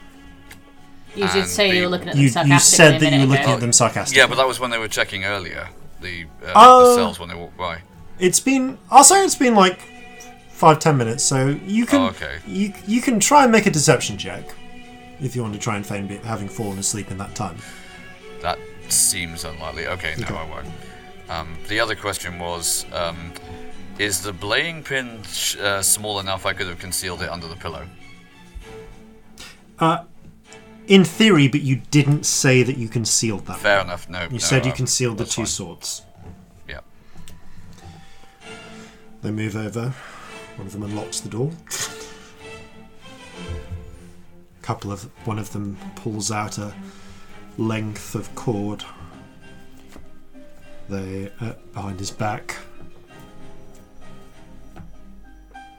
You did And say you the- were looking at You, them you sarcastically said a that minute you were looking ago. at them sarcastically. yeah, but that was when they were checking earlier. The, uh, Oh. the cells when they walked by. it's been I'll say it's been like five ten minutes, so you can Oh, okay. you you can try and make a deception check if you want to try and feign be, having fallen asleep in that time. That seems unlikely. Okay, no, Okay. I won't. Um, the other question was um, Is the belaying pin sh- uh, small enough I could have concealed it under the pillow? In theory, but you didn't say that you concealed that. Fair enough, no. You no, said you um, concealed the that's two fine. swords. Yeah. They move over. One of them unlocks the door. Couple of one of them pulls out a length of cord. They uh, behind his back. <clears throat>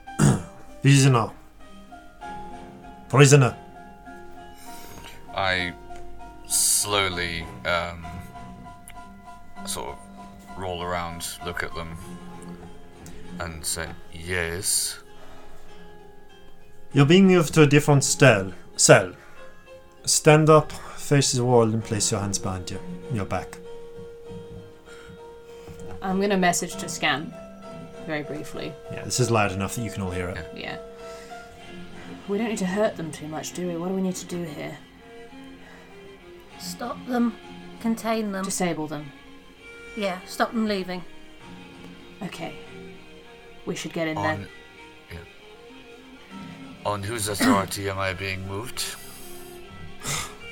Prisoner. Prisoner. I slowly um, sort of roll around, look at them, and say, Yes. You're being moved to a different cell. Cell. Stand up, face the wall, and place your hands behind you. Your back. I'm gonna message to Scamp very briefly. Yeah, this is loud enough that you can all hear it. Yeah. We don't need to hurt them too much, do we? What do we need to do here? Stop them. Contain them. Disable them. yeah, stop them leaving. Okay. We should get in there. On, yeah. on whose authority am I being moved?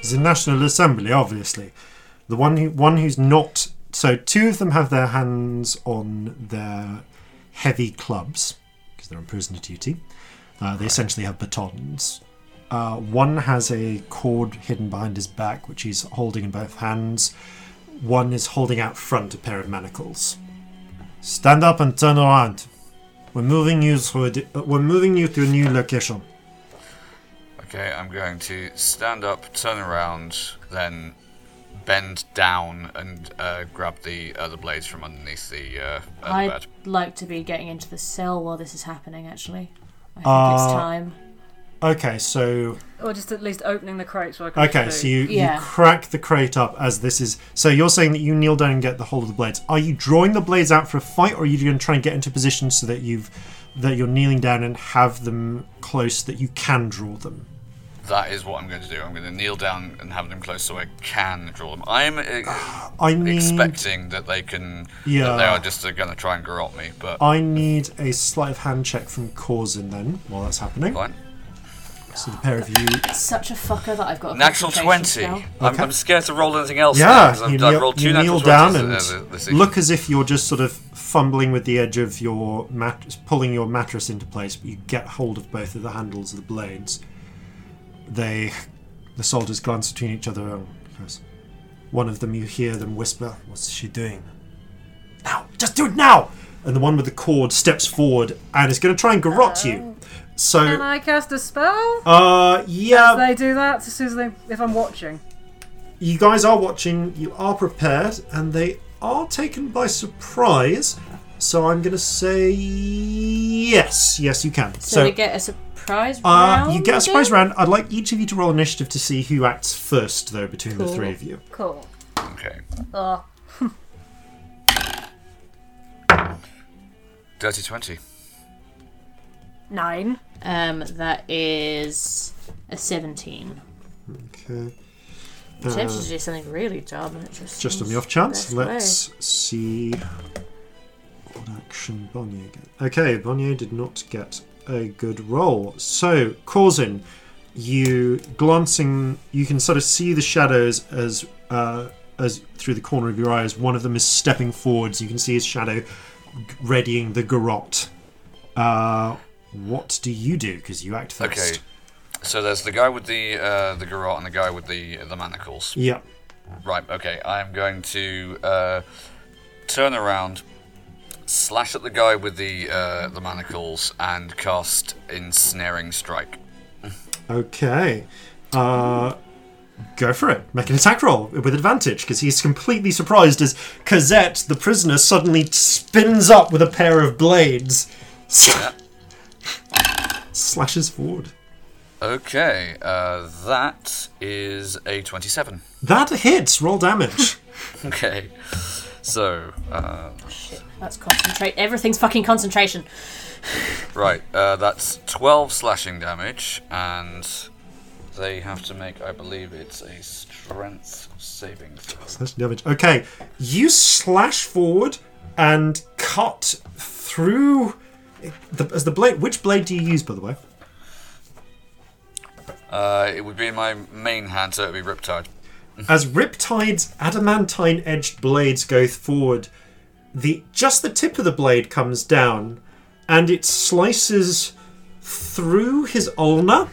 the National Assembly, obviously. The one who, one who's not. So two of them have their hands on their heavy clubs because they're on prisoner duty. Uh, they essentially have batons. Uh, one has a cord hidden behind his back, which he's holding in both hands. One is holding out front a pair of manacles. Stand up and turn around. We're moving you through. A di- uh, we're moving you to a new location. Okay, I'm going to stand up, turn around, then bend down and uh, grab the uh, the blades from underneath the, uh, uh, the I'd bed. like to be getting into the cell while this is happening, actually. I think Uh, it's time. Okay, so Or just at least opening the crates so I can Okay, see. so you, Yeah. you crack the crate up as this is. So you're saying that you kneel down and get the hold of the blades. Are you drawing the blades out for a fight, or are you going to try and get into position so that you've that you're kneeling down and have them close that you can draw them? That is what I'm going to do. I'm going to kneel down and have them close so I can draw them. I'm uh, I need expecting that they can. Mm. Yeah. Oh. That they are just going to try and garrot me, but I need a sleight of hand check from Causin then while that's happening. fine. So the pair of you. Such a fucker that I've got a Natural concentration spell. 20. Okay. I'm, I'm scared to roll anything else. now, 'cause Yeah, I've, you I've kneel, rolled two you kneel natural down 20s, and uh, th- this evening. look as if you're just sort of fumbling with the edge of your mat, pulling your mattress into place, but you get hold of both of the handles of the blades. They, the soldiers glance between each other. And goes, one of them, you hear them whisper, "What's she doing?" Now, just do it now! and the one with the cord steps forward and is going to try and garrot you. Can Uh-huh. So, I cast a spell? uh, yeah, they do that as soon as they, if I'm watching. you guys are watching, you are prepared, and they are taken by surprise. So I'm going to say yes, yes, you can. So we get a surprise uh, round. you get a surprise again? round. I'd like each of you to roll initiative to see who acts first, though, between the three of you. Cool. Okay. Oh, <laughs> Dirty 20. Nine. Um, that is a seventeen. Okay. I'm tempted Uh, to do something really dumb. and it just just on seems the off chance, best let's see what action Bonnier got. Okay, Bonnier did not get a good roll. So, Corzin, you glancing, you can sort of see the shadows as uh, as through the corner of your eyes. One of them is stepping forwards. You can see his shadow g- readying the garrote. Uh, what do you do? Because you act first. Okay. So there's the guy with the uh, the garrote and the guy with the the manacles. Yeah. Right. Okay. I'm going to uh, turn around, slash at the guy with the uh, the manacles, and cast ensnaring strike. Okay. Uh, go for it. Make an attack roll with advantage because he's completely surprised as Cosette, the prisoner, suddenly spins up with a pair of blades. <laughs> Slashes forward. Okay. Uh, that is a 27. That hits. Roll damage. <laughs> <laughs> Okay. So uh, Let's concentrate. Everything's fucking concentration. right. Uh, that's 12 slashing damage, and they have to make, I believe, it's a strength saving throw. Slash damage. Okay. You slash forward and cut through. The, as the blade, which blade do you use, by the way? Uh, it would be in my main hand, so it would be Riptide. As Riptide's adamantine edged blades go forward, the just the tip of the blade comes down and it slices through his ulna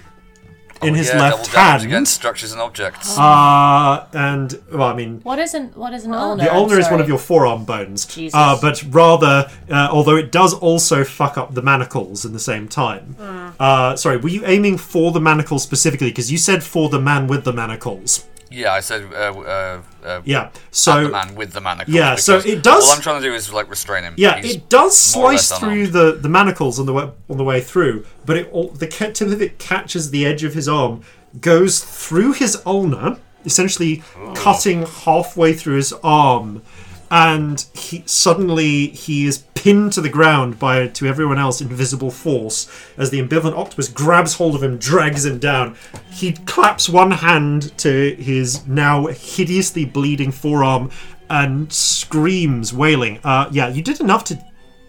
in his Oh, yeah, left double damage hand. against structures and objects. Uh, and well, I mean, What isn't what is an ulnar? the I'm ulna is one sorry. of your forearm bones. Jesus. Uh, but rather, uh, although it does also fuck up the manacles in the same time. Hmm. Uh, sorry, were you aiming for the manacles specifically? Because you said for the man with the manacles. yeah, I said uh, uh, uh, Yeah. So the man with the manacles. Yeah, so because it does- All I'm trying to do is like restrain him. Yeah, He's it does more or less slice through unarmed. the, the manacles on the way, on the way through, but it all, the ca- tip of it catches the edge of his arm, goes through his ulna, essentially cutting halfway through his arm, and he suddenly he is pinned to the ground by to everyone else invisible force as the ambivalent octopus grabs hold of him, drags him down. He claps one hand to his now hideously bleeding forearm. And screams, wailing. Uh, yeah, you did enough to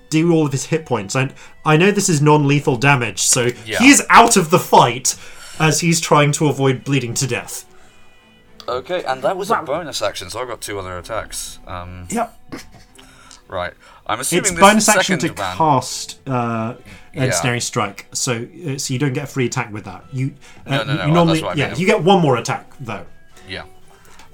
do all of his hit points. And I know this is non-lethal damage, so Yeah. he's out of the fight as he's trying to avoid bleeding to death. Okay, and that was a bonus action, so I've got two other attacks. Um, Yep. right, I'm assuming It's this bonus action second to man. cast uh, Yeah. ensnaring strike, so uh, so you don't get a free attack with that. You, uh, No, no, you- no, you normally that's what I yeah, mean. you get one more attack though. Yeah.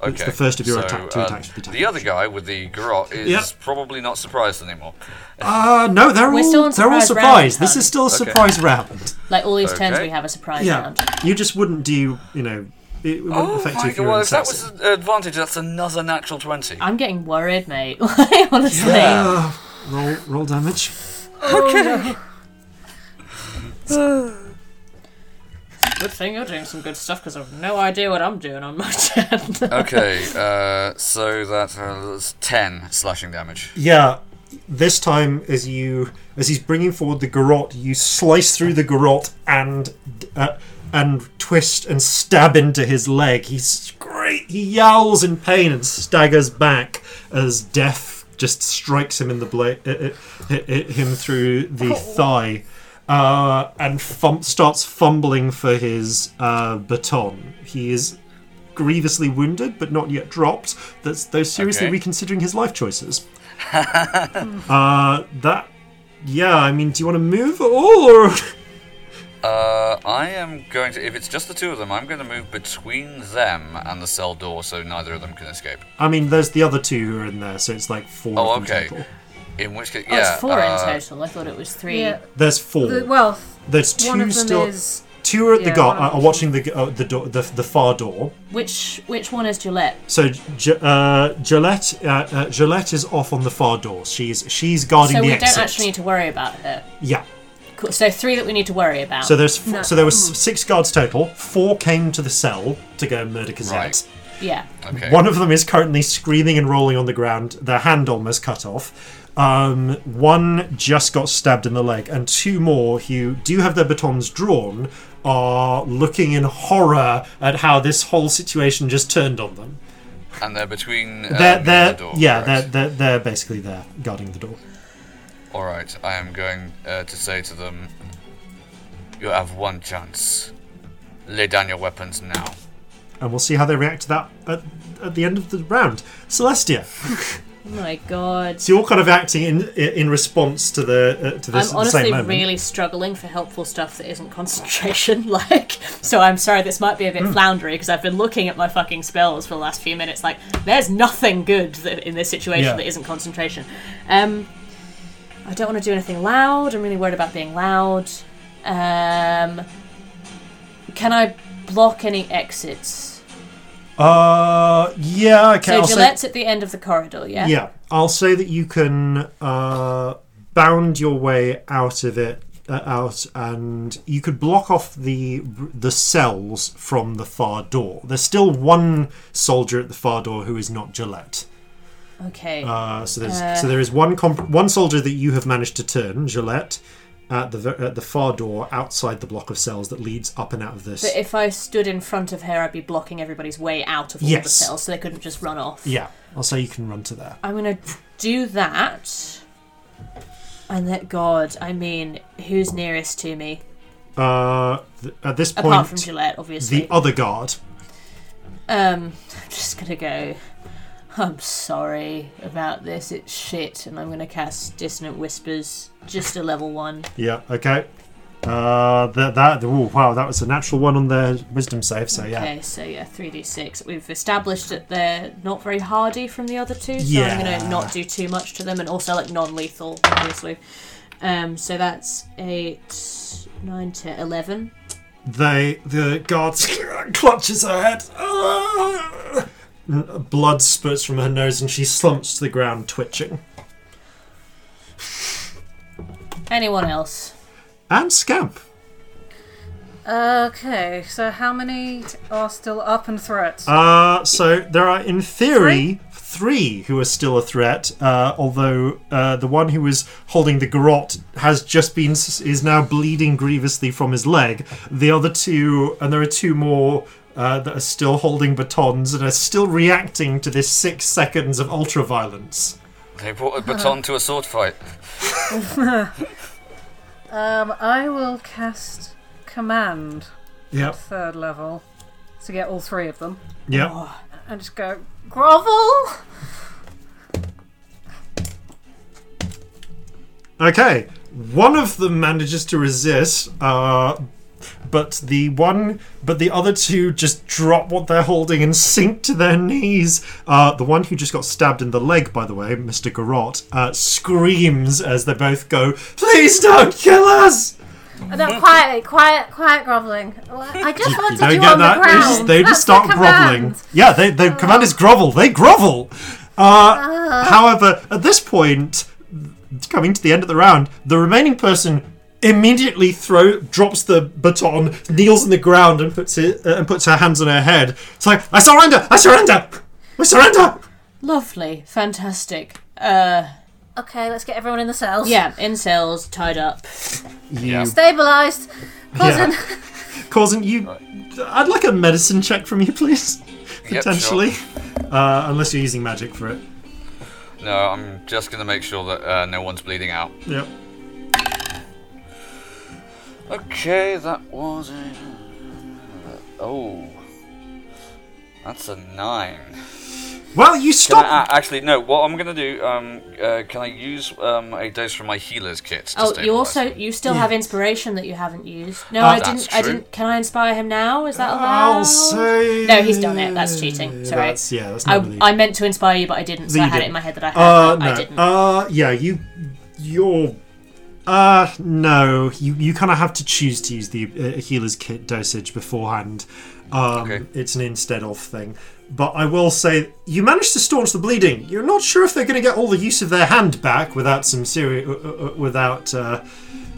Okay. the first of your so, attack- two um, attacks with the attack The other guy with the garrote is Yeah. probably not surprised anymore. Uh, no, they're all still on they're all surprise round, surprised. This hun. is still a surprise round. Like all these turns, Okay. we have a surprise Yeah, round. you just wouldn't do you know it, it wouldn't Oh affect my you if you were god, well, an if that assassin. was an advantage, that's another natural 20. I'm getting worried, mate. <laughs> Honestly, Uh, roll roll damage. good thing you're doing some good stuff because I've no idea what I'm doing on my <laughs> turn. Okay, uh, so that's, uh, that's 10 slashing damage. Yeah, this time as you as he's bringing forward the garrote, you slice through the garrote and uh, and twist and stab into his leg. He's great. He yowls in pain and staggers back as death just strikes him in the blade, uh, uh, hi- hi- him through the thigh. Uh, and fum- starts fumbling for his uh, baton. He is grievously wounded, but not yet dropped. That's though seriously Okay. reconsidering his life choices. Uh, that. Yeah, I mean, do you want to move at all? Or... <laughs> Uh, I am going to, if it's just the two of them, I'm going to move between them and the cell door so neither of them can escape. I mean, there's the other two who are in there, so it's like four. Oh, of them okay. total. In which case, Oh, yeah, it's four uh, in total. I thought it was three. Yeah. There's four. The- well, There's one two of them still. is. Two are at the yeah, got one of are them- watching the uh, the door the, the far door. Which which one is Gillette? So G- uh, Gillette uh, uh, Gillette is off on the far door. She's she's guarding So the we exit. don't actually need to worry about her. yeah. Cool. So three that we need to worry about. So there's f- so there was six guards total. Four came to the cell to go murder Cosette. Right. yeah. Oh Okay. One of them is currently screaming and rolling on the ground, their hand almost cut off. Um, one just got stabbed in the leg, and two more who do have their batons drawn are looking in horror at how this whole situation just turned on them. And they're between. They're, Uh, me and they're, the door, yeah, correct? they're, they're, they're basically there guarding the door. All right, I am going uh, to say to them, you have one chance. Lay down your weapons now. And we'll see how they react to that at, at the end of the round. Celestia, Oh my god. so you're kind of acting in in response to the uh, to this I'm at the same honestly moment. really struggling for helpful stuff that isn't concentration <laughs> like. So I'm sorry this might be a bit Hmm. floundery because I've been looking at my fucking spells for the last few minutes. Like, there's nothing good that, in this situation Yeah. that isn't concentration. Um, I don't want to do anything loud. I'm really worried about being loud. Um, can I block any exits? Uh, yeah, okay. So I'll say- Gillette's at the end of the corridor, yeah. Yeah, I'll say that you can uh, bound your way out of it, uh, out, and you could block off the the cells from the far door. There's still one soldier at the far door who is not Gillette. Okay. Uh, so there's so there is one comp- one soldier that you have managed to turn Gillette at the ver- at the far door outside the block of cells that leads up and out of this. But if I stood in front of her, I'd be blocking everybody's way out of all the Yes. cells, so they couldn't just run off. yeah, I'll say you can run to there. I'm gonna do that, and let God. I mean, who's nearest to me Uh, th- at this point, apart from Gillette, obviously. the other guard um, I'm just gonna go. I'm sorry about this. It's shit, and I'm gonna cast Dissonant Whispers, just a level one. Yeah. Okay. Uh, that that. Ooh, wow, that was a natural one on their wisdom save. So yeah. Okay, so yeah, three d six. We've established that they're not very hardy from the other two, so I'm Yeah. gonna not do too much to them, and also like non lethal, obviously. Um, so that's eight, nine, ten, eleven. They the guard <laughs> clutches her head. <laughs> Ah! N- Blood spurts from her nose and she slumps to the ground, twitching. Anyone else? And Scamp. Okay, so how many are still up and threats? Uh, so there are, in theory, three who are still a threat. Uh, although uh, the one who is holding the garrote has just been is now bleeding grievously from his leg. The other two, and there are two more. Uh, that are still holding batons and are still reacting to this six seconds of ultraviolence. They brought a baton to a sword fight. Um, I will cast command Yep. third level to get all three of them, Yep. and just go grovel. Okay, one of them manages to resist, uh, but the one, but the other two just drop what they're holding and sink to their knees. Uh, the one who just got stabbed in the leg, by the way, Mister Garrot, uh, screams as they both go, "Please don't kill us!" No, quiet, quiet, quiet groveling. <laughs> I just want to They do on the They ground. just, they just start That's the groveling. command. Oh. Yeah, they, the command is grovel. They grovel. Uh, Ah. however, at this point, coming to the end of the round, the remaining person immediately throw drops the baton, kneels on the ground, and puts it uh, and puts her hands on her head. It's like I surrender. I surrender. I surrender. Lovely, fantastic. Uh, Okay, let's get everyone in the cells. yeah, incels tied up. Yeah. Stabilized. Cousin. Yeah. Causing you, I'd like a medicine check from you, please. Yep, Potentially, uh, unless you're using magic for it. sure. No, I'm just gonna make sure that uh, no one's bleeding out. Yep. Okay, that was a. Oh. That's a nine. Well, you Can I, stop. uh, actually, no. What I'm gonna do? Um, uh, can I use um, a dose from my healer's kit? To Oh, you stabilise also him? you still have inspiration that you haven't used. No, Uh, I That's didn't. I true. didn't. Can I inspire him now? Is that allowed? I'll say. No, he's done it. That's cheating. Sorry. That's, yeah, that's not I, really. I meant to inspire you, but I didn't. So You I had it didn't. in my head that I had. uh, but no. I didn't. Uh, yeah, you. You're. Uh, no. You, you kind of have to choose to use the uh, healer's kit dosage beforehand. Um, Okay. It's an instead of thing. But I will say, you managed to staunch the bleeding. You're not sure if they're going to get all the use of their hand back without some serious. Uh, uh, uh, without. Uh,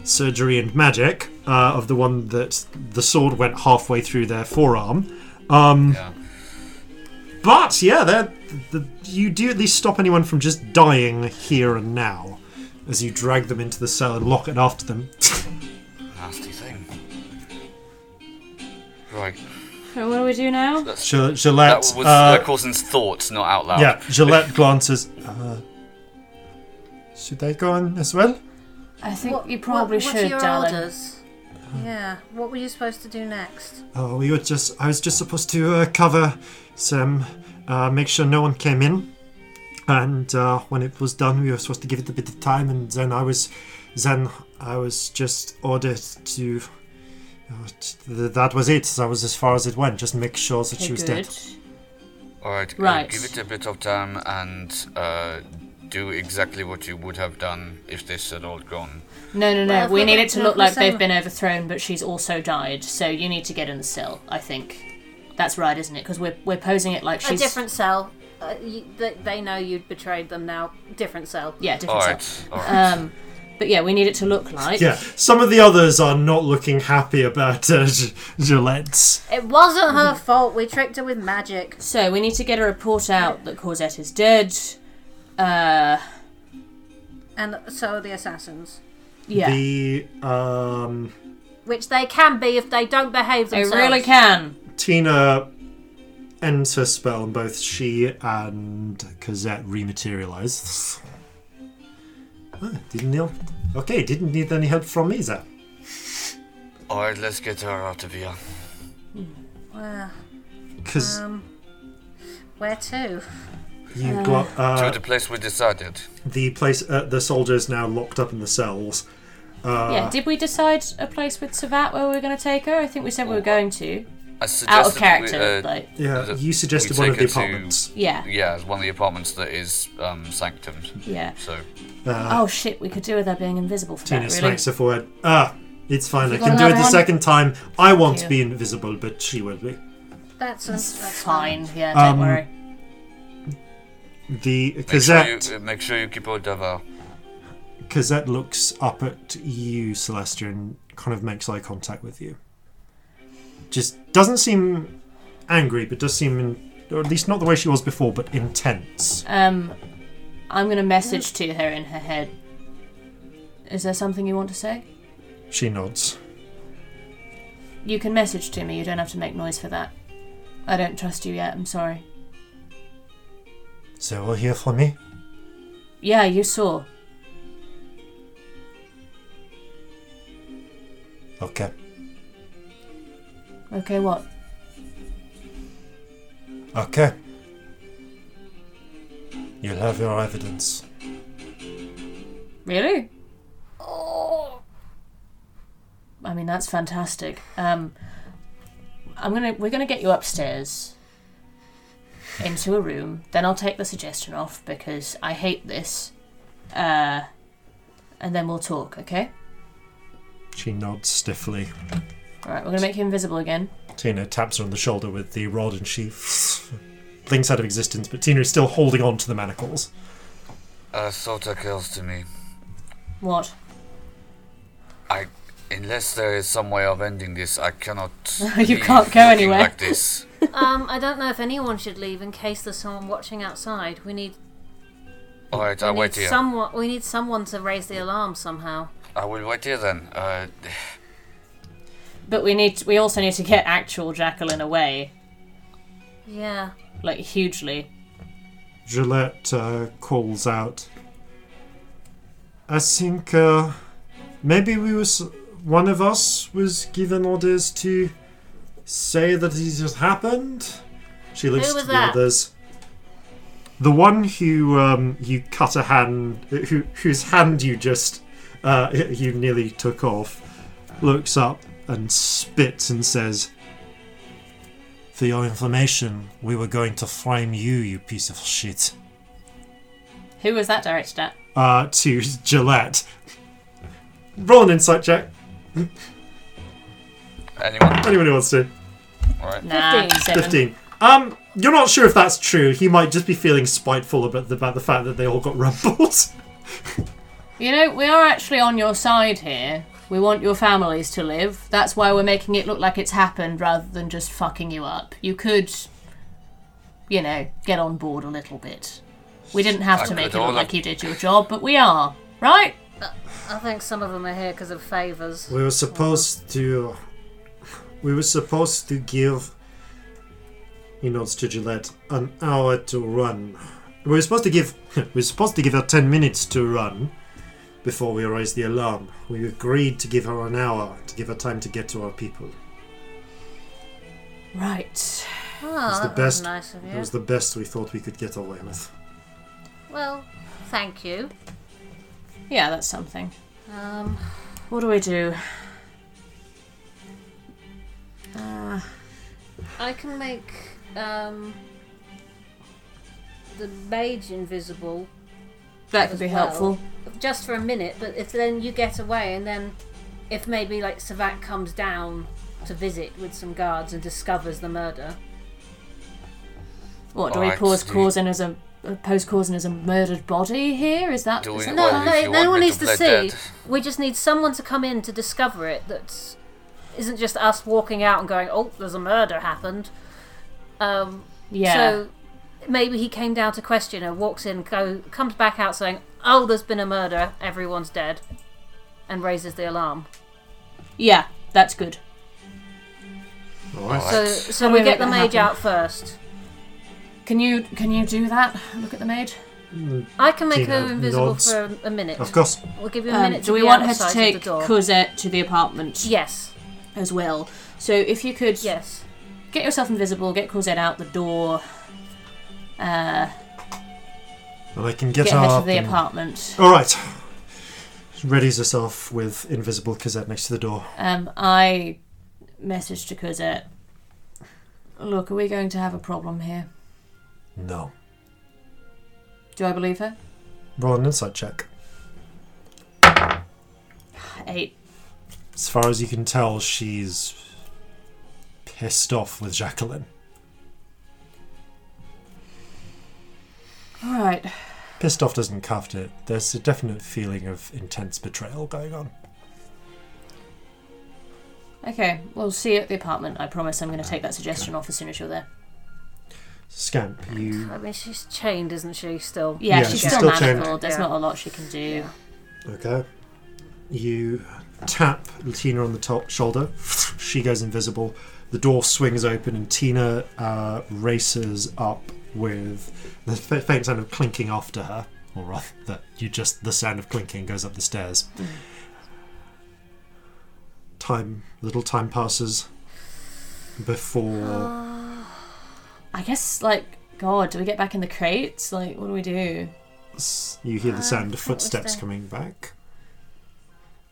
surgery and magic uh, of the one that the sword went halfway through their forearm. Um, Yeah. But yeah, they're, the, you do at least stop anyone from just dying here and now as you drag them into the cell and lock it after them. <laughs> Nasty thing. Right. So what do we do now? Gil- That Gillette, was uh, uh, Coulson's thoughts, not out loud. yeah, Gillette glances. Uh, should they go on as well? I think What- you probably what, should, What's your darling. orders? Yeah. What were you supposed to do next? Oh, we were just. I was just supposed to uh, cover Sam, uh, make sure no one came in. And uh, when it was done, we were supposed to give it a bit of time, and then I was, then I was just ordered to. uh, t- th- That was it. That was as far as it went. Just make sure that Okay, she was good. dead. All right. uh, Right. give it a bit of time and uh, do exactly what you would have done if this had all gone. No, no, no. Well, I we feel need like it to we're look like they've saying- been overthrown, but she's also died. So you need to get in the cell. I think that's right, isn't it? Because we're we're posing it like she's A different cell. Uh, you, they, they know you'd betrayed them now. Different cell. Yeah, All different cell. right. All right. Um, but yeah, we need it to look like. Yeah, some of the others are not looking happy about uh, G- Gillette's. It wasn't her Mm-hmm. fault. We tricked her with magic. So we need to get a report out that Corsette is dead. Uh, And so are the assassins. yeah, The um, Which they can be if they don't behave they themselves. really can. Tina ends her spell, and both she and Cosette rematerialize. Ah, didn't need. Okay, didn't need any help from me, Zap. all right. Let's get her out of here. Well, Because um, where to? you got uh, to the place we decided. the place. Uh, the soldiers now locked up in the cells. Uh. yeah, did we decide a place with Savat where we were going to take her? I think we said we were going to. I Out of suggested Oh. that we, character, uh, like. Yeah, that you suggested we one of the take her to- apartments. Yeah, Yeah, it's one of the apartments that is um, sanctumed. yeah. So Oh shit, we could do with her being invisible for Tina that, really. Uh, smacks her forehead. Ah, it's fine. I got can do it the another one? second time. I won't you. be invisible, but she will be. That's, that's It's fine, yeah, don't Um, worry. The make sure, you, Cosette. uh, make sure you keep hold of uh, her. Cosette looks up at you, Celestia, and kind of makes eye contact with you. Just doesn't seem angry, but does seem, in, or at least not the way she was before, but intense. Um, I'm going to message to her in her head. Is there something you want to say? She nods. You can message to me, you don't have to make noise for that. I don't trust you yet, I'm sorry. So we'll hear from me. Yeah, you saw. Okay. Okay, what? Okay. You'll have your evidence. Really? Oh. I mean, that's fantastic. Um, I'm gonna we're gonna get you upstairs into a room. Then I'll take the suggestion off because I hate this. Uh, and then we'll talk. Okay. She nods stiffly. All right. We're gonna make you invisible again. Tina taps her on the shoulder with the rod and she <laughs> blinks out of existence, but Tina is still holding on to the manacles. Uh, sort occurs to me. What? I, unless there is some way of ending this, I cannot. <laughs> You leave can't go looking anywhere. <laughs> Like this. Um, I don't know if anyone should leave in case there's someone watching outside. We need, All right, we I need wait here. someone. We need someone to raise the alarm somehow. I will wait here then. Uh, But we need. we also need to get actual Jacqueline away, Yeah. like hugely. Gillette uh, calls out. I think uh, maybe we was one of us was given orders to say that it has happened. She looks was to the that? others. The one who um, you cut a hand, who, whose hand you just uh, <laughs> you nearly took off, looks up and spits and says, "For your information, we were going to frame you, you piece of shit." Who was that directed at? Uh, to Gillette. Roll an insight check. Anyone? Anyone who wants to. Alright. Nah, seven. 15. Um, you're not sure if that's true. He might just be feeling spiteful about the, about the fact that they all got <laughs> rumbled. You know, we are actually on your side here. We want your families to live. That's why we're making it look like it's happened rather than just fucking you up. You could, you know, get on board a little bit. We didn't have to could make it all look have- like you did your job, but we are, right? I think some of them are here because of favors. We were supposed to. We were supposed to give. He nods to Gillette. An hour to run. We were supposed to give. <laughs> We were supposed to give her ten minutes to run, before we raised the alarm. We agreed to give her an hour to give her time to get to our people. Right. Oh, It's the that was best. nice of It you. was the best we thought we could get away with. Well, thank you. Yeah, that's something. Um, What do we do? I can make um, the mage invisible That could as be well. helpful. just for a minute, but if then you get away, and then if maybe like Savat comes down to visit with some guards and discovers the murder, What do we Alright, pause do- cause in as a uh, post cause in as a murdered body here? Is that Do we- is that- no, Well, if no, you no want one me needs to play to see. dead. We just need someone to come in to discover it. That isn't just us walking out and going, "Oh, there's a murder happened." Um, yeah? So maybe he came down to question her, walks in, go, comes back out saying, "Oh, there's been a murder. Everyone's dead," and raises the alarm. Yeah, that's good. All right. So, Alright. so do we we make get the that mage happen? out first. Can you can you do that? Look at the maid. I can make Tina her invisible nods. for a, a minute. Of course. We'll give you a Um, minute. do we be want her outside to of take the door. Cosette to the apartment Yes. as well? So if you could Yes. get yourself invisible, get Cosette out the door, uh, And I can get get, her her up to the and- apartment. All right. She readies herself with invisible Cosette next to the door. Um, I messaged to Cosette. Look, are we going to have a problem here? No. Do I believe her? Roll an insight check. Eight. As far as you can tell, she's pissed off with Jacqueline. All right. Pissed off doesn't cuff it. There's a definite feeling of intense betrayal going on. Okay. We'll see you at the apartment. I promise. I'm going to take that suggestion off as soon as you're there. Scamp, you. I mean, she's chained, isn't she? Still. Yeah, Yeah, she's, she's still, still chained. manacled. There's Yeah. not a lot she can do. Okay. You tap Tina on the top shoulder. She goes invisible. The door swings open and Tina uh, races up with the fa- faint sound of clinking after her. Or rather, that you just the sound of clinking goes up the stairs. Time, little time passes before. I guess like God, do we get back in the crates? Like, what do we do? s- you hear the sound of footsteps coming back.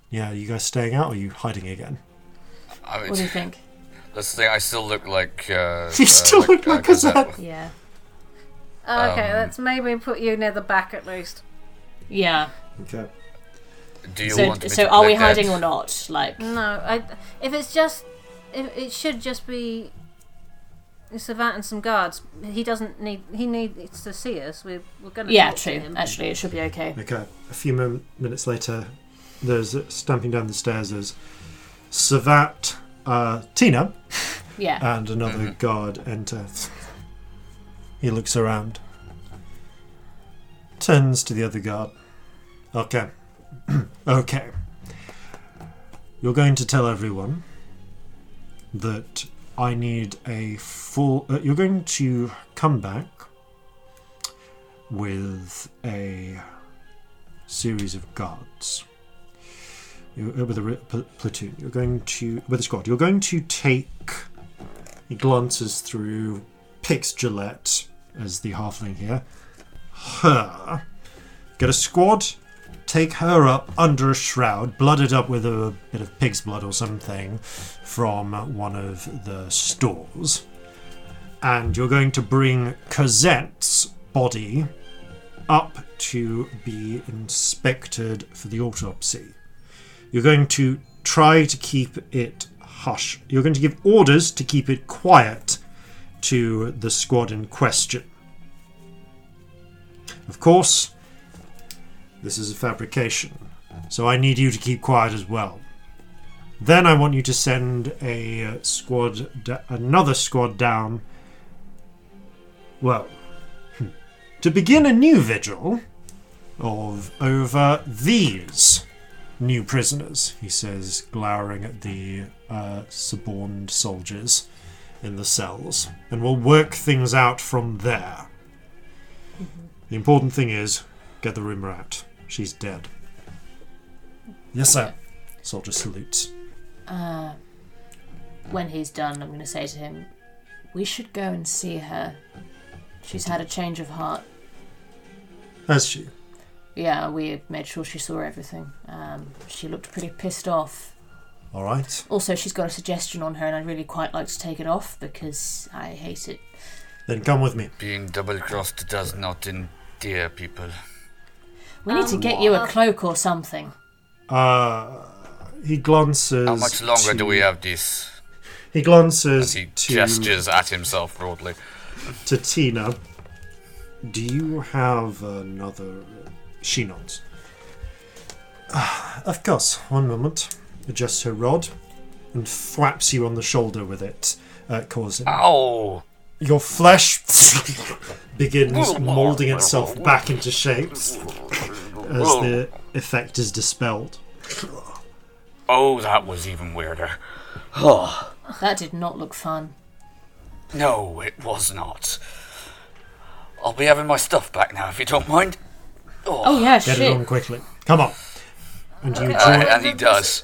Yeah, are you guys staying out or are you hiding again? I mean, What do you think? that's the thing. I still look like. Uh, <laughs> You uh, still look like uh, Cosette. Cosette. Yeah. Oh, okay, Um, let's maybe put you near the back at least. Yeah. Okay. Do you So, want me so to are we play dead? hiding or not? Like, No, I, if it's just, if it should just be Savant and some guards. He doesn't need. He needs to see us. We're we're gonna. yeah, talk to true. him. Actually, it should be okay. Okay. uh, A few mom- minutes later, there's stamping down the stairs. There's Savat, uh, Tina, Yeah. and another guard enter. He looks around, turns to the other guard. Okay. <clears throat> okay. You're going to tell everyone that I need a full. Uh, you're going to come back with a series of guards. You, uh, with a re- pl- platoon. You're going to. With a squad. You're going to take. He glances through, picks Gillette as the halfling here. her. Get a squad, take her up under a shroud, blooded up with a bit of pig's blood or something from one of the stores. And you're going to bring Cosette's body up to be inspected for the autopsy. You're going to try to keep it hush. You're going to give orders to keep it quiet to the squad in question. Of course, this is a fabrication, so I need you to keep quiet as well. Then I want you to send a uh, squad, da- another squad down. Well, hmm, to begin a new vigil of over these new prisoners, he says, glowering at the uh, suborned soldiers in the cells, and we'll work things out from there. The important thing is get the rumor out. She's dead. Yes, sir. Soldier salutes. When he's done, I'm going to say to him, We should go and see her. She's had a change of heart. As she? Yeah, we made sure she saw everything. Um, she looked pretty pissed off. All right. Also, she's got a suggestion on her, and I'd really quite like to take it off because I hate it. Then come with me. Being double crossed does not endear people. We need to get you a cloak or something. Uh, he glances. How much longer to- do we have this? He glances He to, gestures at himself broadly. to Tina. Do you have another? uh, She nods. <sighs> Ah, of course. One moment. Adjusts her rod, and flaps you on the shoulder with it, uh, causing Ow! Your flesh <laughs> begins moulding itself back into shapes as the effect is dispelled. Oh, that was even weirder. That did not look fun. No, it was not. I'll be having my stuff back now if you don't mind. Oh, yeah, Get it on shit. quickly. Come on. And you Uh, draw. and he does.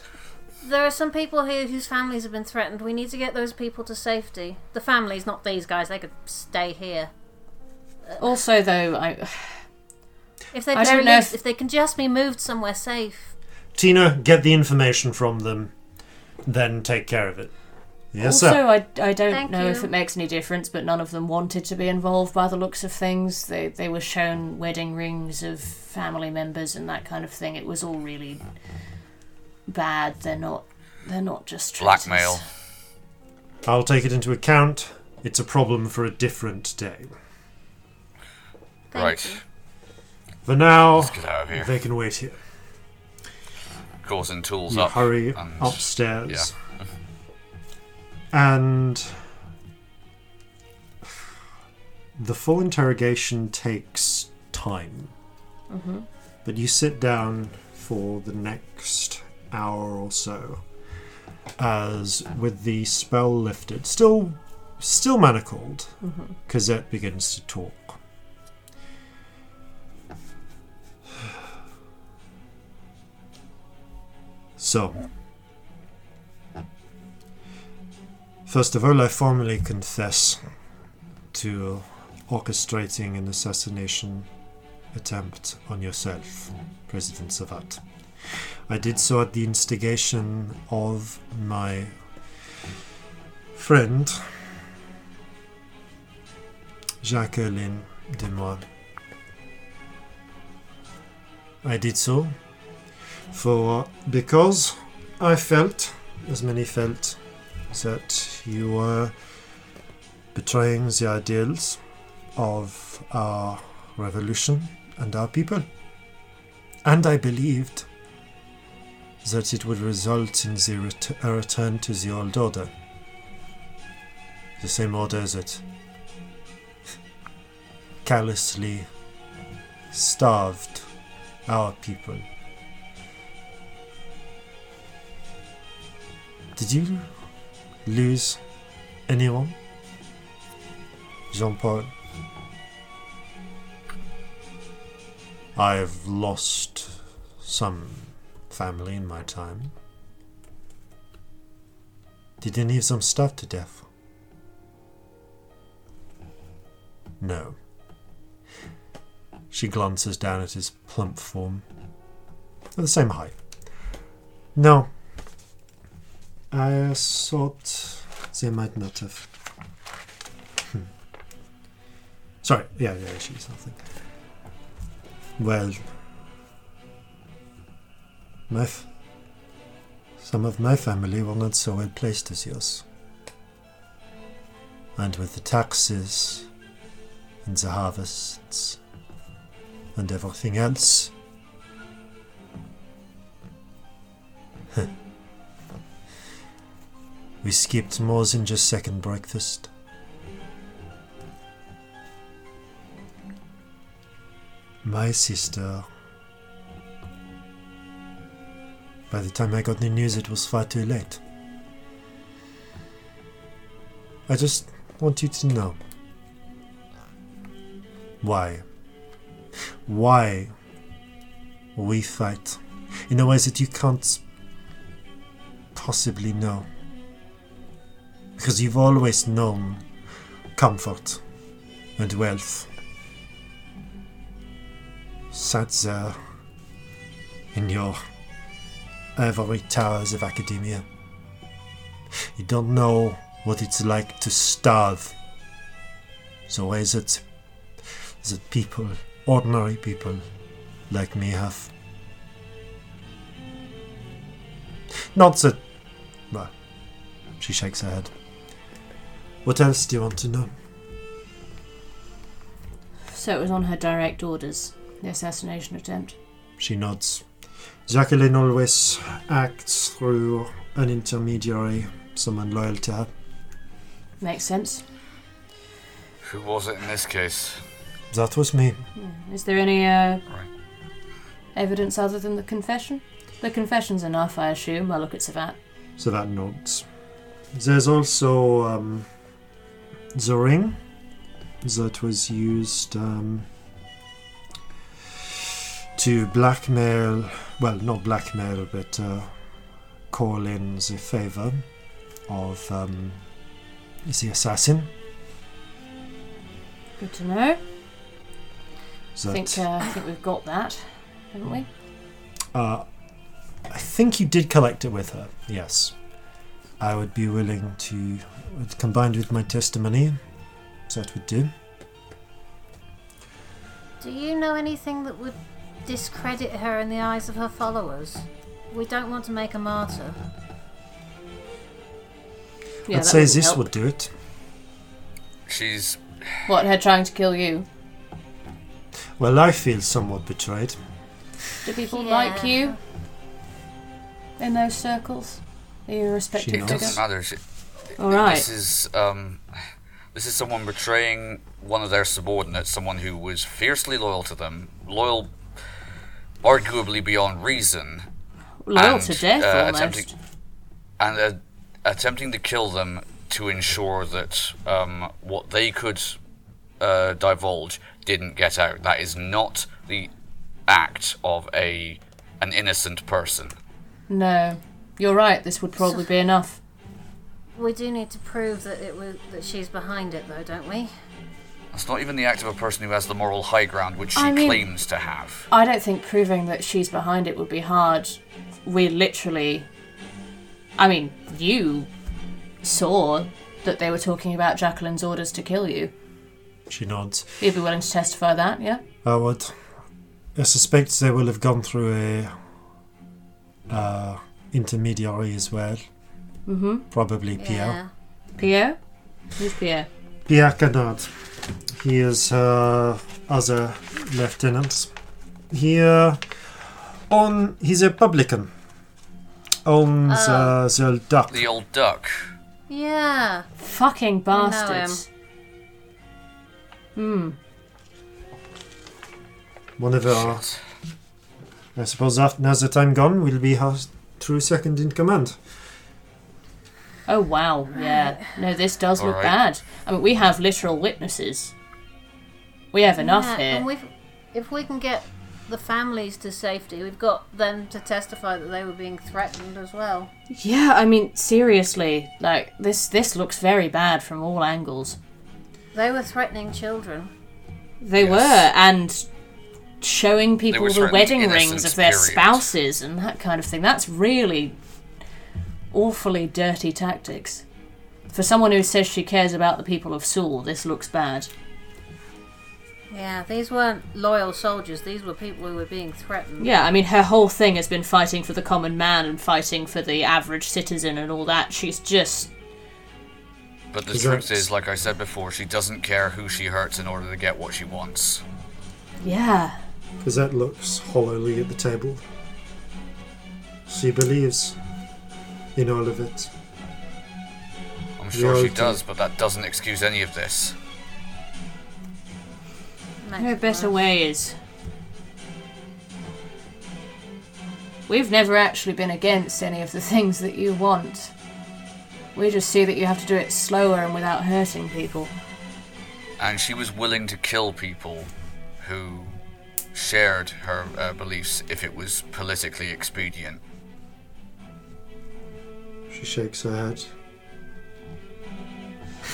There are some people here whose families have been threatened. We need to get those people to safety. The families, not these guys. They could stay here. Also, though, I, If they I can don't know release- if- if they can just be moved somewhere safe. Tina, get the information from them, then take care of it. Yes, also, sir. I, I don't Thank know if you. it makes any difference, but none of them wanted to be involved by the looks of things. They, they were shown wedding rings of family members and that kind of thing. It was all really bad. They're not they're not just traitors. Blackmail. I'll take it into account. It's a problem for a different day. Thank right, you. For now, get out of here. they can wait here. Causing tools You up. hurry Oh. and- upstairs. and the full interrogation takes time. But you sit down for the next hour or so as with the spell lifted, still still manacled, Cosette begins to talk. So, first of all, I formally confess to orchestrating an assassination attempt on yourself, President Savat. I did so at the instigation of my friend, Jacqueline Demois. I did so for because I felt, as many felt, that you were betraying the ideals of our revolution and our people. And I believed that it would result in the ret- a return to the old order. The same order that callously starved our people. Did you lose anyone? Jean Paul? I've lost some family in my time. Did any of them starve to death? No. She glances down at his plump form. They're the same height. No. I thought they might not have. Hmm. Sorry, yeah, yeah, she's nothing. Well, my f- some of my family were not so well placed as yours. And with the taxes and the harvests and everything else, we skipped more than just second breakfast. My sister. By the time I got the news, it was far too late. I just want you to know why. Why we fight in a way that you can't possibly know. Because you've always known comfort and wealth. Sat there in your ivory towers of academia. You don't know what it's like to starve. The way that, that people, ordinary people like me, have. Not that. Well, she shakes her head. What else do you want to know? So it was on her direct orders, the assassination attempt. She nods. Jacqueline always acts through an intermediary, someone loyal to her. Makes sense. Who was it in this case? That was me. Is there any uh, Right. evidence other than the confession? The confession's enough, I assume. I'll look at Savat. So that notes. There's also um, the ring that was used um, to blackmail, well, not blackmail, but uh, call in the favor of um, the assassin. Good to know. That, I think uh, I think we've got that, haven't we? Uh, I think you did collect it with her. Yes, I would be willing to, combined with my testimony, that would do. Do you know anything that would discredit her in the eyes of her followers? We don't want to make a martyr. Yeah, I'd that say wouldn't this help. would do it. She's What her trying to kill you? Well, I feel somewhat betrayed. Do people Yeah. like you in those circles? Are you a respected She It knows. figure? Yes. doesn't matter. She- All right. This is um, this is someone betraying one of their subordinates, someone who was fiercely loyal to them, loyal, arguably beyond reason, Loyal and, to death, uh, almost. attempting- and uh, attempting to kill them to ensure that um, what they could uh, divulge didn't get out. That is not the act of a an innocent person. No, you're right. This would probably be enough. We do need to prove that it was that she's behind it, though, don't we? That's not even the act of a person who has the moral high ground, which she I mean- claims to have. I don't think proving that she's behind it would be hard. We literally. I mean, you saw that they were talking about Jacqueline's orders to kill you. She nods. You'd be willing to testify that, yeah? I would. I suspect they will have gone through a uh, intermediary as well. Mm-hmm. Probably Pierre. Pierre? Who's Pierre? Pierre Canard. He is her other lieutenant. He uh, on he's a publican. Owns Oh. uh, the duck. The old duck. Yeah. Fucking know bastards. One of our Shit. I suppose after now's the time gone, we'll be her true second in command. Oh, wow, yeah. No, this does look Alright. bad. I mean, we have literal witnesses. We have enough yeah. here. And we've, if we can get the families to safety, we've got them to testify that they were being threatened as well. Yeah, I mean, seriously, like, this, this looks very bad from all angles. They were threatening children. They Yes. were, and showing people were the certainly wedding innocent rings of their periods. spouses and that kind of thing. That's really awfully dirty tactics. For someone who says she cares about the people of Seoul, this looks bad. Yeah, these weren't loyal soldiers. These were people who were being threatened. Yeah, I mean, her whole thing has been fighting for the common man and fighting for the average citizen and all that. She's just. But the Is truth that- is, like I said before, she doesn't care who she hurts in order to get what she wants. Yeah. Cosette looks hollowly at the table. She believes in all of it. I'm sure she Loyalty. does, but that doesn't excuse any of this. Makes No it better worse. ways. We've never actually been against any of the things that you want. We just see that you have to do it slower and without hurting people. And she was willing to kill people who shared her uh, beliefs if it was politically expedient. She shakes her head.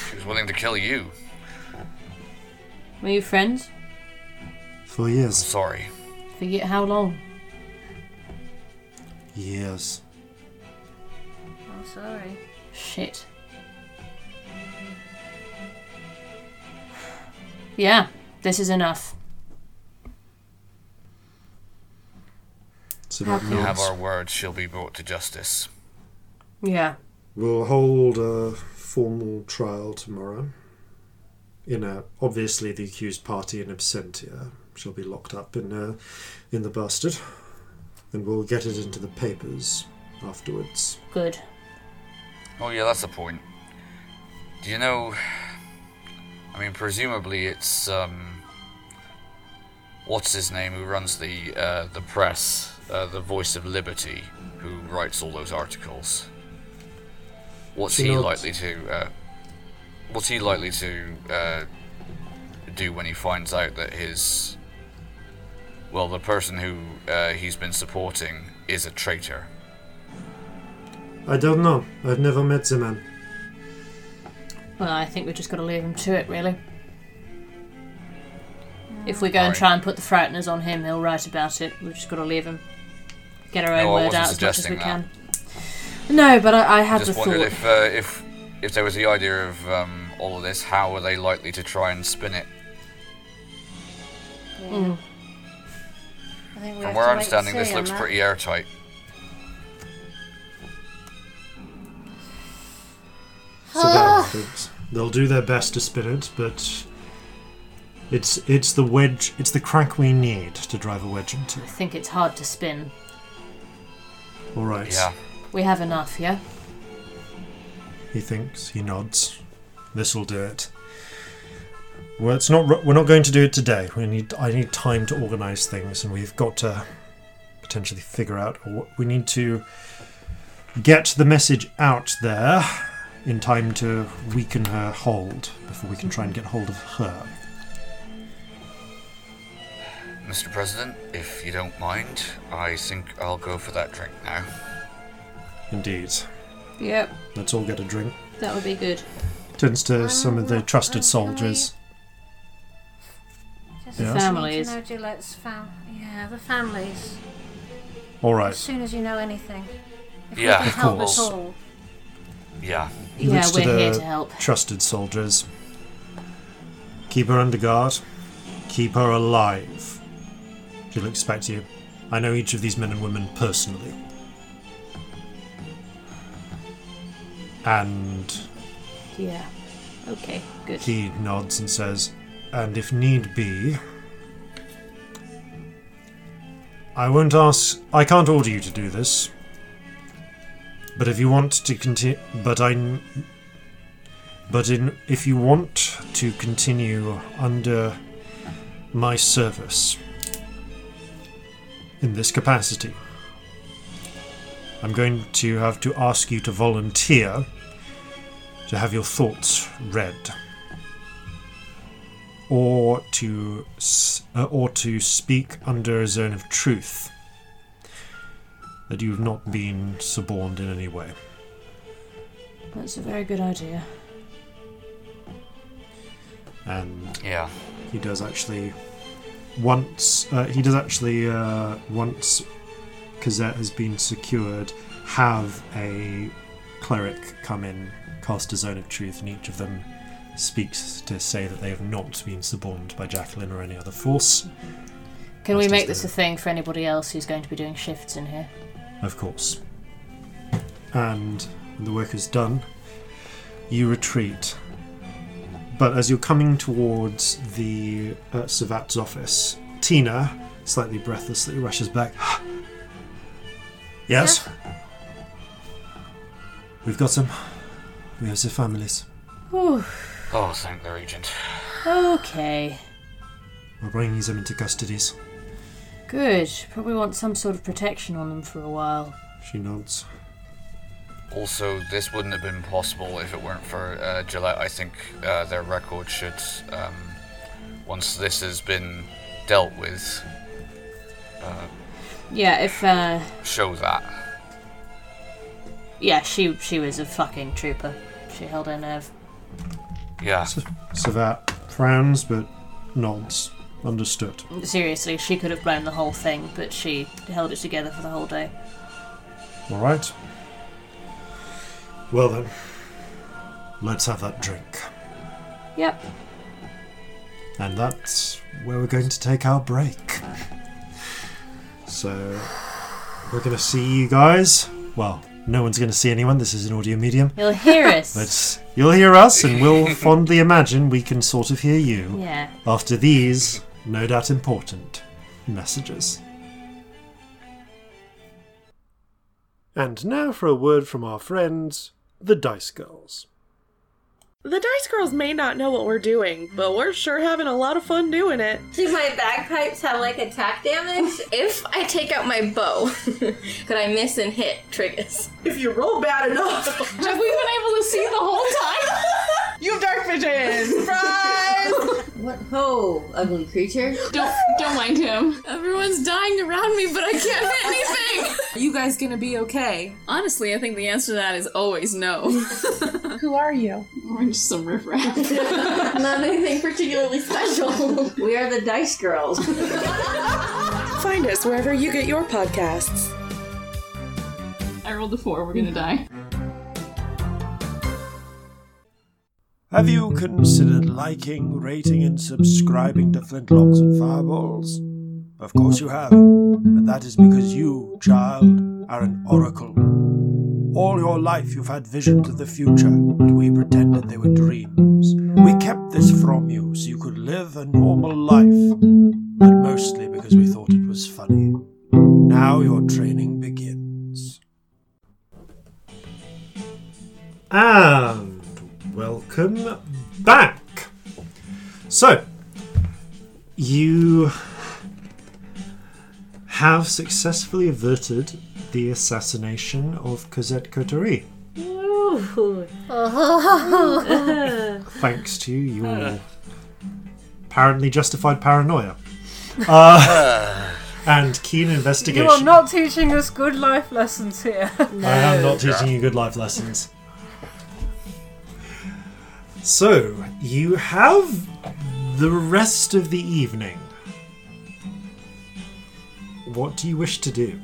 She was willing to kill you. Were you friends? For years. Sorry. For ye- how long? Years. I'm sorry. Shit. <sighs> Yeah, this is enough. It's about You have nonce. our word, she'll be brought to justice. Yeah. We'll hold a formal trial tomorrow. In a, obviously the accused party in absentia. She'll be locked up in uh, in the bastard, and we'll get it into the papers afterwards. Good. Oh yeah, that's the point. Do you know? I mean, presumably it's um, what's his name who runs the uh, the press, uh, the Voice of Liberty, who writes all those articles. What's he Synod. likely to? Uh, what's he likely to uh, do when he finds out that his well, the person who uh, he's been supporting is a traitor? I don't know. I've never met the man. Well, I think we've just got to leave him to it, really. If we go and Alright. try and put the frighteners on him, he'll write about it. We've just got to leave him. Get our own No, I word wasn't out as much as we suggesting can. No, but I, I had the just thought. wondered if, uh, if if there was the idea of um, all of this, how were they likely to try and spin it? I think From we have where to I'm wait and standing, this see on looks that. pretty airtight. So that happens. They'll do their best to spin it, but it's it's the wedge, it's the crank we need to drive a wedge into. I think it's hard to spin. All right. Yeah. We have enough, yeah? He thinks. He nods. This'll do it. Well, it's not. ru- We're not going to do it today. We need. I need time to organise things, and we've got to potentially figure out. What, we need to get the message out there in time to weaken her hold before we can try and get hold of her. Mr. President, if you don't mind, I think I'll go for that drink now. Indeed. Yep, Let's all get a drink. that would be good. Turns to some of the trusted soldiers. Just Yeah. need to Families. know Gillette's fam- yeah, the families. All As right. soon as you know anything, if Yeah, we can of help course. at all, Yeah. He yeah, looks to we're here the- to help. trusted soldiers. Keep her under guard. Keep her alive. She'll expect you. I know each of these men and women personally. And Yeah. Okay, good. he nods and says, And if need be. I won't ask. I can't order you to do this. But if you want to continue. But I. But in, if you want to continue under my service in this capacity, I'm going to have to ask you to volunteer to have your thoughts read or to s- uh, or to speak under a zone of truth that you've not been suborned in any way. That's a very good idea. And Yeah. he does actually once uh, he does actually uh, once Cosette has been secured, have a cleric come in, cast a zone of truth, and each of them speaks to say that they have not been suborned by Jacqueline or any other force. Can That's we just make this a- a thing for anybody else who's going to be doing shifts in here? Of course. And when the work is done, you retreat. But as you're coming towards the uh, Savat's office, Tina slightly breathlessly rushes back. yes? We've got them. We have the families. Oh, thank the Regent. Okay. We're bringing them into custodies. Good. Probably want some sort of protection on them for a while. She nods. Also, this wouldn't have been possible if it weren't for uh, Gillette. I think uh, their record should, um, once this has been dealt with, Yeah, if uh show that. yeah, she she was a fucking trooper. She held her nerve. Yeah. Savat frowns but nods. Understood. Seriously, she could have blown the whole thing, but she held it together for the whole day. All right. Well then, let's have that drink. Yep. And that's where we're going to take our break. So, we're going to see you guys. Well, no one's going to see anyone. This is an audio medium. You'll hear us. But you'll hear us, and <laughs> we'll fondly imagine we can sort of hear you Yeah. after these, no doubt important, messages. And now for a word from our friends, the Dice Girls. The Dice Girls may not know what we're doing, but we're sure having a lot of fun doing it. Do my bagpipes have like attack damage? If I take out my bow, <laughs> could I miss and hit triggers? If you roll bad enough, Have we been able to see the whole time? you have dark vision. Surprise! What ho, ugly creature. Don't don't mind him. Everyone's dying around me, but I can't hit anything. Are you guys gonna be okay? Honestly, I think the answer to that is always no. Who are you? We're just some <laughs> riffraff. <laughs> Not anything particularly <laughs> special. We are the Dice Girls. <laughs> Find us wherever you get your podcasts. I rolled a four. We're gonna die. Have you considered liking, rating, and subscribing to Flintlocks and Fireballs? Of course you have, and that is because you, child, are an oracle. All your life you've had visions of the future, and we pretended they were dreams. We kept this from you so you could live a normal life, but mostly because we thought it was funny. Now your training begins. And welcome back. So, you have successfully averted the assassination of Cosette Coterie. Thanks to your apparently justified paranoia. Uh, and keen investigation. You are not teaching us good life lessons <laughs> here. I am not teaching you good life lessons. So, you have the rest of the evening. What do you wish to do?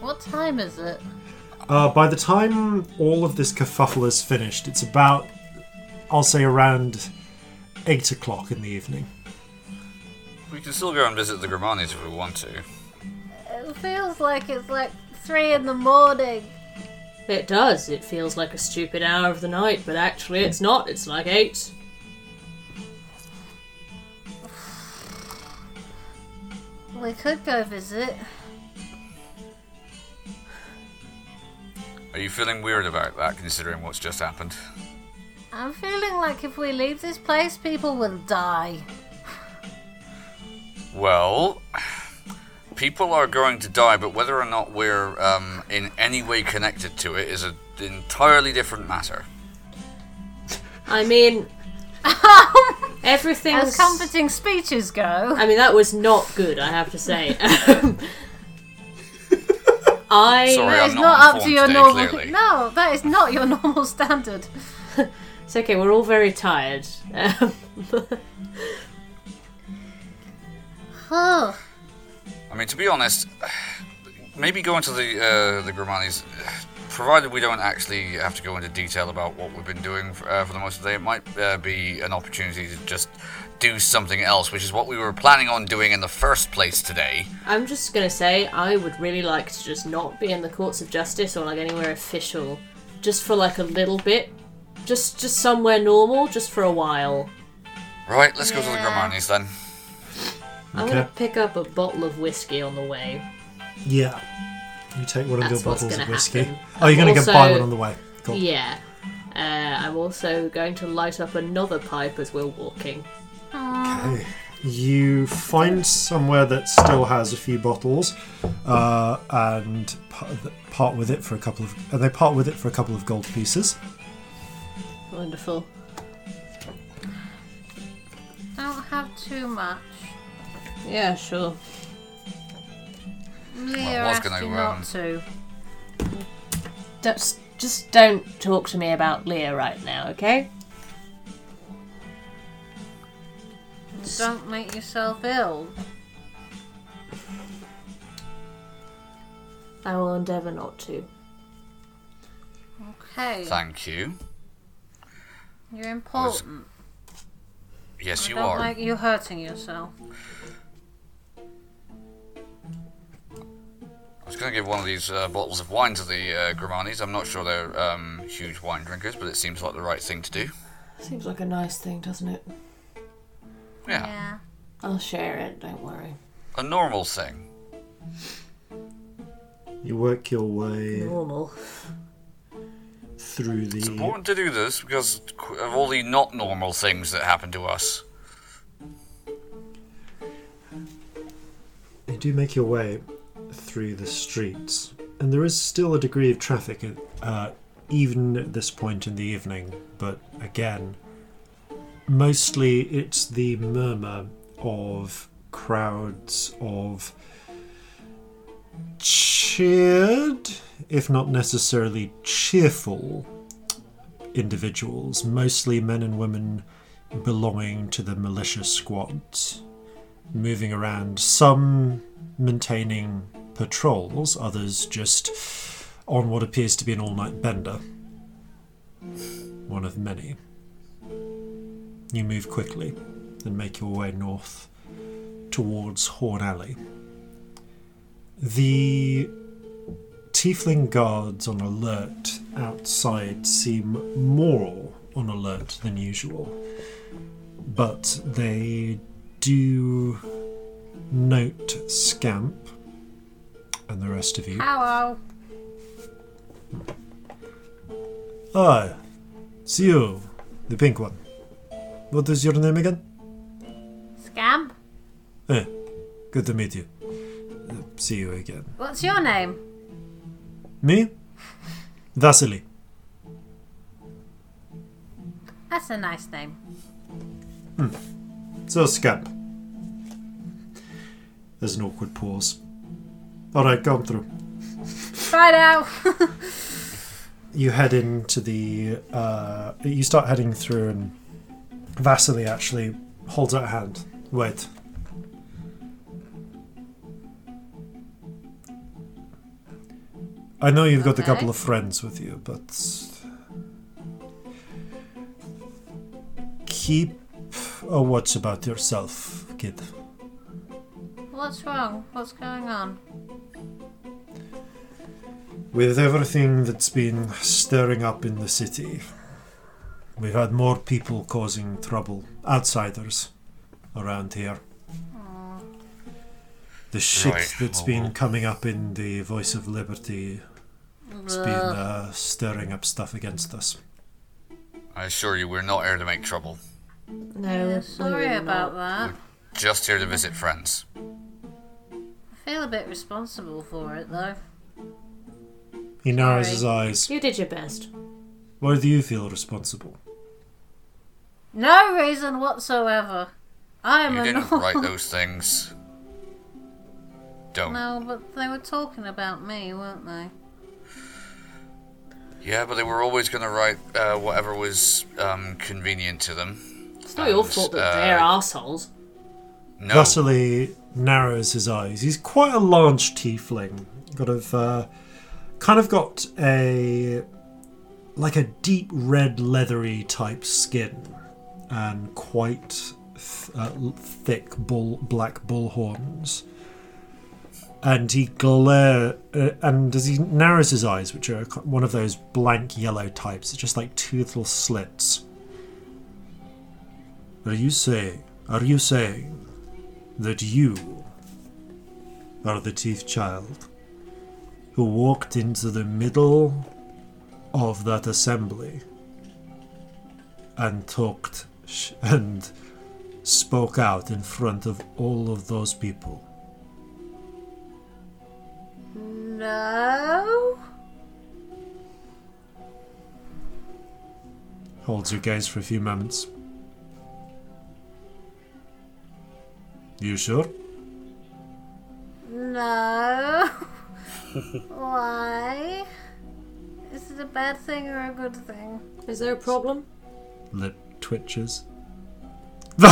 What time is it? Uh, by the time all of this kerfuffle is finished, it's about, I'll say, around 8 o'clock in the evening. We can still go and visit the Grimanis if we want to. It feels like it's like three in the morning. It does. It feels like a stupid hour of the night, but actually it's not. It's like eight. We could go visit. Are you feeling weird about that, considering what's just happened? I'm feeling like if we leave this place, people will die. Well, people are going to die, but whether or not we're um, in any way connected to it is an entirely different matter. I mean, As everything's. comforting speeches go, I mean, that was not good. I have to say. Um, I Sorry, that I'm is not, not on up form to your today, normal. Clearly. No, Oh, that is not your <laughs> normal standard. It's okay, we're all very tired. Um, Oh, I mean, to be honest, maybe go into the uh, the Grimani's, provided we don't actually have to go into detail about what we've been doing for, uh, for the most of the day. It might uh, be an opportunity to just do something else, which is what we were planning on doing in the first place today. I'm just gonna say I would really like to just not be in the courts of justice or like anywhere official, just for like a little bit, just just somewhere normal, just for a while. Right, let's go to the Grimani's then. I'm Okay. gonna pick up a bottle of whiskey on the way. Yeah. You take one of That's your what's bottles of gonna whiskey. happen. Oh, you're I'm going to get buy also- one on the way. Cool. Yeah. Uh, I'm also going to light up another pipe as we're walking. Okay. You find somewhere that still has a few bottles, uh, and pa- th- part with it for a couple of. And they part with it for a couple of gold pieces. Wonderful. don't have too much. Yeah, sure. Well, Leah I was asked gonna, you um, not to. Just, just don't talk to me about Leah right now, okay? Don't make yourself ill. I will endeavour not to. Hey, Thank you. you're important. Yes, you don't are. like you hurting yourself. I was going to give one of these uh, bottles of wine to the uh, Grimani's. I'm not sure they're um, huge wine drinkers, but it seems like the right thing to do. Seems like a nice thing, doesn't it? Yeah. I'll share it, don't worry. A normal thing. You work your way Normal. through It's the. important to do this because qu- of all the not normal things that happen to us. You do make your way through the streets, and there is still a degree of traffic, uh, even at this point in the evening. But again, mostly it's the murmur of crowds of cheered, if not necessarily cheerful, individuals, mostly men and women belonging to the militia squads, moving around, some maintaining patrols, others just on what appears to be an all night bender. One of many. You move quickly and make your way north towards Horn Alley. The Tiefling guards on alert outside seem more on alert than usual, but they do note Scamp and the rest of you. Hello. Ah, it's you, the pink one. What is your name again? Scamp. Eh, good to meet you. Uh, See you again. What's your name? Me? Vasily. That's a nice name. So, Scamp. There's an awkward pause. Alright, come through. Right out. you head into the uh, you start heading through and Vasily actually holds out a hand wait I know you've got a couple of friends with you but keep a watch about yourself kid What's wrong? What's going on? With everything that's been stirring up in the city, we've had more people causing trouble, outsiders, around here. The shit Right. that's been coming up in the Voice of Liberty has been uh, stirring up stuff against us. I assure you, we're not here to make trouble. No, sorry about that. Just here to visit friends. I feel a bit responsible for it though. He narrows his eyes. You did your best. Why do you feel responsible? No reason whatsoever. I am You didn't annoyed. write those things. Don't. No, but they were talking about me, weren't they? Yeah, but they were always going to write uh, whatever was um, convenient to them. uh, It's not your fault that they're assholes. No. Vasily narrows his eyes. He's quite a large tiefling. Got of uh, kind of got a like a deep red leathery type skin and quite th- uh, l- thick bull black bull horns. And he glare, uh, and as he narrows his eyes, which are ki- one of those blank yellow types, it's just like two little slits. Are you saying? Are you saying that you are the chief child who walked into the middle of that assembly and talked sh- and spoke out in front of all of those people? No. Holds your gaze for a few moments. You sure? <laughs> No. Why? Is it a bad thing or a good thing? Is there a problem? Lip twitches. <laughs>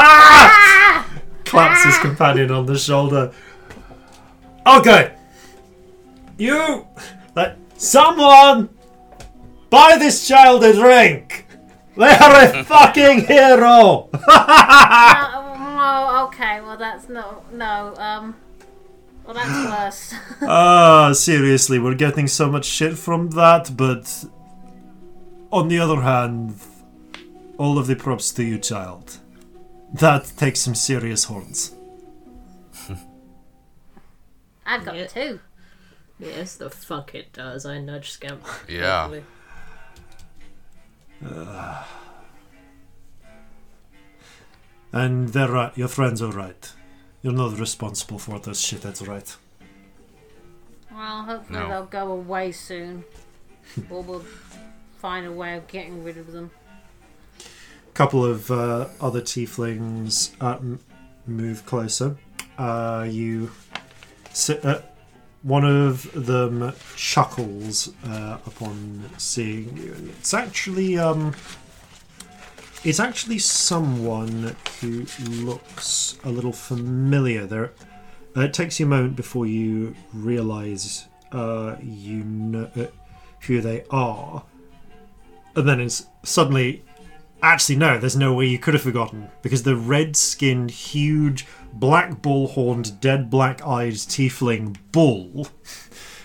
Ah! Claps his companion on the shoulder. Okay. You. Like, someone. Buy this child a drink! They are a fucking hero! Oh, okay. Well, that's no, no. Um, well, <gasps> that's worse. <laughs> Ah, seriously, we're getting so much shit from that, but on the other hand, all of the props to you, child. That takes some serious horns. I've got two. Yes, the fuck it does. I nudge Scamp. Yeah. carefully. And they're right, your friends are right. You're not responsible for this shit, that's right. Well, hopefully No. they'll go away soon. or we'll find a way of getting rid of them. couple of uh, other tieflings uh, m- move closer. Uh, you sit. Uh, one of them chuckles uh, upon seeing you, and it's actually um, it's actually someone who looks a little familiar. There, uh, it takes you a moment before you realise uh, you know uh, who they are, and then it's suddenly Actually, no, there's no way you could have forgotten because the red skinned, huge, black bull horned, dead black eyed tiefling bull.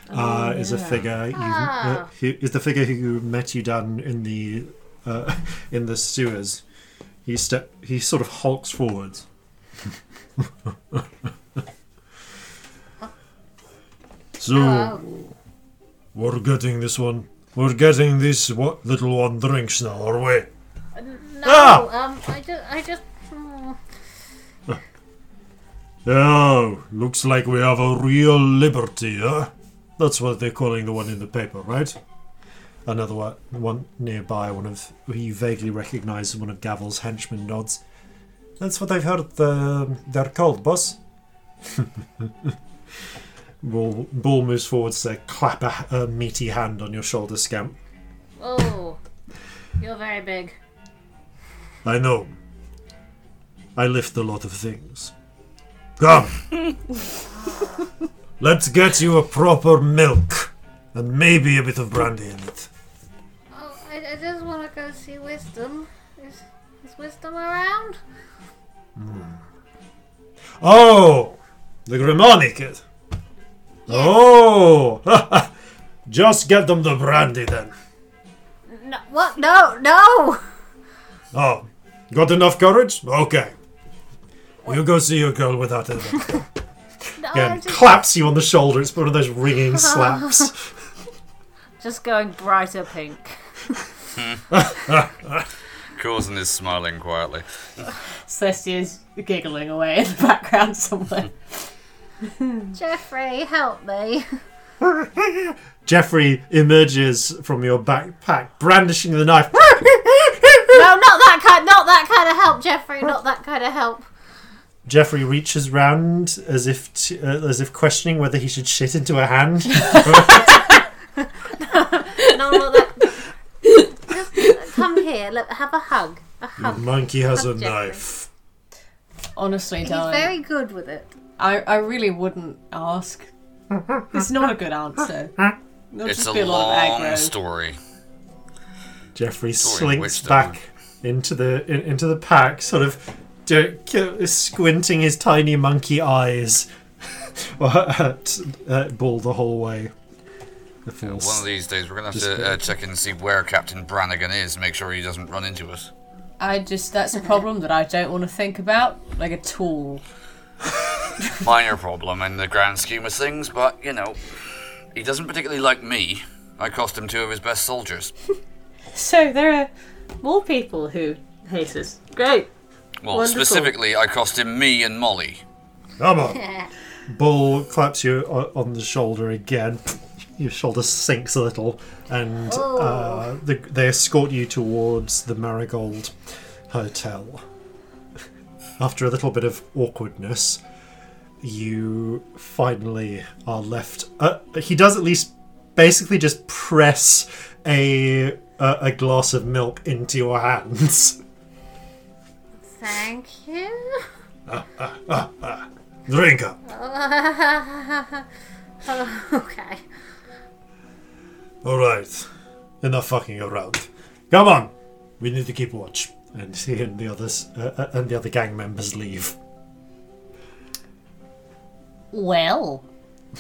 Uh, Oh, is a yeah. figure you, uh, Ah. who is the figure who met you down in the uh, <laughs> in the sewers. He step he sort of hulks <laughs> forwards. So, Oh. we're getting this one. We're getting this wa- little one drinks now, are we? No, Ah! um, I just, I just. mm, Oh, looks like we have a real liberty, huh? That's what they're calling the one in the paper, right? Another one, one nearby, one of who you vaguely recognise as one of Gavel's henchmen nods. That's what I've heard the, they're called, boss. <laughs> Bull, Bull moves forwards to clap a, a meaty hand on your shoulder, scamp. Oh, you're very big. I know. I lift a lot of things. Come, let's get you a proper milk, and maybe a bit of brandy in it. Oh, I, I just want to go see Wisdom. Is, is Wisdom around? Oh, the Grimani kid. <laughs> Oh, just get them the brandy then. No, what? No, no! Oh, got enough courage? Okay. You go see your girl without it. and claps you on the shoulder. It's one of those ringing slaps. Just going brighter pink. Coulson is smiling quietly. Celestia's giggling away in the background <laughs> somewhere. Jeffrey, help <laughs> me. Jeffrey emerges from your backpack, brandishing the knife. <laughs> no, not that kind. Not that kind of help, Jeffrey. Not that kind of help. Jeffrey reaches round as if t- uh, as if questioning whether he should shit into a hand. No, not that. <laughs> Just uh, come here. Look, have a hug. A Your hug. monkey has a Hug Jeffrey. knife. Honestly, He's darling. very good with it. I, I really wouldn't ask. It's not a good answer. It'll it's just a be a lot of long aggro. story. Jeffrey Story of slinks back into the in, into the pack, sort of do, k- squinting his tiny monkey eyes <laughs> uh, at, at Bull the whole way. The One force. of these days, we're gonna have Just to uh, check in and see where Captain Brannigan is. Make sure he doesn't run into us. I just that's a problem that I don't want to think about, like at all. Minor problem in the grand scheme of things, but you know, he doesn't particularly like me. I cost him two of his best soldiers. So there are more people who hate us. Great. Well, Wonderful. specifically, I cost him me and Molly. Come on. Bull claps you o- on the shoulder again. Your shoulder sinks a little, and uh, the, they escort you towards the Marigold Hotel. After a little bit of awkwardness, you finally are left. Uh, he does at least basically just press a, uh, a a glass of milk into your hands. <laughs> Thank <laughs> you. Ah, ah, ah, ah. Drink up. Oh, okay. All right. Enough fucking around. Come on. We need to keep watch. And <laughs> he and the others uh, uh, and the other gang members leave. Well, <laughs> uh,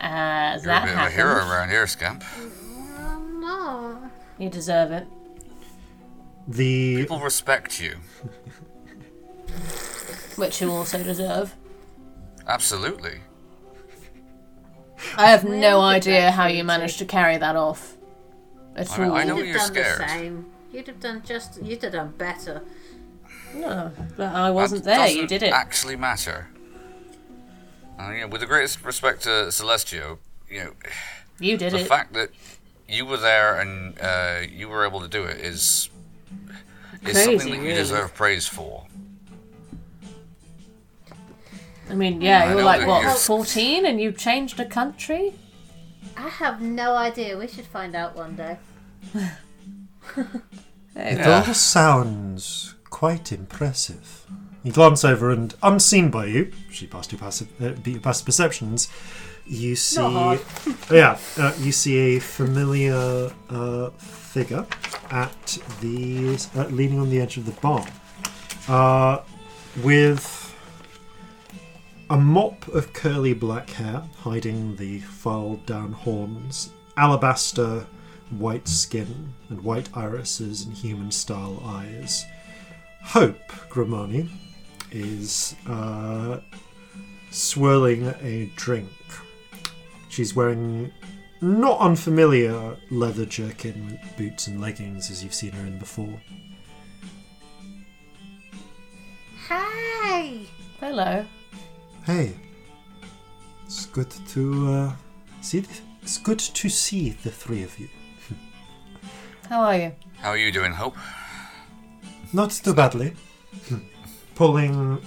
You're a that bit of a hero happened. around here, Scamp. No. You deserve it. The People respect you. Which you also deserve. Absolutely. I have no idea how you managed to carry that off. At I mean, all. I know You'd you're have done the scared. same. You'd have done just. You'd have done better. No, but I wasn't That there. You doesn't did it. Actually, matter. Uh, yeah, with the greatest respect to Celestio, you know, You did the it. fact that you were there and uh, you were able to do it is is Crazy, something that really. you deserve praise for. I mean, yeah, I you were know like that what, you're- fourteen, and you changed a country. I have no idea. We should find out one day. It all sounds quite impressive. You glance over and, unseen by you, she passed your passive, uh, beat your passive perceptions. You see, hard. <laughs> yeah, uh, you see a familiar uh, figure at the uh, leaning on the edge of the bar, uh, with a mop of curly black hair hiding the filed down horns, alabaster white skin, and white irises and human style eyes. Hope Grimani is uh, swirling a drink. She's wearing not unfamiliar leather jerkin with boots and leggings as you've seen her in before. Hey. Hello. Hey, it's good to uh, see. th- it's good to see the three of you. How are you? How are you doing, Hope? Not too badly. <laughs> pulling,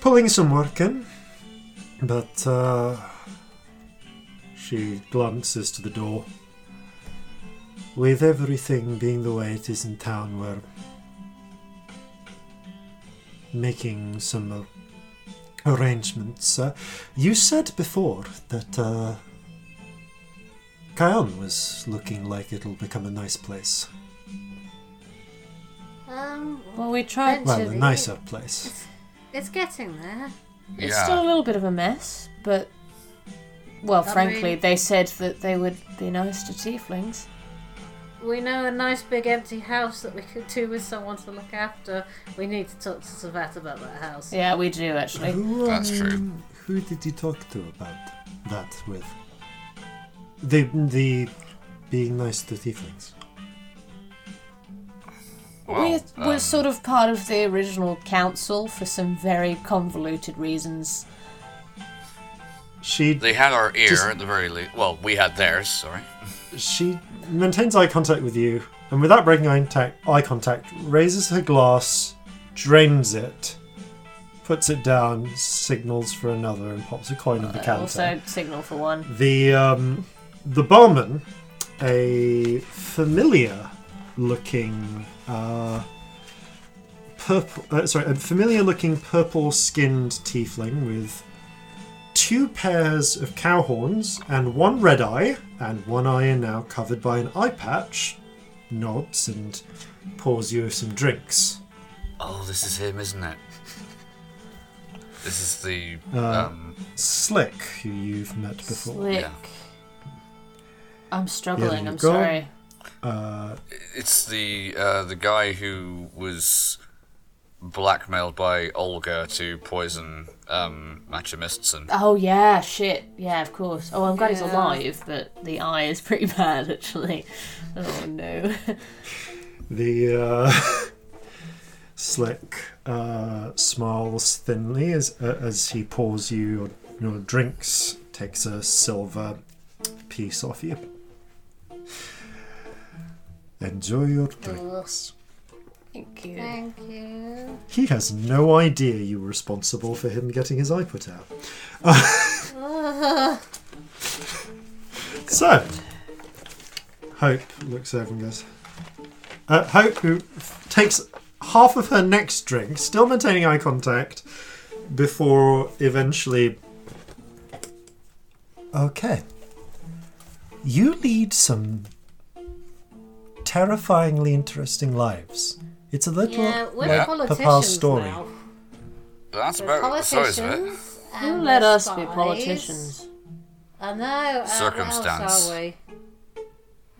pulling some work in, but uh, she glances to the door. With everything being the way it is in town, we're making some uh, arrangements. Uh, you said before that uh, Kion was looking like it'll become a nice place. Um. Well, we tried Well, to. a nicer place. It's getting there. It's Yeah. still a little bit of a mess, but well, Not frankly, really. they said that they would be nice to tieflings. We know a nice big empty house that we could do with someone to look after. We need to talk to Savat about that house. Yeah, we do actually. <laughs> Who, um, Who did you talk to about that with? The the being nice to tieflings. we um, were sort of part of the original council for some very convoluted reasons. She They had our ear Just- at the very least. Well, we had theirs. Sorry. She maintains eye contact with you, and without breaking eye contact, eye contact, raises her glass, drains it, puts it down, signals for another, and pops a coin on the counter. Also, signal for one. The um, the barman, a familiar looking uh, purple, uh, sorry, a familiar-looking purple-skinned tiefling with two pairs of cow horns and one red eye, and one eye are now covered by an eye patch. Nods and pours you some drinks. Oh, this is him, isn't it? This is the Uh, um, Slick, who you've met before. Slick. I'm The other struggling, I'm you've got. sorry. Uh, It's the uh, the guy who was blackmailed by Olga to poison um, Machimistson. Oh, yeah, shit. Yeah, of course. Oh, I'm glad he's Yeah. alive, but the eye is pretty <laughs> bad, actually. Oh, <laughs> no. The uh, <laughs> slick uh, smiles thinly as uh, as he pours you your, your drinks, takes a silver piece off you. Enjoy your drinks. Thank you. Thank you. He has no idea you were responsible for him getting his eye put out. Ugh. So, Hope looks over and goes. Uh, Hope, who takes half of her next drink, still maintaining eye contact, before eventually. Okay. You lead some terrifyingly interesting lives. It's a little yeah, we're like Papa's politicians story. now. That's We're about the size of it. politicians. Who and let we're us be spies. politicians? I know. Uh, What Circumstance. else are we?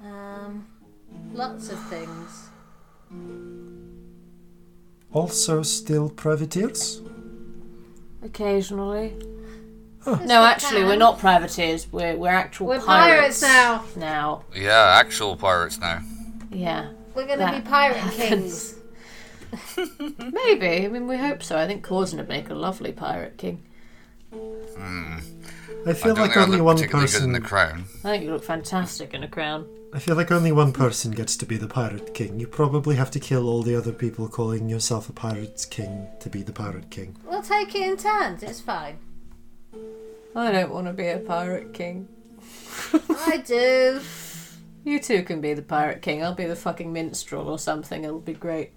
Um, lots of things. Also, still privateers? Occasionally. Yes, No, we actually, can. we're not privateers. We're we're actual We're pirates, pirates Now, now. Yeah, actual pirates now. yeah. We're gonna That be <laughs> pirate happens. kings. Maybe. I mean, we hope so. I think Corson would make a lovely pirate king. Hmm. I feel don't like think I only look one particularly good in the person. crown. I think you look fantastic in a crown. I feel like only one person gets to be the pirate king. You probably have to kill all the other people calling yourself a pirate king to be the pirate king. We'll take it in turns. It's fine. I don't want to be a pirate king. I do. You two can be the pirate king. I'll be the fucking minstrel or something. It'll be <laughs> great.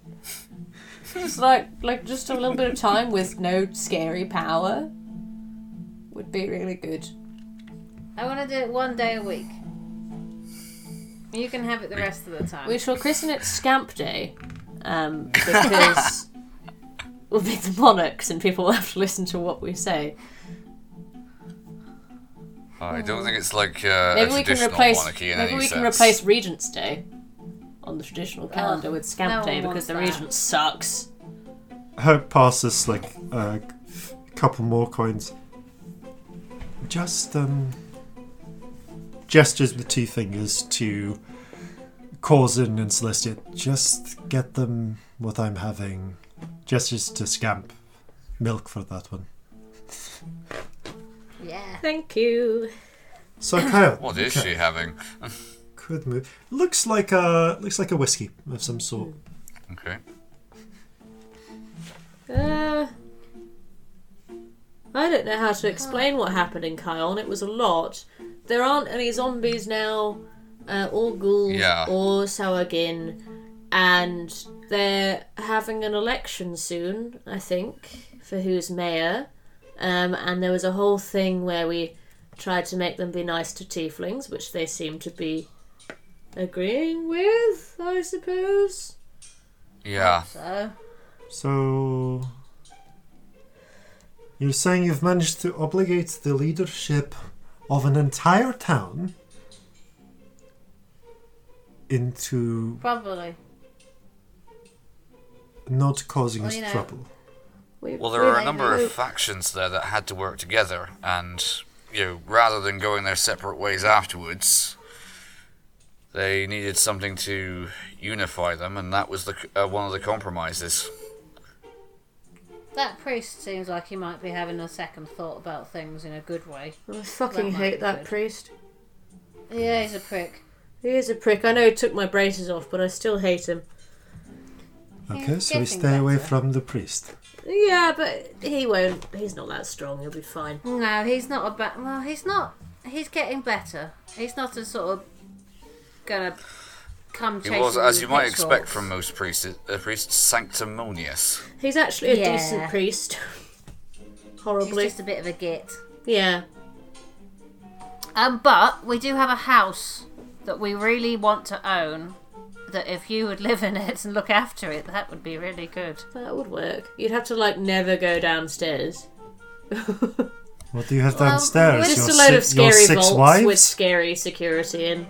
It's like like just a little bit of time with no scary power would be really good. I want to do it one day a week. You can have it the rest of the time. We shall christen it Scamp Day, um, <laughs> because we'll be the monarchs and people will have to listen to what we say. I don't think it's like uh, maybe a we can traditional replace monarchy in maybe any we can sense. replace Regent's Day on the traditional calendar with Oh, no Scamp Day one because wants the that. Regent sucks. Hope passes like a couple more coins. Just um, gestures with two fingers to Corzin and Celestia. Just get them what I'm having. Gestures to Scamp. Milk for that one. Yeah. Thank you. So Kyle, What is okay. she having? Could move. Looks like a looks like a whiskey of some sort. okay. Uh, I don't know how to explain what happened in Kion. It was a lot. There aren't any zombies now, uh, or ghouls, Yeah. or Sourgin, and they're having an election soon, I think, for who's mayor. Um, and there was a whole thing where we tried to make them be nice to tieflings, which they seem to be agreeing with, I suppose. Yeah. So, So you're saying you've managed to obligate the leadership of an entire town into probably. not causing us Well, you know. trouble. Well, there are a number of factions there that had to work together, and you know, rather than going their separate ways afterwards, they needed something to unify them, and that was the c- uh, one of the compromises. That priest seems like he might be having a second thought about things in a good way. I fucking might be hate that good. priest. Yeah, he's a prick. He is a prick. I know he took my braces off, but I still hate him. Okay, so we getting stay away from the priest. Yeah, but he won't. He's not that strong. He'll be fine. No, he's not a bad. Well, he's not. He's getting better. He's not a sort of gonna come He chasing was, as you might pitchforks. expect from most priests, a priest sanctimonious. He's actually a Yeah. decent priest. <laughs> Horribly. He's just a bit of a git. Yeah. Um, but we do have a house that we really want to own. That if you would live in it and look after it, that would be really good. That would work. You'd have to like never go downstairs. <laughs> What do you have downstairs? just your a load si- of scary your six vaults wives with scary security in.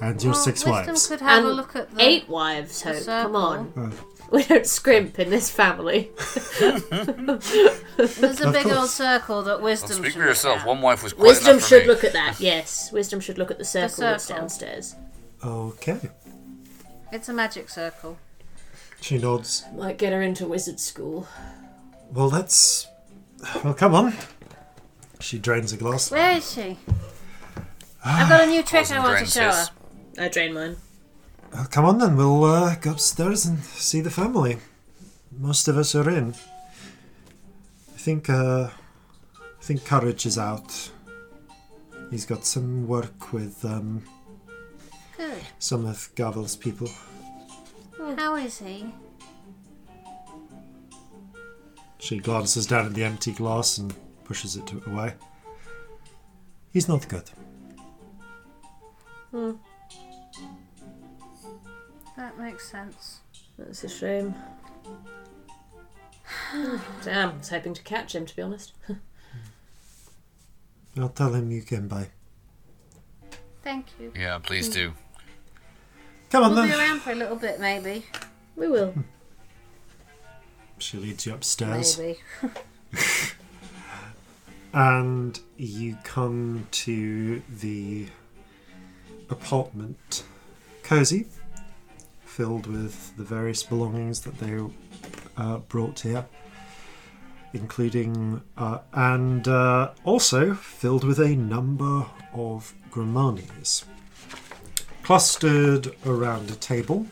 and your six wives. could have and a look at the- eight wives. Hope. Come on, Oh. <laughs> we don't scrimp in this family. There's a Of big old course. circle that Well, wisdom speak should for yourself. One wife was quite Wisdom enough for should me. look at <laughs> that. Yes, wisdom should look at the circle, that's circle. downstairs. Okay. It's a magic circle. She nods. Might get her into wizard school. Well, let's. Well, come on. She drains a glass. Where is she? I've got a new trick I want to drains show her. his. I drain mine. Uh, come on then, we'll uh, go upstairs and see the family. Most of us are in. I think, uh, I think Courage is out. He's got some work with um, Good. some of Gavel's people. How is he? She glances down at the empty glass and pushes it to- away. He's not good. Hmm, That makes sense. that's a shame. <sighs> Damn, I was hoping to catch him, to be honest. <laughs> I'll tell him you came by. Thank you. Yeah, please do. <laughs> Come on we'll then. be around for a little bit, maybe. We will. She leads you upstairs. Maybe. and you come to the apartment cozy filled with the various belongings that they uh, brought here including uh, and uh, also filled with a number of grimanis clustered around a table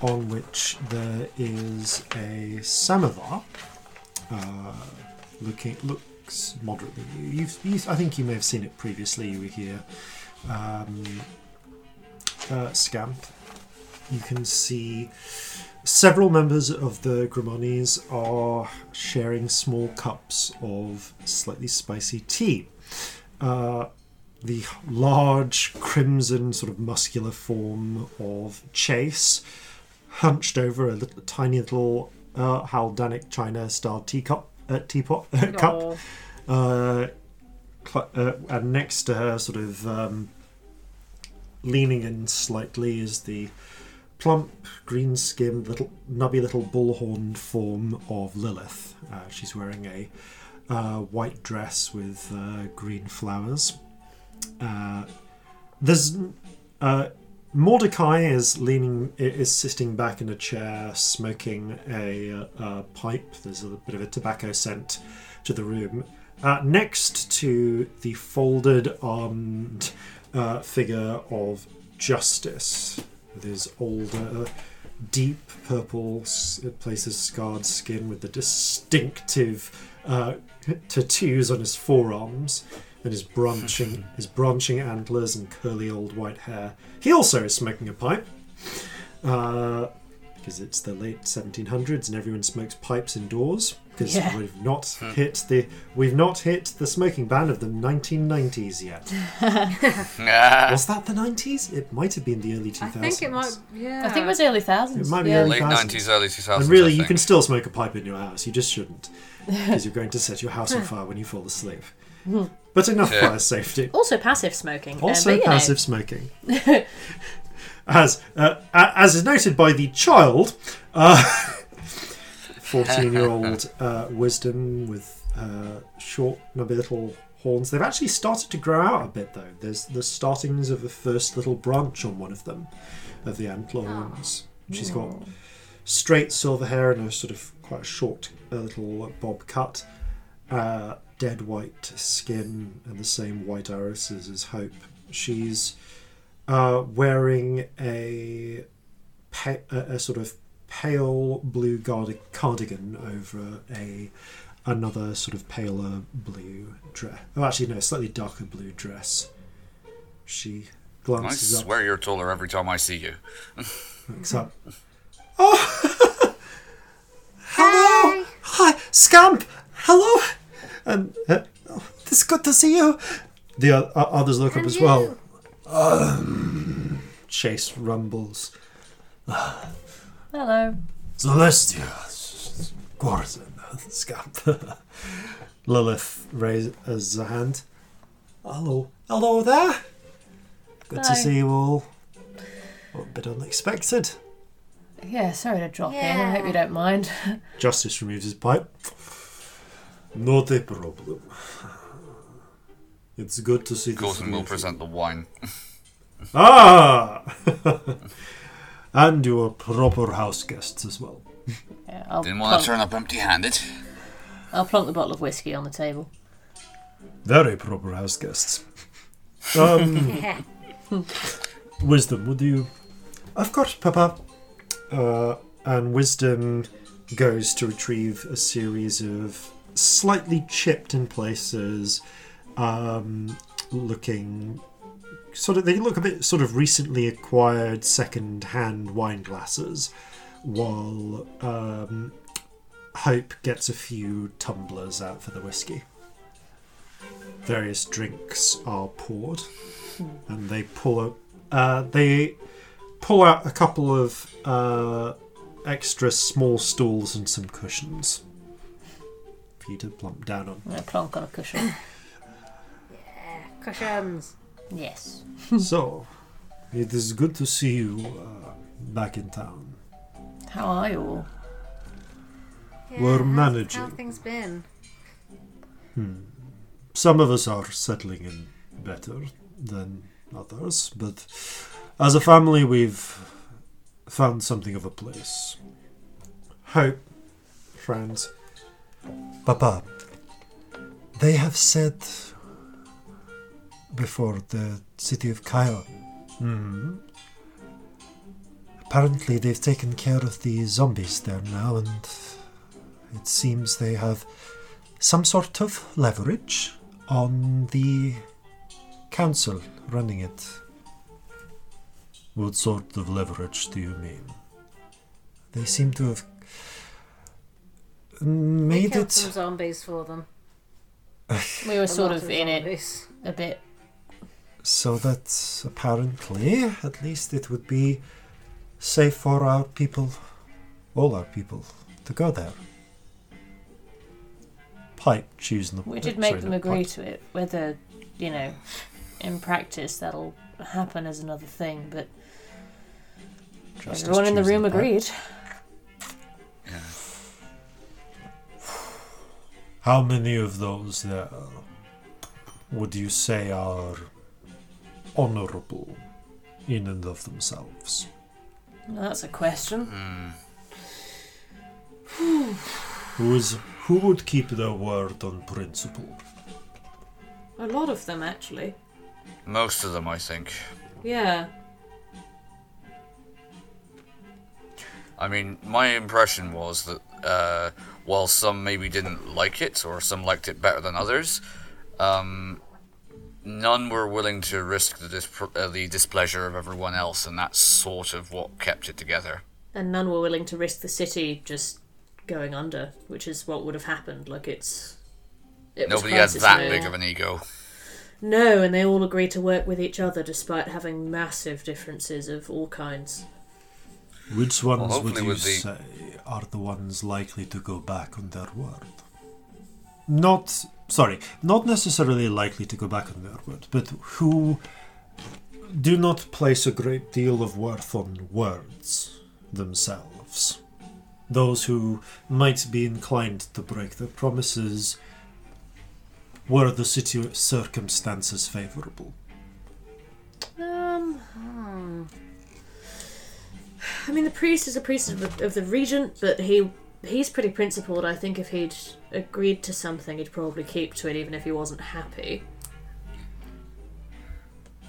on which there is a samovar uh, looking looks moderately new. You've, you I think you may have seen it previously. You were here, um, uh, Scamp. You can see several members of the Grimonis are sharing small cups of slightly spicy tea. Uh, the large crimson sort of muscular form of Chase, hunched over a little tiny little uh, Haldanic China style teacup uh, teapot <laughs> cup, uh, cl- uh, and next to her, sort of um, leaning in slightly, is the plump, green-skinned, little nubby little bullhorn form of Lilith. Uh, she's wearing a uh, white dress with uh, green flowers. Uh, there's uh, Mordecai is leaning i- is sitting back in a chair, smoking a, uh pipe. There's a bit of a tobacco scent to the room. Uh, next to the folded armed uh, figure of Justice, with his older, deep purple, s- it places scarred skin with the distinctive uh, tattoos on his forearms and his branching his branching antlers and curly old white hair. He also is smoking a pipe. Uh, because it's the late 1700s and everyone smokes pipes indoors. Because Yeah. we've not hit the we've not hit the smoking ban of the 1990s yet. Was that the 90s? It might have been the early 2000s. I think it might. Yeah. I think it was early thousands. It might be yeah. early Late 2000s. 90s, early 2000s, And really, I you think. can still smoke a pipe in your house. You just shouldn't, because you're going to set your house on fire when you fall asleep. Hmm. But enough Yeah. fire safety. Also passive smoking. uh, Also, but, you know, passive smoking. <laughs> as uh, a- as is noted by the child, uh, <laughs> fourteen-year-old uh, wisdom with uh, short, nubby little horns. They've actually started to grow out a bit, though. There's the startings of the first little branch on one of them, of the Ah, antlorns. She's oh. got straight silver hair and a sort of quite a short uh, little bob cut. Uh, dead white skin and the same white irises as Hope. She's uh, wearing a, pa- a a sort of pale blue gardi- cardigan over a another sort of paler blue dress. Oh, actually, no, slightly darker blue dress. She I glances up, swear you're taller every time I see you. looks up. Oh, <laughs> Hello! Hi, Scamp! Hello! And uh, oh, it's good to see you. The o- o- others look up as well. Um, Chase rumbles. Hello. Celestia, Gordon, Scamp. <laughs> Lilith raises a hand. Hello. Hello there. Good Hi. to see you all. A bit unexpected. Yeah, sorry to drop in. Yeah. I hope you don't mind. <laughs> Justice removes his pipe. Not a problem. It's good to see the Gordon will present the wine. Ah! <laughs> and you are proper house guests as well. Yeah, I'll Didn't want plonk- to turn up empty-handed. I'll plonk the bottle of whiskey on the table. Very proper house guests. Um, wisdom, would you? Of course, Papa. Uh, and Wisdom goes to retrieve a series of slightly chipped in places, um, looking sort of they look a bit sort of recently acquired second-hand wine glasses, while um, Hope gets a few tumblers out for the whiskey. Various drinks are poured, and they pull out. Uh, they pull out a couple of uh, extra small stools and some cushions for you to plump down on. Yeah, plonk on <laughs> a cushion. Cushions. Yes. so, it is good to see you uh, back in town. How are you all? We're how's- managing. How things been? Hmm. Some of us are settling in better than others, but as a family, we've found something of a place. Hope, friends, Papa, They have said before the city of Cairo. Mm-hmm. Mhm. Apparently, they've taken care of the zombies there now, and it seems they have some sort of leverage on the council running it. What sort of leverage do you mean? They seem to have We made killed it. some zombies for them. We were sort lot of of in it a bit. So that apparently, at least it would be safe for our people, all our people, to go there. Pipe choosing the. We did Oh, make sorry, them not agree pipe. to it. Whether, you know, in practice that'll happen is another thing, but Justice everyone in the choosing room the pipe. agreed. How many of those there would you say are honourable in and of themselves? That's a question. Who is who would keep their word on principle? A lot of them, actually. Most of them, I think. Yeah. I mean, my impression was that uh, while some maybe didn't like it, or some liked it better than others, um, none were willing to risk the, dispr uh, the displeasure of everyone else, and that's sort of what kept it together. And none were willing to risk the city just going under, which is what would have happened. Like, it's. It was Nobody had crisis that mode. big of an ego. No, and they all agree to work with each other despite having massive differences of all kinds. Which ones would hopefully you with the- say are the ones likely to go back on their word? Not sorry, not necessarily likely to go back on their word, but who do not place a great deal of worth on words themselves. Those who might be inclined to break their promises were the situ- circumstances favourable. Um. I mean, the priest is a priest of the, of the regent, but he he's pretty principled. I think if he'd agreed to something, he'd probably keep to it, even if he wasn't happy.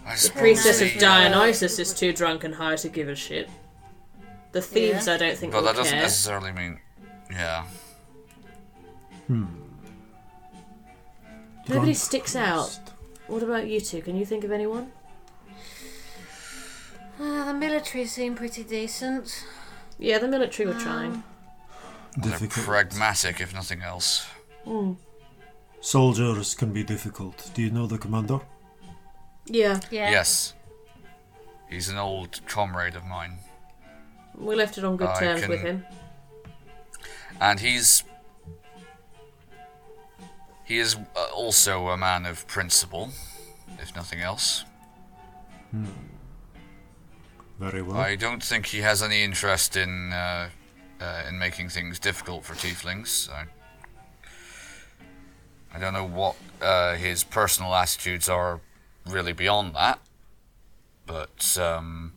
I The suppose priestess the- of Dionysus is too drunk and high to give a shit. The thieves, I don't think, But will that doesn't care. necessarily mean. Yeah. Nobody Drunk sticks out. What about you two? Can you think of anyone? Uh, the military seem pretty decent. Yeah, the military were trying. They're pragmatic, if nothing else. Soldiers can be difficult. Do you know the commander? Yeah. Yeah. Yes. He's an old comrade of mine. We left it on good I terms can- with him. and he's he is uh, also a man of principle, if nothing else. Hmm. Very well. I don't think he has any interest in uh, uh, in making things difficult for tieflings. I, I don't know what uh, his personal attitudes are really beyond that, but um,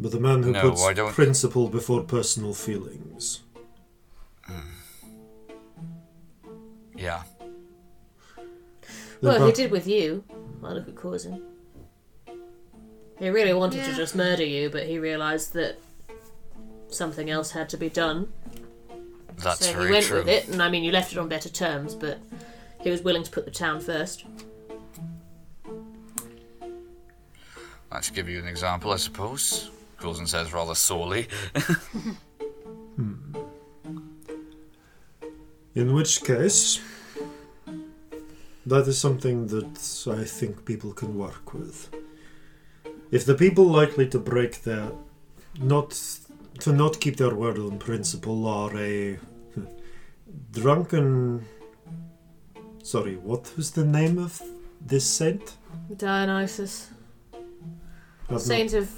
But the man who No, I don't- puts principle before personal feelings. yeah. Well, he but- did with you. I look at Corzin. He really wanted to Yeah. just murder you, but he realised that something else had to be done. That's so very he went true. with it, and I mean, you left it on better terms, but he was willing to put the town first. Let's give you an example, I suppose. Coulson says rather sorely. In which case, that is something that I think people can work with. If the people likely to break their, not to not keep their word on principle are a <laughs> drunken. Sorry, what was the name of this saint? Dionysus, I've not- saint of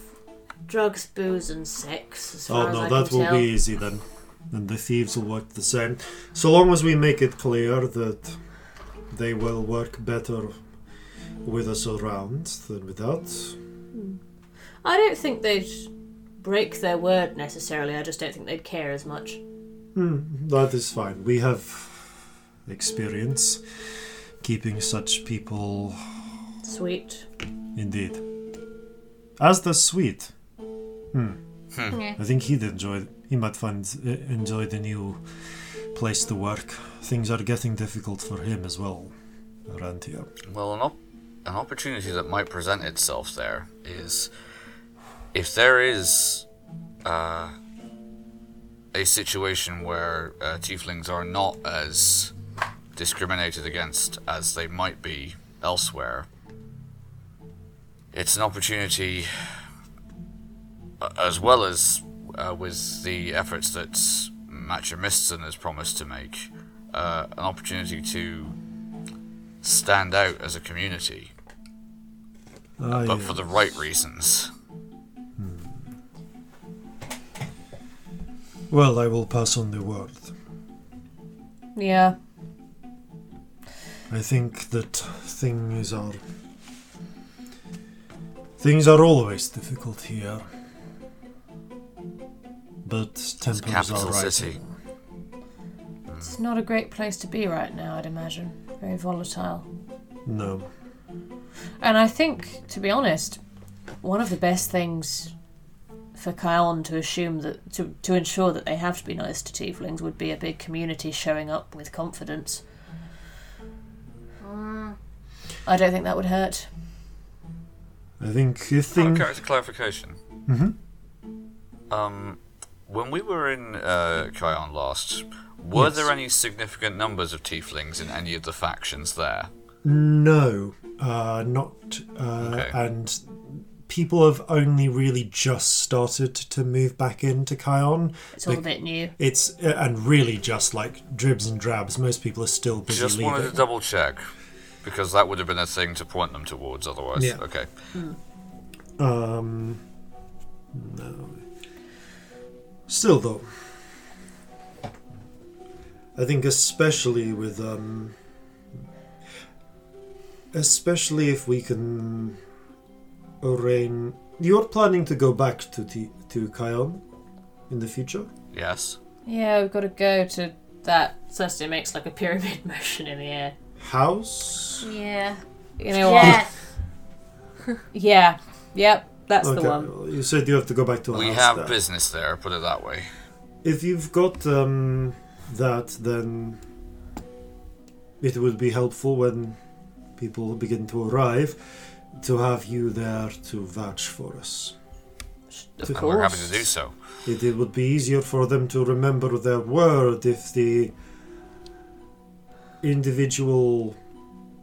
drugs, booze, and sex. As Oh far no, as I that can will tell. be easy then. And the thieves will work the same. So long as we make it clear that they will work better with us around than without. I don't think they'd break their word necessarily. I just don't think they'd care as much. Hmm, that is fine. We have experience keeping such people Sweet. indeed. As the sweet. Hmm. Hmm. Yeah. I think he'd enjoy he might find uh, enjoy the new place to work. Things are getting difficult for him as well around here. Well, an, op- an opportunity that might present itself there is if there is uh, a situation where uh, tieflings are not as discriminated against as they might be elsewhere, it's an opportunity, uh, as well as uh, with the efforts that Matcher Miston has promised to make, uh, an opportunity to stand out as a community, Ah, but yes. for the right reasons. Well, I will pass on the word. Yeah. I think that things are things are always difficult here, but tempers Capital are rising. city. It's not a great place to be right now, I'd imagine. Very volatile. No, And I think, to be honest, one of the best things for Kion to assume that to, to ensure that they have to be nice to tieflings would be a big community showing up with confidence. I don't think that would hurt. I think if things. Character clarification. Mhm. Mm-hmm. Um, when we were in uh, Kion last, were Yes. there any significant numbers of tieflings in any of the factions there? No, uh, not. Uh, And people have only really just started to move back into Kion. It's all a bit new. It's uh, and really just like dribs and drabs. Most people are still busy Just leaving. wanted to double check, because that would have been a thing to point them towards otherwise. Yeah. Okay. Um, no. Still, though, I think especially with um, especially if we can arrange. You're planning to go back to T- to Kion in the future. Yes. Yeah, we've got to go to that. Celestia makes like a pyramid <laughs> motion in the air. House. Yeah. You know what? yeah. Yep. That's the one. well, You said you have to go back to. a We house have there. business there, put it that way. If you've got um, that, then it would be helpful when people begin to arrive to have you there to vouch for us. Of course. We're happy to do so. It, it would be easier for them to remember their word if the individual.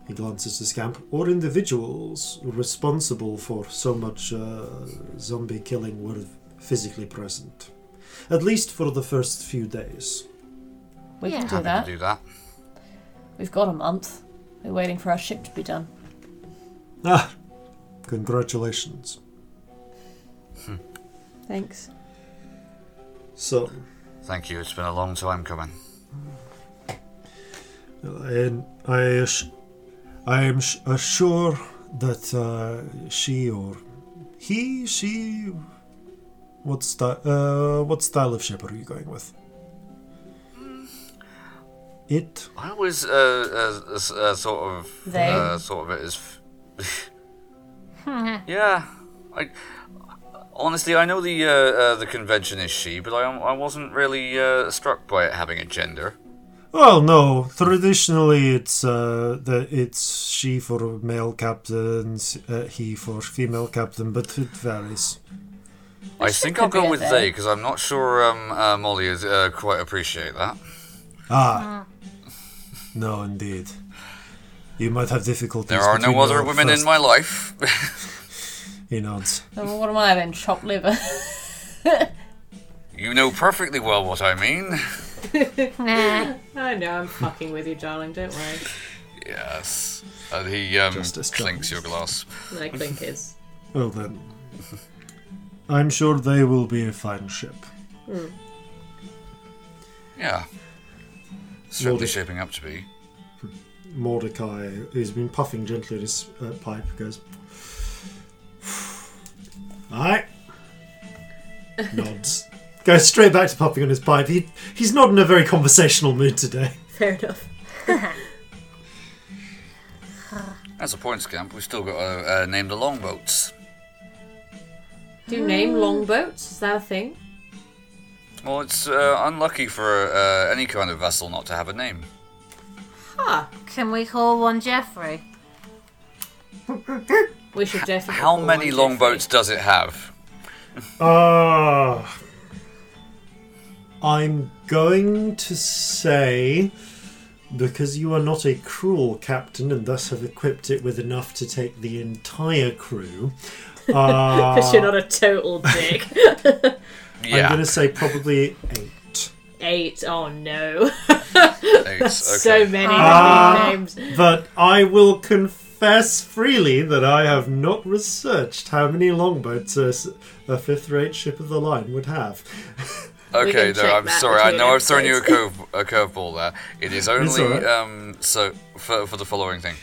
He glances to Scamp, or individuals responsible for so much uh, zombie killing were physically present. At least for the first few days. We Yeah. can do Happy to that. do that. We've got a month. We're waiting for our ship to be done. Ah, congratulations. Thanks. So, Thank you. It's been a long time coming. and I, ass- I am s- assured that uh, she or he, she, what style, uh, what style of ship are you going with? It. I always uh, uh, s- uh, sort of They. uh, sort of it as. <laughs> F- <laughs> yeah, I honestly I know the uh, uh, the convention is she, but I I wasn't really uh, struck by it having a gender. Well, no. Traditionally, it's uh, the it's she for male captains, uh, he for female captain, but it varies. I think could I'll be go a with they. they because I'm not sure um, uh, Molly is uh, quite appreciate that. Ah, no, indeed. You might have difficulties. There are no between other your women in first- my life. <laughs> He nods. Oh, Well, what am I then? <laughs> Chopped liver. you know perfectly well what I mean. I know, I'm fucking with you, darling, don't worry. Yes, and he um, clinks your glass. I clink his. <laughs> Well then, I'm sure they will be a fine ship. Mm. Yeah, certainly shaping up to be. Mordecai, who's been puffing gently at his uh, pipe, goes. Aye. Nods. goes straight back to puffing on his pipe. He he's not in a very conversational mood today. Fair enough. That's a point, Scamp. We've still got uh, uh, named the longboats. Do you name longboats? Is that a thing? Well, it's uh, unlucky for uh, any kind of vessel not to have a name. Can we call one Jeffrey? we should definitely. How many longboats does it have? Ah. I'm going to say, because you are not a cruel captain and thus have equipped it with enough to take the entire crew. Uh, Because you're not a total <laughs> dick. I'm going to say probably eight. Eight. Oh no. <laughs> okay. So many Ah, names. But I will confess freely that I have not researched how many longboats a, s- a fifth-rate ship of the line would have. <laughs> Okay, no, check I'm that sorry. I between know I've thrown you a episodes. curve a curveball there. It is It's only alright. um so for for the following thing.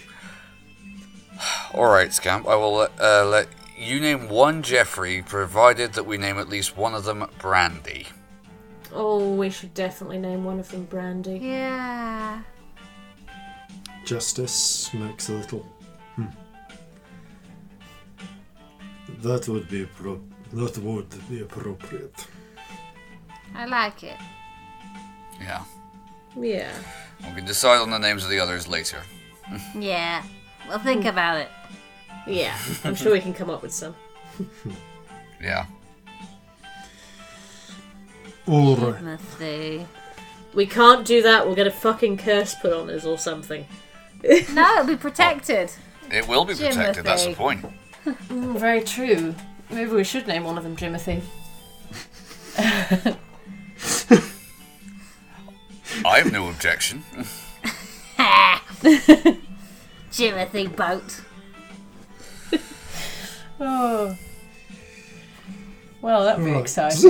<sighs> All right, Scamp. I will let, uh, let you name one Jeffrey, provided that we name at least one of them Brandy. Oh, we should definitely name one of them Brandy. Yeah. Justice smokes a little. Hmm. That would be appro- that would be appropriate. I like it. Yeah, Yeah. we can decide on the names of the others later. Yeah. Well, think about it. Yeah. I'm sure we can come up with some. Yeah. All Timothy. We can't do that. We'll get a fucking curse put on us or something. No, it'll be protected. It will be protected. That's the Jimothy. point. Mm, very true. Maybe we should name one of them Jimothy. I have no objection. <laughs> Timothy Boat. Oh. Well, that would be Right. exciting.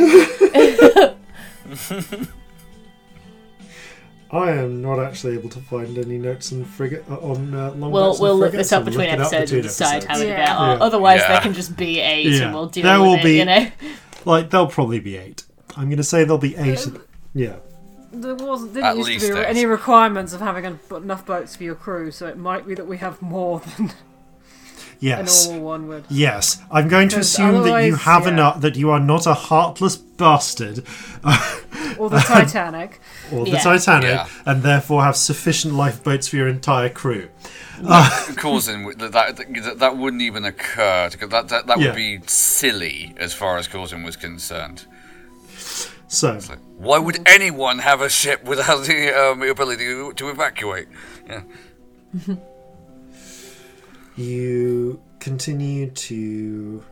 I am not actually able to find any notes on frigate uh, on uh, long. We'll, we'll look this up between episodes and decide how many there are. Otherwise, they there can just be eight and we'll deal there with will it, be, you <laughs> know? Like there'll probably be eight. I'm going to say there'll be eight. Yeah. There was, didn't At used least to be eight. any requirements of having en- enough boats for your crew, so it might be that we have more <laughs> than Yes. a normal one would. Yes, I'm going to Because assume that you otherwise, have yeah. enough. That you are not a heartless bastard, Or <laughs> the Titanic. or the Titanic, and therefore have sufficient lifeboats for your entire crew. Uh, causing that, that that wouldn't even occur. Because that that, that Yeah. would be silly as far as causing was concerned. so, Why would anyone have a ship without the um, ability to, to evacuate? Yeah. you continue to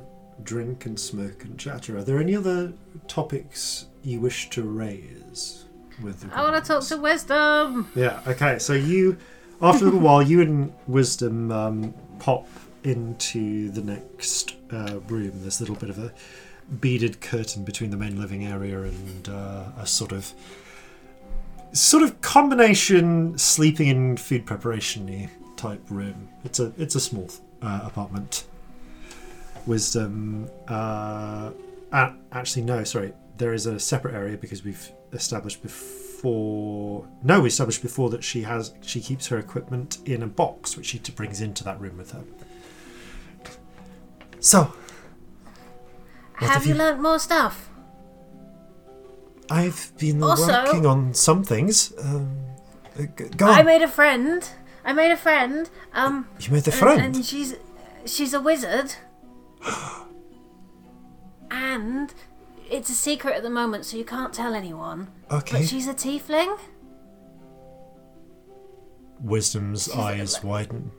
drink and smoke and chatter. Are there any other topics you wish to raise with the I want to talk to Wisdom. Yeah, okay. So you, after a little while, you and Wisdom um, pop into the next uh, room. There's a little bit of a beaded curtain between the main living area and uh, a sort of sort of combination sleeping and food preparation type room. It's a it's a small uh, apartment. Wisdom. Uh, a- actually, no. Sorry, there is a separate area because we've established before. No, we established before that she has she keeps her equipment in a box, which she t- brings into that room with her. So, What have have you you- learnt more stuff? I've been Also- working on some things. Um, uh, g- go on. I made a friend. I made a friend. Um. You made a and- friend? and she's she's a <gasps> wizard. and it's a secret at the moment, so you can't tell anyone. Okay. But she's a tiefling. Wisdom's eyes widen.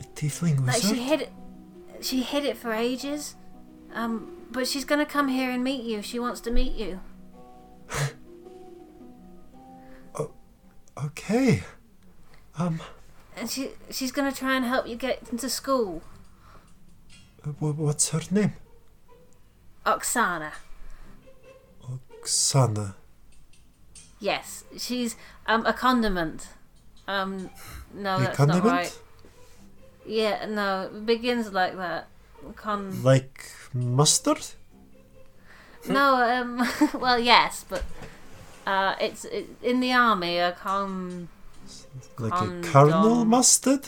A tiefling Like wizard. she hid it. She hid it for ages. Um. But she's gonna come here and meet you. She wants to meet you. Okay. Um. And she she's gonna try and help you get into school. wh- What's her name? Oksana. Oksana. Yes, she's um, a condiment. Um, no, A that's condiment? not right. Yeah, no, it begins like that. Con. Like mustard? no, um, <laughs> well, yes, but uh, it's it, in the army. A con. Like Condom. a kernel <laughs> mustard?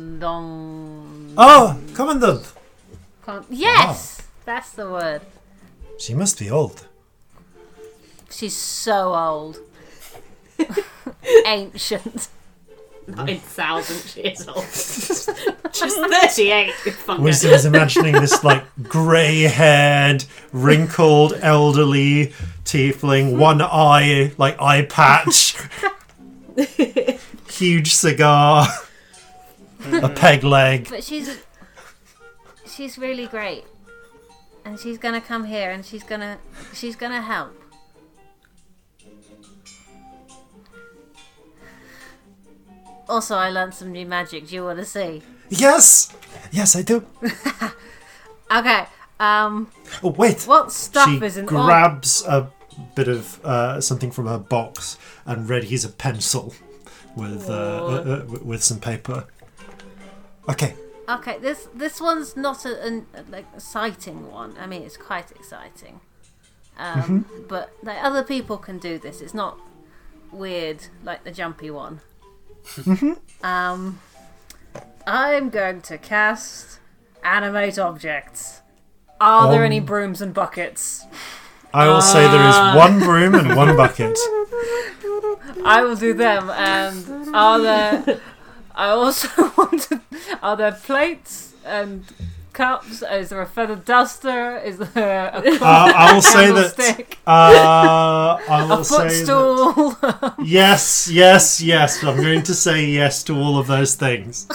Commandant. Oh, commandant! Con- yes, that's the word. She must be old. She's so <laughs> old. Ancient. 9,000 years old. She's 38. you fucker. Wisdom is imagining this like grey-haired, wrinkled, elderly Hmm. tiefling, one eye, like eye <laughs> patch, huge cigar, a Hmm. peg leg. But she's she's really great, and she's gonna come here, and she's gonna she's gonna help. Also, I learned some new magic. Do you want to see? Yes, yes, I do. Okay. Um. Oh wait, What stuff she is in oh, all- grabs a bit of uh, something from her box and readies a pencil with uh, uh, uh, w- with some paper. Okay, Okay. This this one's not a, an like exciting one. I mean, it's quite exciting. Um, But like, other people can do this. It's not weird like the jumpy one. Um, I'm going to cast animate objects. Are there Um, any brooms and buckets? I will say there Ah. is one broom and one <laughs> bucket. I will do them. And are there? I also <laughs> want to. Are there plates and cups? Is there a feather duster? Is there <laughs> a Uh, <laughs> I will say that. candlestick? Uh, I will a say that- footstool. <laughs> yes, yes, yes. I'm going to say yes to all of those things.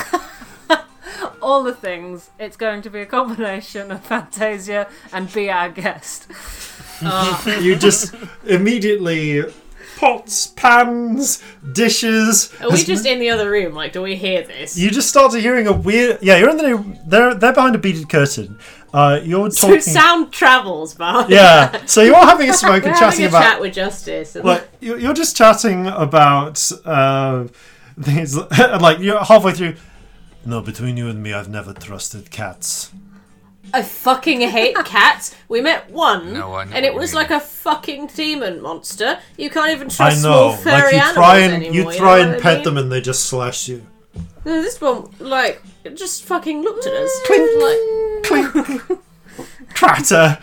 all the things. It's going to be a combination of Fantasia and be our guest. Uh, you just immediately pots, pans, dishes. Are we just in the other room? Like, do we hear <laughs> this? You just started hearing a weird. Yeah, you're in the. new- They're they're behind a beaded curtain. Uh, you're So talking. sound travels, but Yeah, so you're having a smoke and We're chatting having a about- chat with justice. And Look, you- you're just chatting about uh, things, <laughs> and like you're halfway through. No, between you and me, I've never trusted cats. I fucking hate cats. We met one, No, I know and what it you was mean. like a fucking demon monster. You can't even I trust small know. furry Like you animals try and anymore. you know try what and I pet mean? them, and they just slash you. No, this one, like, it just fucking looked at us. Clink, clink. Cratter!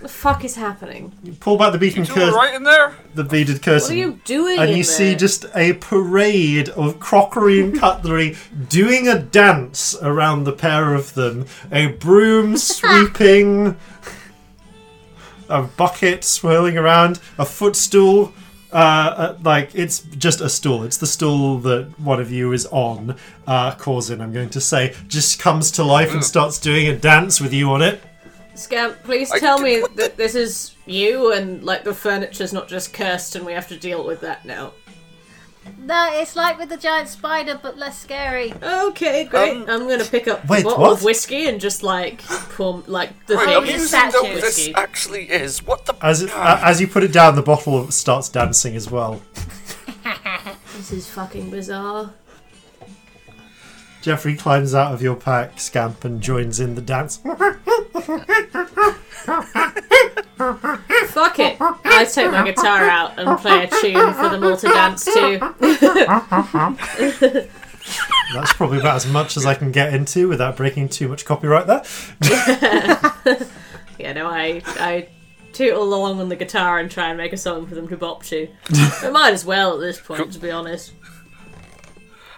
The fuck is happening? Pull back the beaten You two curtain. alright in there? The beaded curtain. What are you doing And in you see there? just a parade of crockery and cutlery doing a dance around the pair of them. A broom sweeping, a bucket swirling around, a footstool. Uh, uh, like it's just a stool. It's the stool that one of you is on. Uh, Causin, I'm going to say, just comes to life and starts doing a dance with you on it. Scamp, please I tell me that this is you and like the furniture's not just cursed and we have to deal with that now. No, it's like with the giant spider, but less scary. Okay, great. I'm gonna pick up wait, a bottle what? of whiskey and just like pour like the Wait, thing I'm is using statue what this whiskey. actually is. What the? As it, uh, a- as you put it down, the bottle starts dancing as well. <laughs> This is fucking bizarre. Jeffrey climbs out of your pack, scamp, and joins in the dance. Fuck it. I take my guitar out and play a tune for them all to dance to. That's probably about as much as I can get into without breaking too much copyright there. Yeah, no, I I tootle along on the guitar and try and make a song for them to bop to. I might as well at this point, to be honest.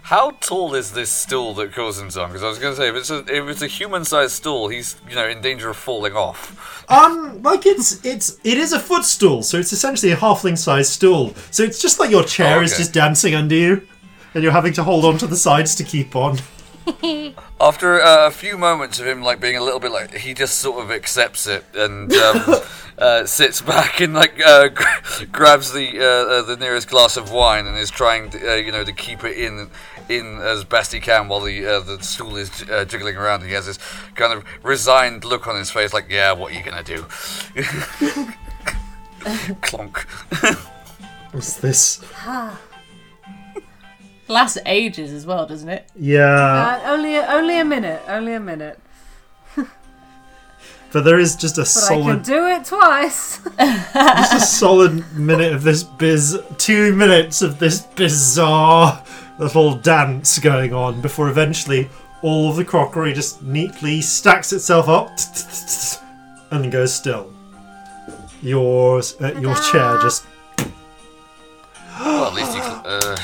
How tall is this stool that Cousin's on? Because I was going to say, if it's a if it's a human-sized stool, he's you know in danger of falling off. Um, like it's it's it is a footstool, so it's essentially a halfling-sized stool. So it's just like your chair is just dancing under you, and you're having to hold on to the sides to keep on. After uh, a few moments of him like being a little bit like he just sort of accepts it and um, uh, sits back and like uh, gr- grabs the uh, uh, the nearest glass of wine and is trying to, uh, you know to keep it in in as best he can while the uh, the stool is uh, jiggling around. He has this kind of resigned look on his face, like yeah, what are you gonna do? <laughs> Clonk. <laughs> What's this? Lasts ages as well, doesn't it? Yeah, Uh, only, only a minute. Only a minute. but there is just a But I can solid, do it <laughs> twice. just a solid minute of this biz, two minutes of this bizarre little dance going on before eventually all of the crockery just neatly stacks itself up and goes still. Your uh, your chair just well, at least he. Cl- uh...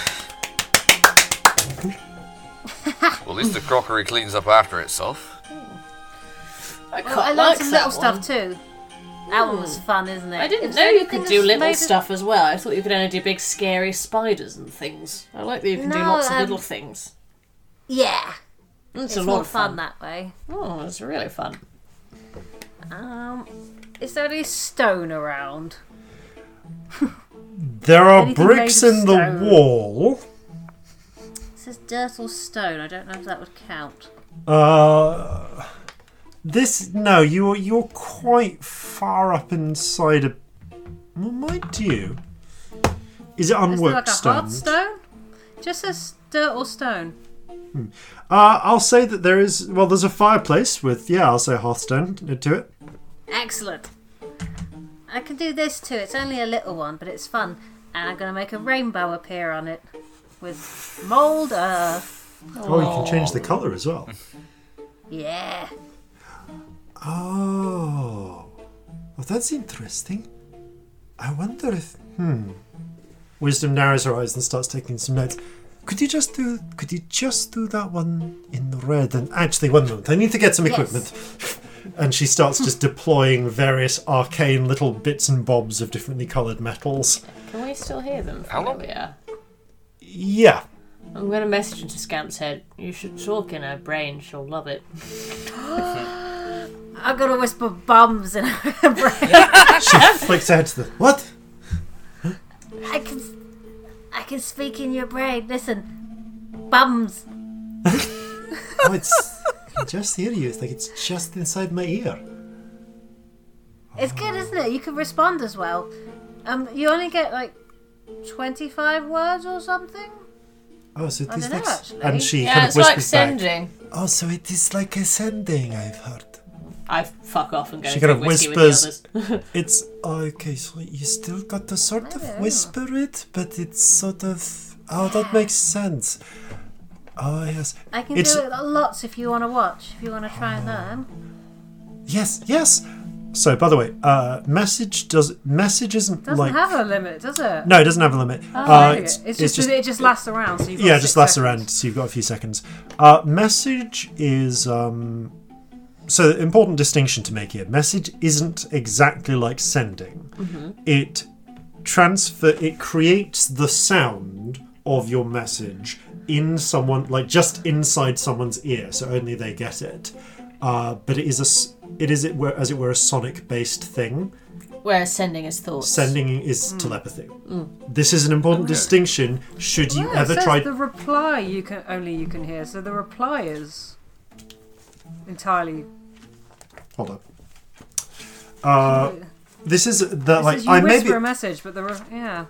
Well, at least the crockery cleans up after itself. I, quite well, I like learned some that little one. stuff too. That one was fun, isn't it? I didn't Is know there you anything could do that's little made of- stuff as well. I thought you could only do big, scary spiders and things. I like that you can do No, lots of um, little things. Yeah. It's It's, a lot more of fun. fun. that way. Oh, it's really fun. Um, is there any stone around? there are Anything bricks made of in the stone. wall. It says dirt or stone. I don't know if that would count. Uh, this no, you're you're quite far up inside a. Well, might you? Is it Is there unworked like a stone? hard stone? Just says dirt or stone. Uh, I'll say that there is. Well, there's a fireplace with yeah. I'll say hearthstone to it. Excellent. I can do this too. It's only a little one, but it's fun. And I'm going to make a rainbow appear on it with mould earth. Oh, you can change the color as <laughs> well. Yeah. Oh. Well, that's interesting. I wonder if. Hmm. Wisdom narrows her eyes and starts taking some notes. Could you just do? Could you just do that one in red? And actually, one moment. I need to get some Yes. equipment. <laughs> And she starts just deploying various arcane little bits and bobs of differently coloured metals. Can we still hear them? From Hello? where we are? Yeah. I'm going to message into Scamp's head. You should talk in her brain. She'll love it. I've got to whisper bums in her brain. <laughs> She flicks her head to the. What? I can, I can speak in your brain. Listen, bums. Oh, it's. I can just hear you. It's like it's just inside my ear. It's good, isn't it? You can respond as well. Um, you only get like twenty-five words or something. Oh, so it I is don't know, like. s- actually. and she Yeah, kind it's of like whispers sending. back. Oh, so it is like a sending. I've heard. I fuck off and go She drink kind of whiskey with the whispers. <laughs> others. it's oh, okay. So you still got to sort of whisper it, but it's sort of. Oh, that makes sense. Oh yes. I can It's- do it lots if you want to watch, if you want to try and learn. Yes, yes. So, by the way, uh, message does message isn't Doesn't like have a limit, does it? no, it doesn't have a limit. Oh, Uh, okay. it's, just, that it just lasts around. So you've got yeah, it six just lasts seconds. around. So you've got a few seconds. Uh, message is um, so important distinction to make here. Message isn't exactly like sending. Mm-hmm. Mhm. It transfer. It creates the sound of your message in someone like just inside someone's ear, so only they get it. Uh, but it is a s- it is it were as it were a sonic based thing. Whereas sending is thoughts. Sending is telepathy. Mm. This is an important distinction. Should you Yeah, it ever says try the reply you can only you can hear. So the reply is entirely Hold up. Uh, this is the It like says you I may whisper be a message, but the re- yeah.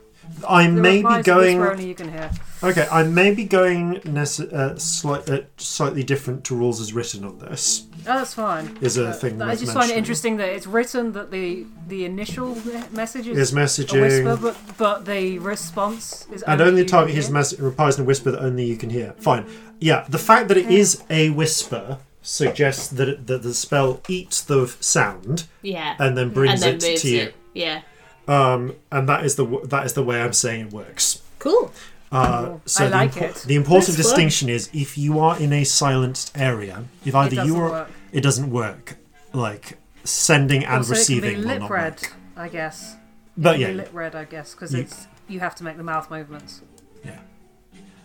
I The may be replies are going. whisper only you can hear. Okay, I may be going nece- uh, sli- uh, slightly different to rules as written on this. Oh, that's fine. Is a But thing I worth just find it mentioning. interesting that it's written that the the initial me- message is Is a messaging. whisper, but but the response is And only only you target can his hear. mess- replies in a whisper that only you can hear. Fine. Yeah, the fact that it Yeah. is a whisper suggests that, it, that the spell eats the f- sound. Yeah. And then brings then it to moves you. Yeah. Um, and that is the w- that is the way I'm saying it works. Cool. Uh, Cool. so I the, like impor- it. the important That's fun. distinction is if you are in a silenced area, if either you doesn't are, work. it doesn't work. Like sending and Also, receiving it can be will lip not read, work. I guess. It But can be yeah. lip read, I guess, because You- it's you have to make the mouth movements.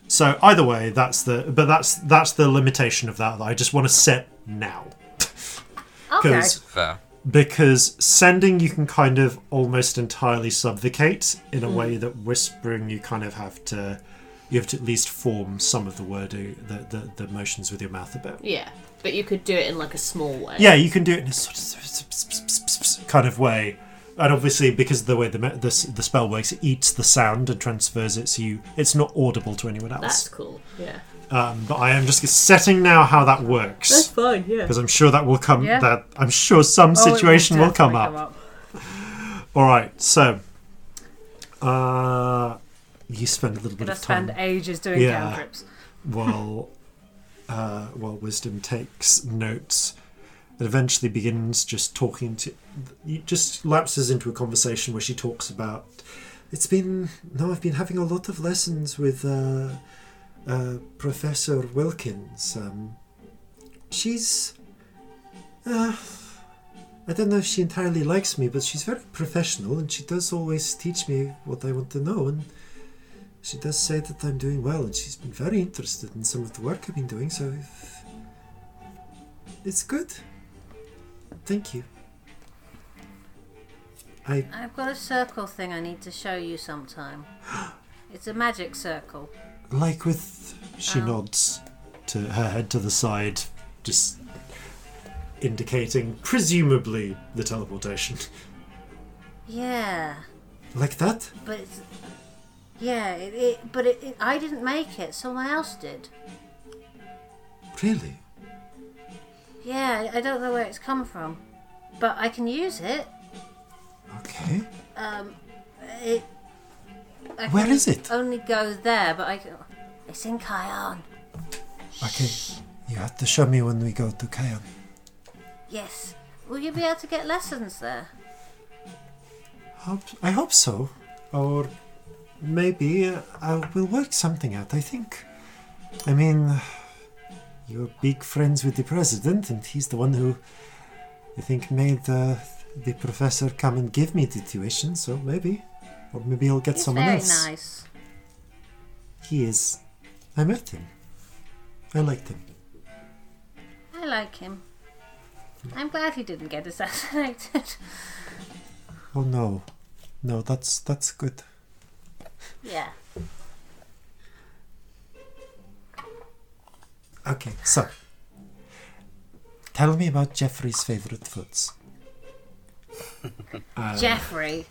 So either way, that's the but that's that's the limitation of that. that I just want to set now. <laughs> Okay. Fair. Because sending you can kind of almost entirely subvocate in a Hmm. Mm. way that whispering you kind of have to you have to at least form some of the wording the, the, the motions with your mouth a bit. Yeah. But you could do it in like a small way. Yeah, you can do it in a sort of kind of way, and obviously because of the way the me- the, s- the spell works, it eats the sound and transfers it, so you it's not audible to anyone else. That's cool. Yeah. Um, but I am just setting now how that works. That's fine, yeah. Because I'm sure that will come. Yeah. That I'm sure some Oh, it will situation will, come up. definitely All right, so uh, you spend a little bit Gonna of time. spend ages doing cantrips. while uh, while wisdom takes notes, and eventually begins just talking to. It just lapses into a conversation where she talks about. It's been now. I've been having a lot of lessons with uh, uh, Professor Wilkins. Um, she's. Uh, I don't know if she entirely likes me, but she's very professional and she does always teach me what I want to know. And she does say that I'm doing well, and she's been very interested in some of the work I've been doing, so if- it's good. Thank you. I. I've got a circle thing I need to show you <gasps> sometime. It's a magic circle. Like with. She nods to her head to the side, just indicating, presumably, the teleportation. <laughs> Yeah, Like that? but it's yeah, it, it, but it, it, I didn't make it. Someone else did. Really? Yeah, I I don't know where it's come from, but I can use it. Okay. Um, it. I Where can is it? Only go there, but I can. It's in Kion. Okay. You have to show me when we go to Kayan. Yes. Will you be able to get lessons there? Hope, I hope so. Or maybe uh, I will work something out, I think. I mean, you're big friends with the president, and he's the one who, I think, made uh, the professor come and give me the tuition, so maybe. Or maybe I'll get He's someone very else. nice. He is. I met him. I liked him. I like him. I'm glad he didn't get <laughs> assassinated. Oh no. No, that's that's good. yeah. Okay, so. Tell me about Jeffrey's favorite foods. Uh, Jeffrey.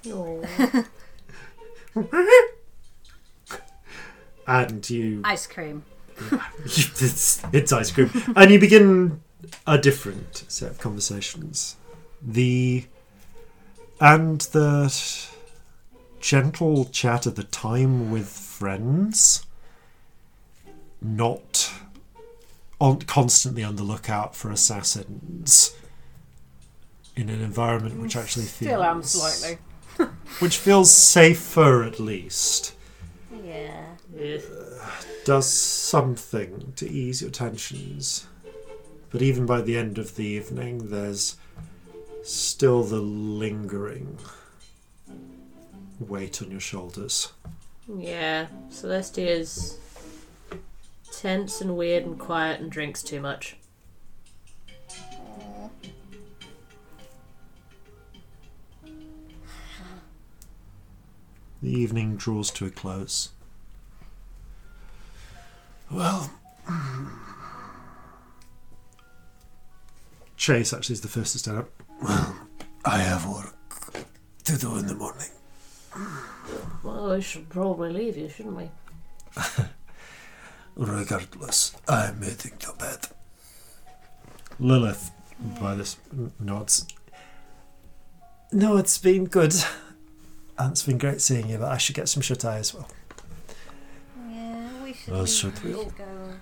and you, Ice cream. <laughs> it's, it's ice cream, and you begin a different set of conversations. The and the gentle chat of the time with friends not on, constantly on the lookout for assassins in an environment which actually feels Mm, Still am slightly. which feels safer at least Yeah. does something to ease your tensions. But even by the end of the evening, there's still the lingering weight on your shoulders. Yeah, Celeste is tense and weird and quiet and drinks too much. The evening draws to a close. Well, <sighs> Chase actually is the first to stand up. Well, I have work to do in the morning. Well, we should probably leave you, shouldn't we? Regardless, I'm heading to bed. Lilith, by this, nods. No, it's been good. And it's been great seeing you, but I should get some shut eye as well. Yeah, we should. Uh, leave. should we? should go.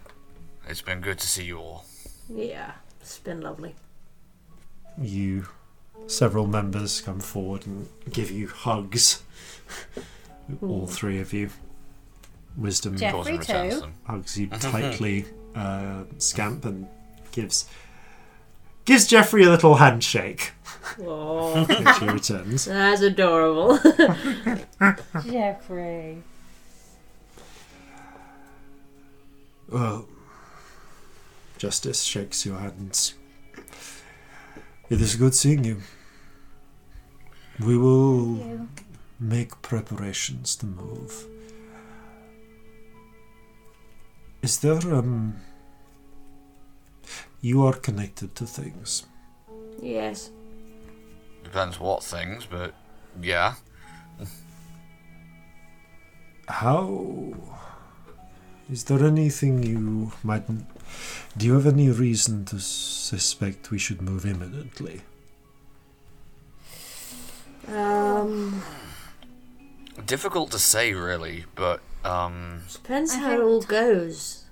It's been good to see you all. Yeah, it's been lovely. You, several members come forward and give you hugs. <laughs> All three of you. Wisdom Jeffrey Of course, and returns too. them. hugs you tightly, uh, Scamp, and gives gives Jeffrey a little handshake. Oh, <laughs> Which he returns. <laughs> that's adorable. Jeffrey. Well, Justice shakes your hands. It is good seeing you. We will make preparations to move. Is there, um. You are connected to things. yes. Depends what things, but yeah. How. Is there anything you might. Do you have any reason to suspect we should move imminently? Um, Difficult to say, really, but um, depends I how it think- all goes.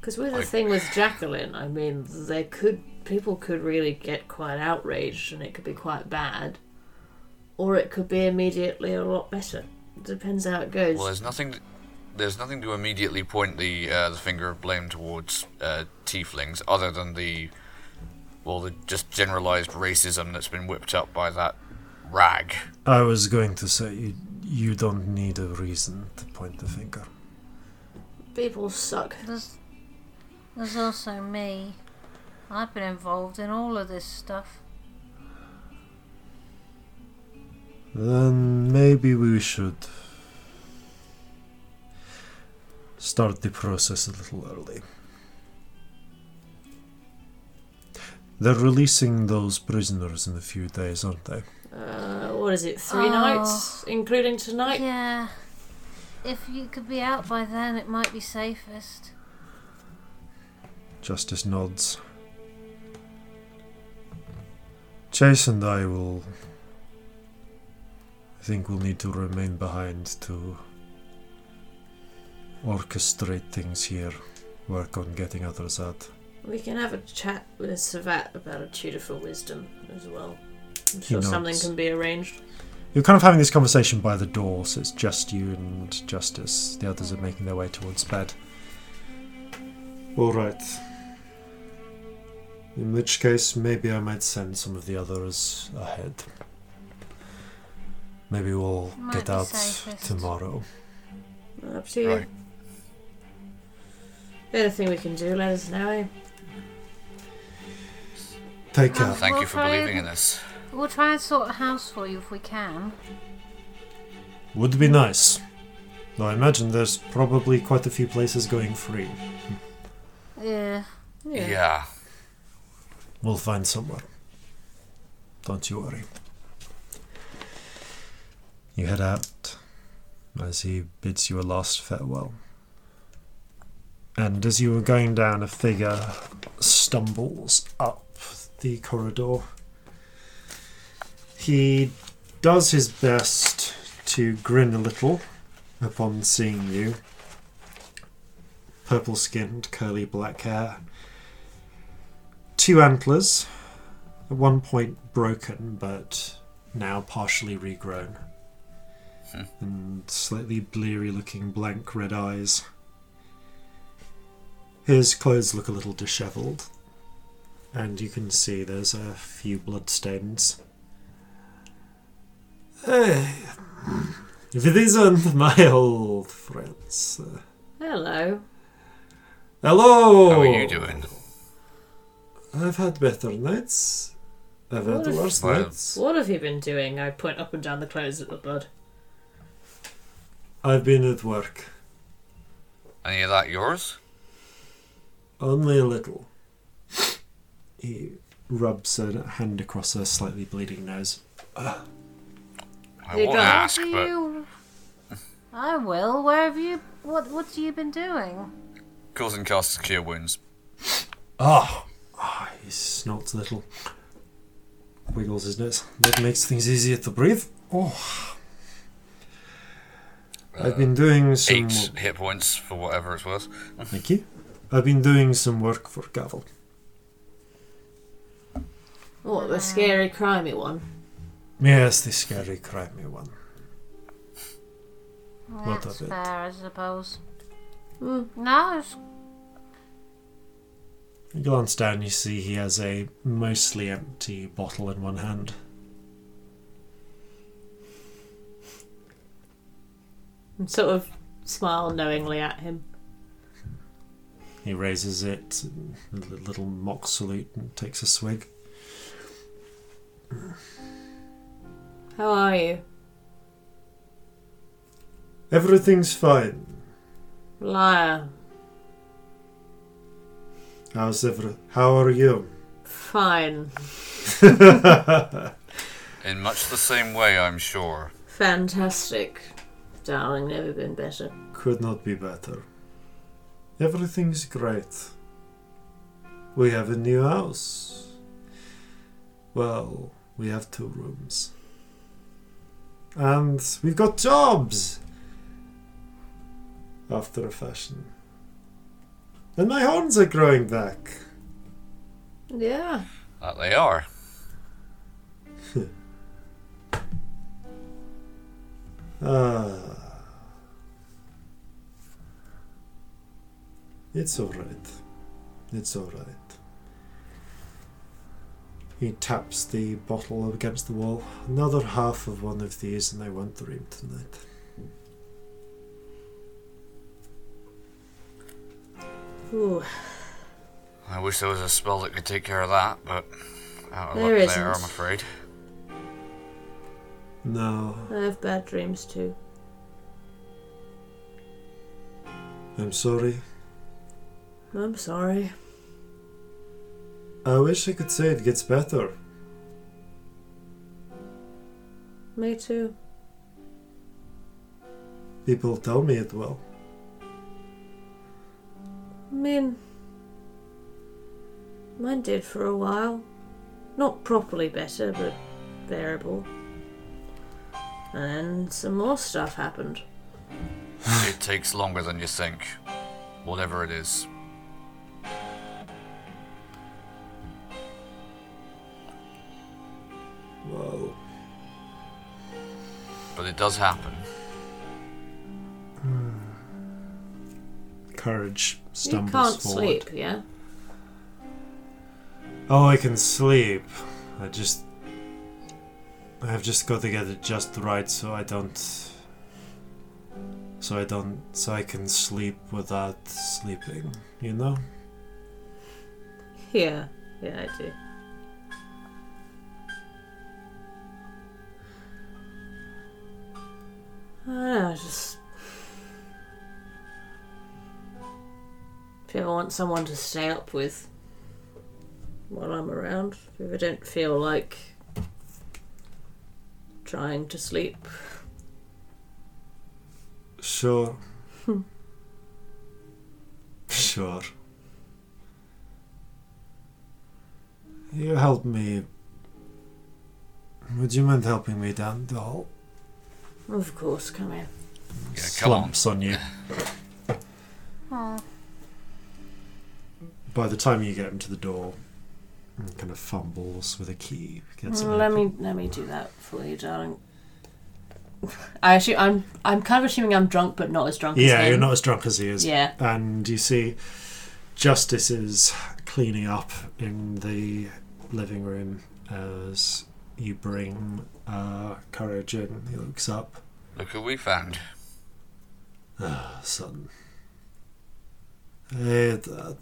Because with the Like- thing with Jacqueline, I mean, there could people could really get quite outraged, and it could be quite bad, or it could be immediately a lot better. Depends how it goes. well, there's nothing. There's nothing to immediately point the uh, the finger of blame towards uh, tieflings, other than the well, the just generalized racism that's been whipped up by that rag. I was going to say you, you don't need a reason to point the finger. People suck. There's, there's also me. I've been involved in all of this stuff. Then maybe we should start the process a little early. They're releasing those prisoners in a few days, aren't they? Uh, what is it? Three Oh. nights, including tonight. Yeah. If you could be out by then, it might be safest. Justice nods. Chase and I will. I think we'll need to remain behind to orchestrate things here, work on getting others out. We can have a chat with Savat about a tutor for wisdom as well. I'm He sure something nods. can be arranged. You're kind of having this conversation by the door, so it's just you and Justice. The others are making their way towards bed. All right. In which case, maybe I might send some of the others ahead. Maybe we'll Might get be out safest. tomorrow. Up to you. Right. Anything we can do, let us know. eh? Take <laughs> care. Thank Well, you for Friday- believing in us. We'll try and sort a house for you if we can. Would be nice. Though I imagine there's probably quite a few places going free. Yeah. Yeah. We'll find somewhere. Don't you worry. You head out as he bids you a last farewell. And as you were going down, a figure stumbles up the corridor. He does his best to grin a little upon seeing you, purple skinned, curly black hair. Two antlers, at one point broken but now partially regrown, Hmm. and slightly bleary looking blank red eyes. His clothes look a little dishevelled, and you can see there's a few bloodstains. Hey, if it isn't my old friends. uh, Hello. hello! How are you doing? I've had better nights. I've had What worse have, nights. what have you been doing? I point up and down the clothes at the bud. I've been at work. Any of that yours? Only a little. He rubs a hand across her slightly bleeding nose. Ah. I won't ask, Do but you- I will. Where have you? What What have you been doing? causing casts cure wounds. Ah, ah, he snorts a little, wiggles his nose. That makes things easier to breathe. Oh, I've been doing some. Eight hit points for whatever it's worth. Thank you. I've been doing some work for Gavel. What, the scary, crimey one? Yes, the scary, crimey one. What That's of it? fair, I suppose. Mm, No, it's oh, You glance down, you see he has a mostly empty bottle in one hand. And sort of smile knowingly at him. He raises it, and a little mock salute, and takes a swig. How are you? Everything's fine. Liar. How's ever? How are you? Fine. In much the same way, I'm sure. Fantastic. Darling, never been better. Could not be better. Everything's great. We have a new house. Well, we have two rooms. And we've got jobs! After a fashion. And my horns are growing back. Yeah. That they are. Ah. It's alright. It's alright. He taps the bottle against the wall. Another half of one of these, and I won't dream tonight. Ooh. I wish there was a spell that could take care of that, but out of There luck isn't. there, I'm afraid. No, I have bad dreams too. I'm sorry. I'm sorry. I wish I could say it gets better. Me too. People tell me it will. I mean, mine did for a while. Not properly better, but bearable. And then some more stuff happened. it takes longer than you think. Whatever it is. Well, But it does happen. courage You stumbles can't forward. sleep, yeah? Oh, I can sleep. I just. I've just got to get it just right so I don't. So I don't. So I can sleep without sleeping, you know? Yeah. Yeah, I do. I don't know, I just. If you ever want someone to stay up with while I'm around, if you ever don't feel like trying to sleep, Sure. <laughs> sure. You help me. Would you mind helping me down the hall? of course, come here. <laughs> Yeah, come on. Slumps on you. oh, by the time you get him to the door, he kind of fumbles with a key. Gets it Well, Mm, let open. me let me do that for you, darling. <laughs> I actually, I'm I'm kind of assuming I'm drunk, but not as drunk. as yeah, him. you're not as drunk as he is. Yeah. And you see, Justice is cleaning up in the living room as you bring uh, Courage in. He looks up. Look who we found. Ah, son. Hey, Dad.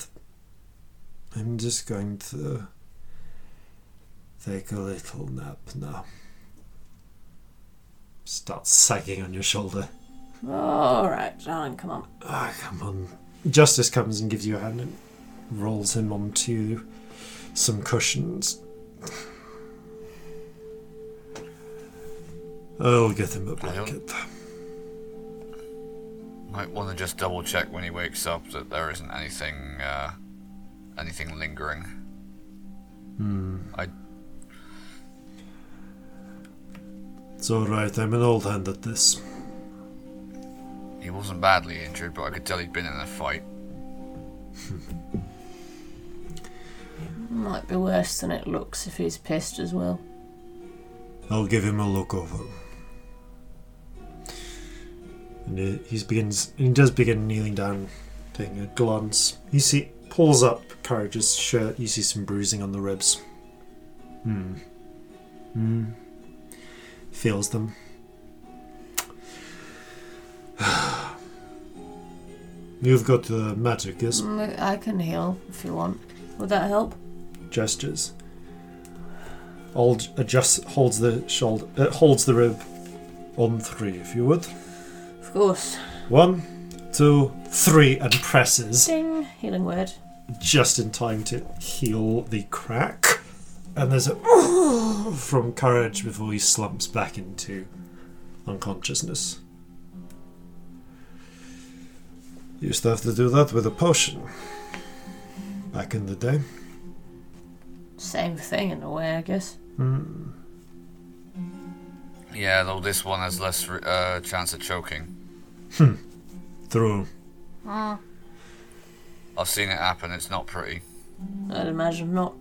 I'm just going to take a little nap now. Starts sagging on your shoulder. All right, darling, come on. Ah, come on. Justice comes and gives you a hand and rolls him onto some cushions. I'll get him a blanket. Might want to just double check when he wakes up that there isn't anything, uh, anything lingering. Hmm. I It's alright, I'm an old hand at this. he wasn't badly injured, but I could tell he'd been in a fight. Might be worse than it looks if he's pissed as well. I'll give him a look over. And he- he begins. He does begin kneeling down, taking a glance. You see, pulls up Courage's shirt. You see some bruising on the ribs. Hmm. Hmm. Feels them. <sighs> You've got the magic, yes? Mm, I can heal if you want. Would that help? gestures. Old adjusts holds the shoulder, uh, holds the rib on three, if you would. Of course. One, two, three, and presses Ding. Healing word. just in time to heal the crack. And there's a <laughs> from courage before he slumps back into unconsciousness. Used to have to do that with a potion back in the day. Same thing in a way, I guess. Hmm. Yeah, though this one has less uh, chance of choking. Hmm. Through. I've seen it happen. It's not pretty. I'd imagine not.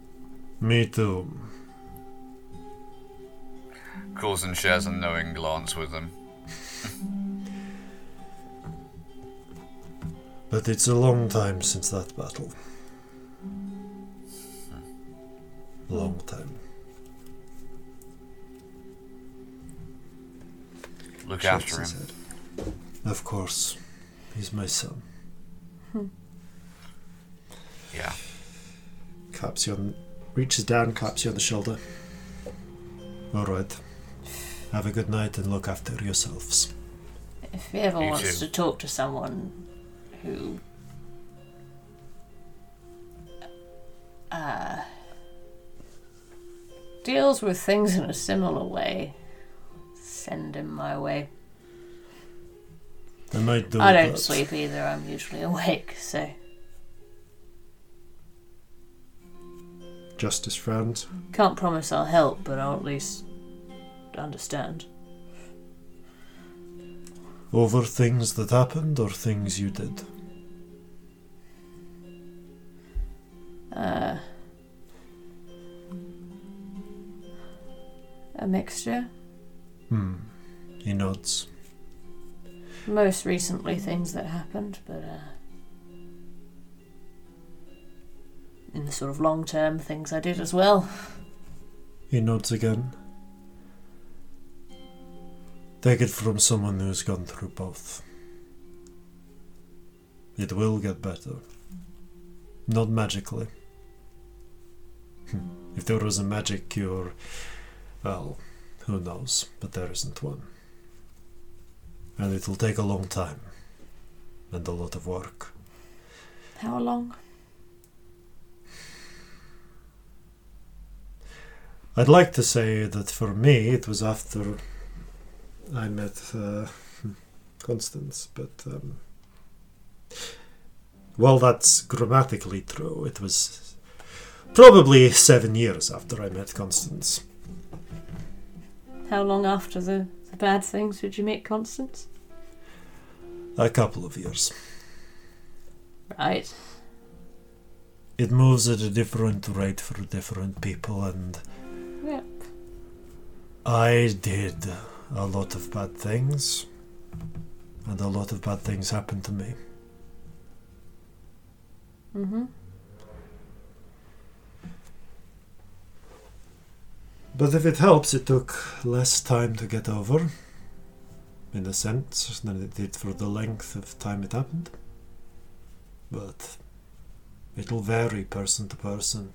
Me too. Coulson shares a knowing glance with them. But it's a long time since that battle. Long time. Look Shakes after his him. head. Of course. He's my son. Yeah. Claps you on reaches down, claps you on the shoulder. Alright. Have a good night and look after yourselves. If he ever You wants too. to talk to someone who. Uh, deals with things in a similar way, send him my way. I might do I don't that. sleep either, I'm usually awake, so. Justice frowns. Can't promise I'll help, but I'll at least understand. Over things that happened or things you did? Uh, a mixture. Hmm. He nods. Most recently, things that happened, but uh, in the sort of long term, things I did as well. He nods again. Take it from someone who's gone through both. It will get better. Not magically. Hmm, if there was a magic cure, well, who knows, but there isn't one. And it'll take a long time. And a lot of work. How long? I'd like to say that for me, it was after I met uh, Constance, but um, well, that's grammatically true. It was probably seven years after I met Constance. How long after the, the bad things did you meet Constance? A couple of years. Right. It moves at a different rate for different people, and Yep. I did a lot of bad things, and a lot of bad things happened to me. Mm-hmm. But if it helps, it took less time to get over, in a sense, than it did for the length of time it happened. But it'll vary person to person.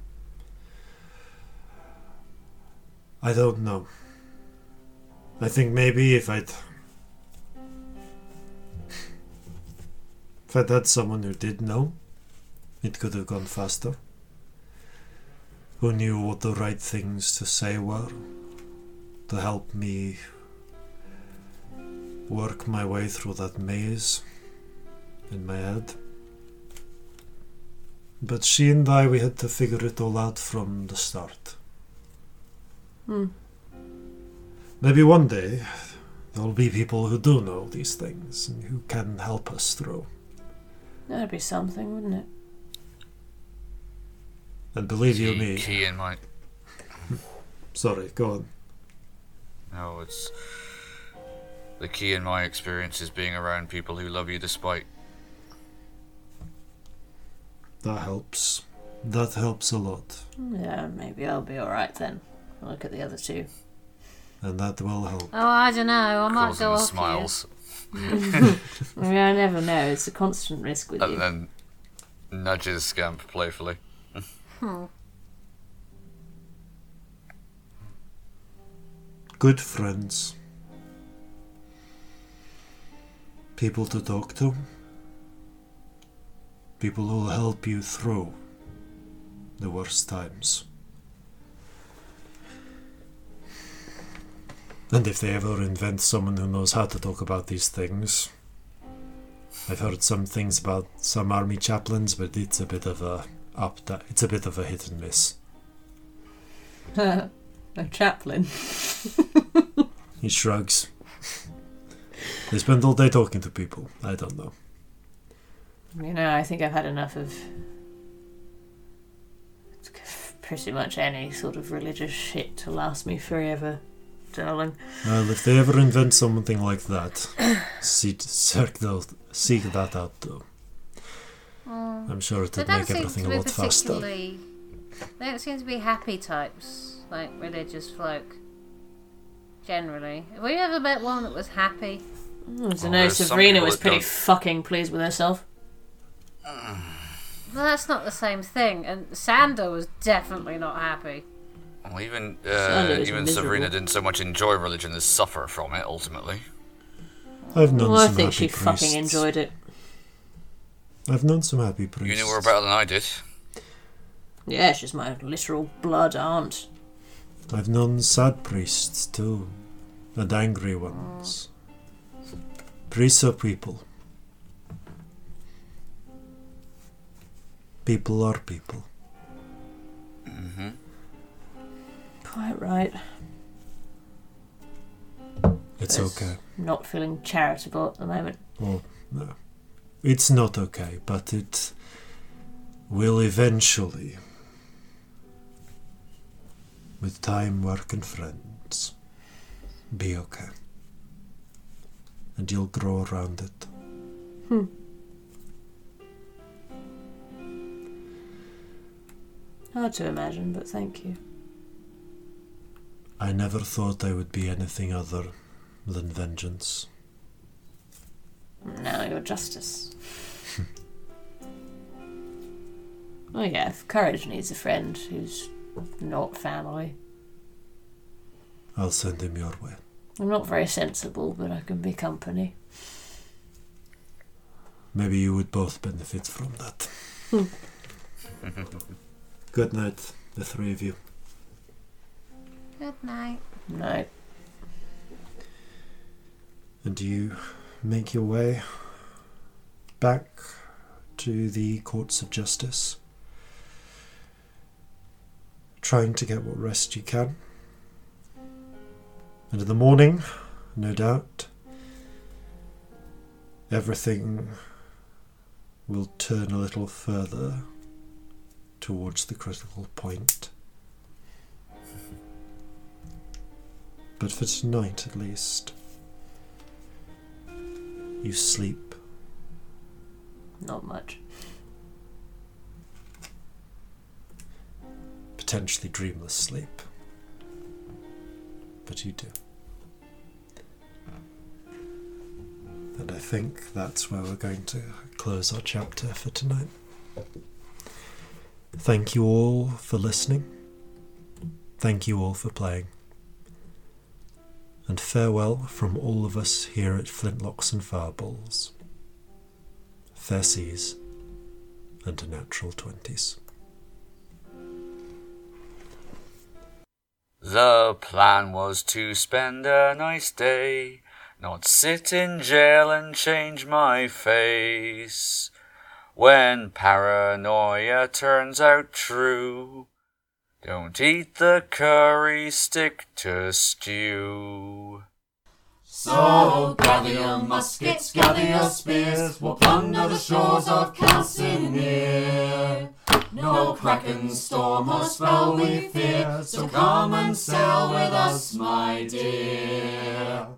I don't know. I think maybe if I'd. If I'd had someone who did know, it could have gone faster who knew what the right things to say were to help me work my way through that maze in my head. But she and I, we had to figure it all out from the start. Hmm. Maybe one day there'll be people who do know these things and who can help us through. That'd be something, wouldn't it? And believe you me, Key in my. sorry, go on. No, it's. The key in my experience is being around people who love you despite. That helps. That helps a lot, Yeah, maybe I'll be alright then. I'll look at the other two. and that will help. Oh, I don't know. I might Causing go off smiles. you. I mean, I never know. It's a constant risk with And you. then nudges Scamp playfully. Hmm. good friends, people to talk to, people who will help you through the worst times. And if they ever invent someone who knows how to talk about these things, I've heard some things about some army chaplains, but it's a bit of a up. It's a bit of a hit and miss. a chaplain. He shrugs. they spend all day talking to people. I don't know. You know, I think I've had enough of pretty much any sort of religious shit to last me forever, darling. Well, if they ever invent something like that, seek, seek, that, seek that out though. Mm. I'm sure They it'd don't make seem everything to a be lot faster. particularly. They don't seem to be happy types, like religious folk. Generally, have we ever met one that was happy? I don't Oh, Well, know, there's some Sabrina people was that pretty don't- fucking pleased with herself. Well, that's not the same thing. And Sander was definitely not happy. Well, even Sounded uh, as even Sabrina miserable. didn't so much enjoy religion as suffer from it ultimately. I've known well, I some think she happy fucking priests. enjoyed it. I've known some happy You priests. knew her better than I did. Yeah, she's my literal blood aunt. I've known sad priests too, and angry ones. Priests are people. People are people. Mm-hmm. Quite right. It's Yes. okay. Not feeling charitable at the moment. Well, no. It's not okay, but it will eventually. With time, work, and friends, be okay. And you'll grow around it. Hmm. Hard to imagine, but thank you. I never thought I would be anything other than vengeance. Now your justice. oh yeah, if courage needs a friend who's not family. I'll send him your way. I'm not very sensible, but I can be company. Maybe you would both benefit from that. Good night, the three of you. Good night. No. And you make your way back to the courts of justice, trying to get what rest you can. And in the morning, no doubt, everything will turn a little further towards the critical point. But for tonight, at least, you sleep. Not much. Potentially dreamless sleep. But you do. And I think that's where we're going to close our chapter for tonight. Thank you all for listening. Thank you all for playing. And farewell from all of us here at Flintlocks and Fireballs. Fair seas and a natural 20s. The plan was to spend a nice day, not sit in jail and change my face. When paranoia turns out true, don't eat the curry, stick to stew. So gather your muskets, gather your spears, we'll plunder the shores of Calcinere. No kraken, storm, or spell we fear, so come and sail with us, my dear.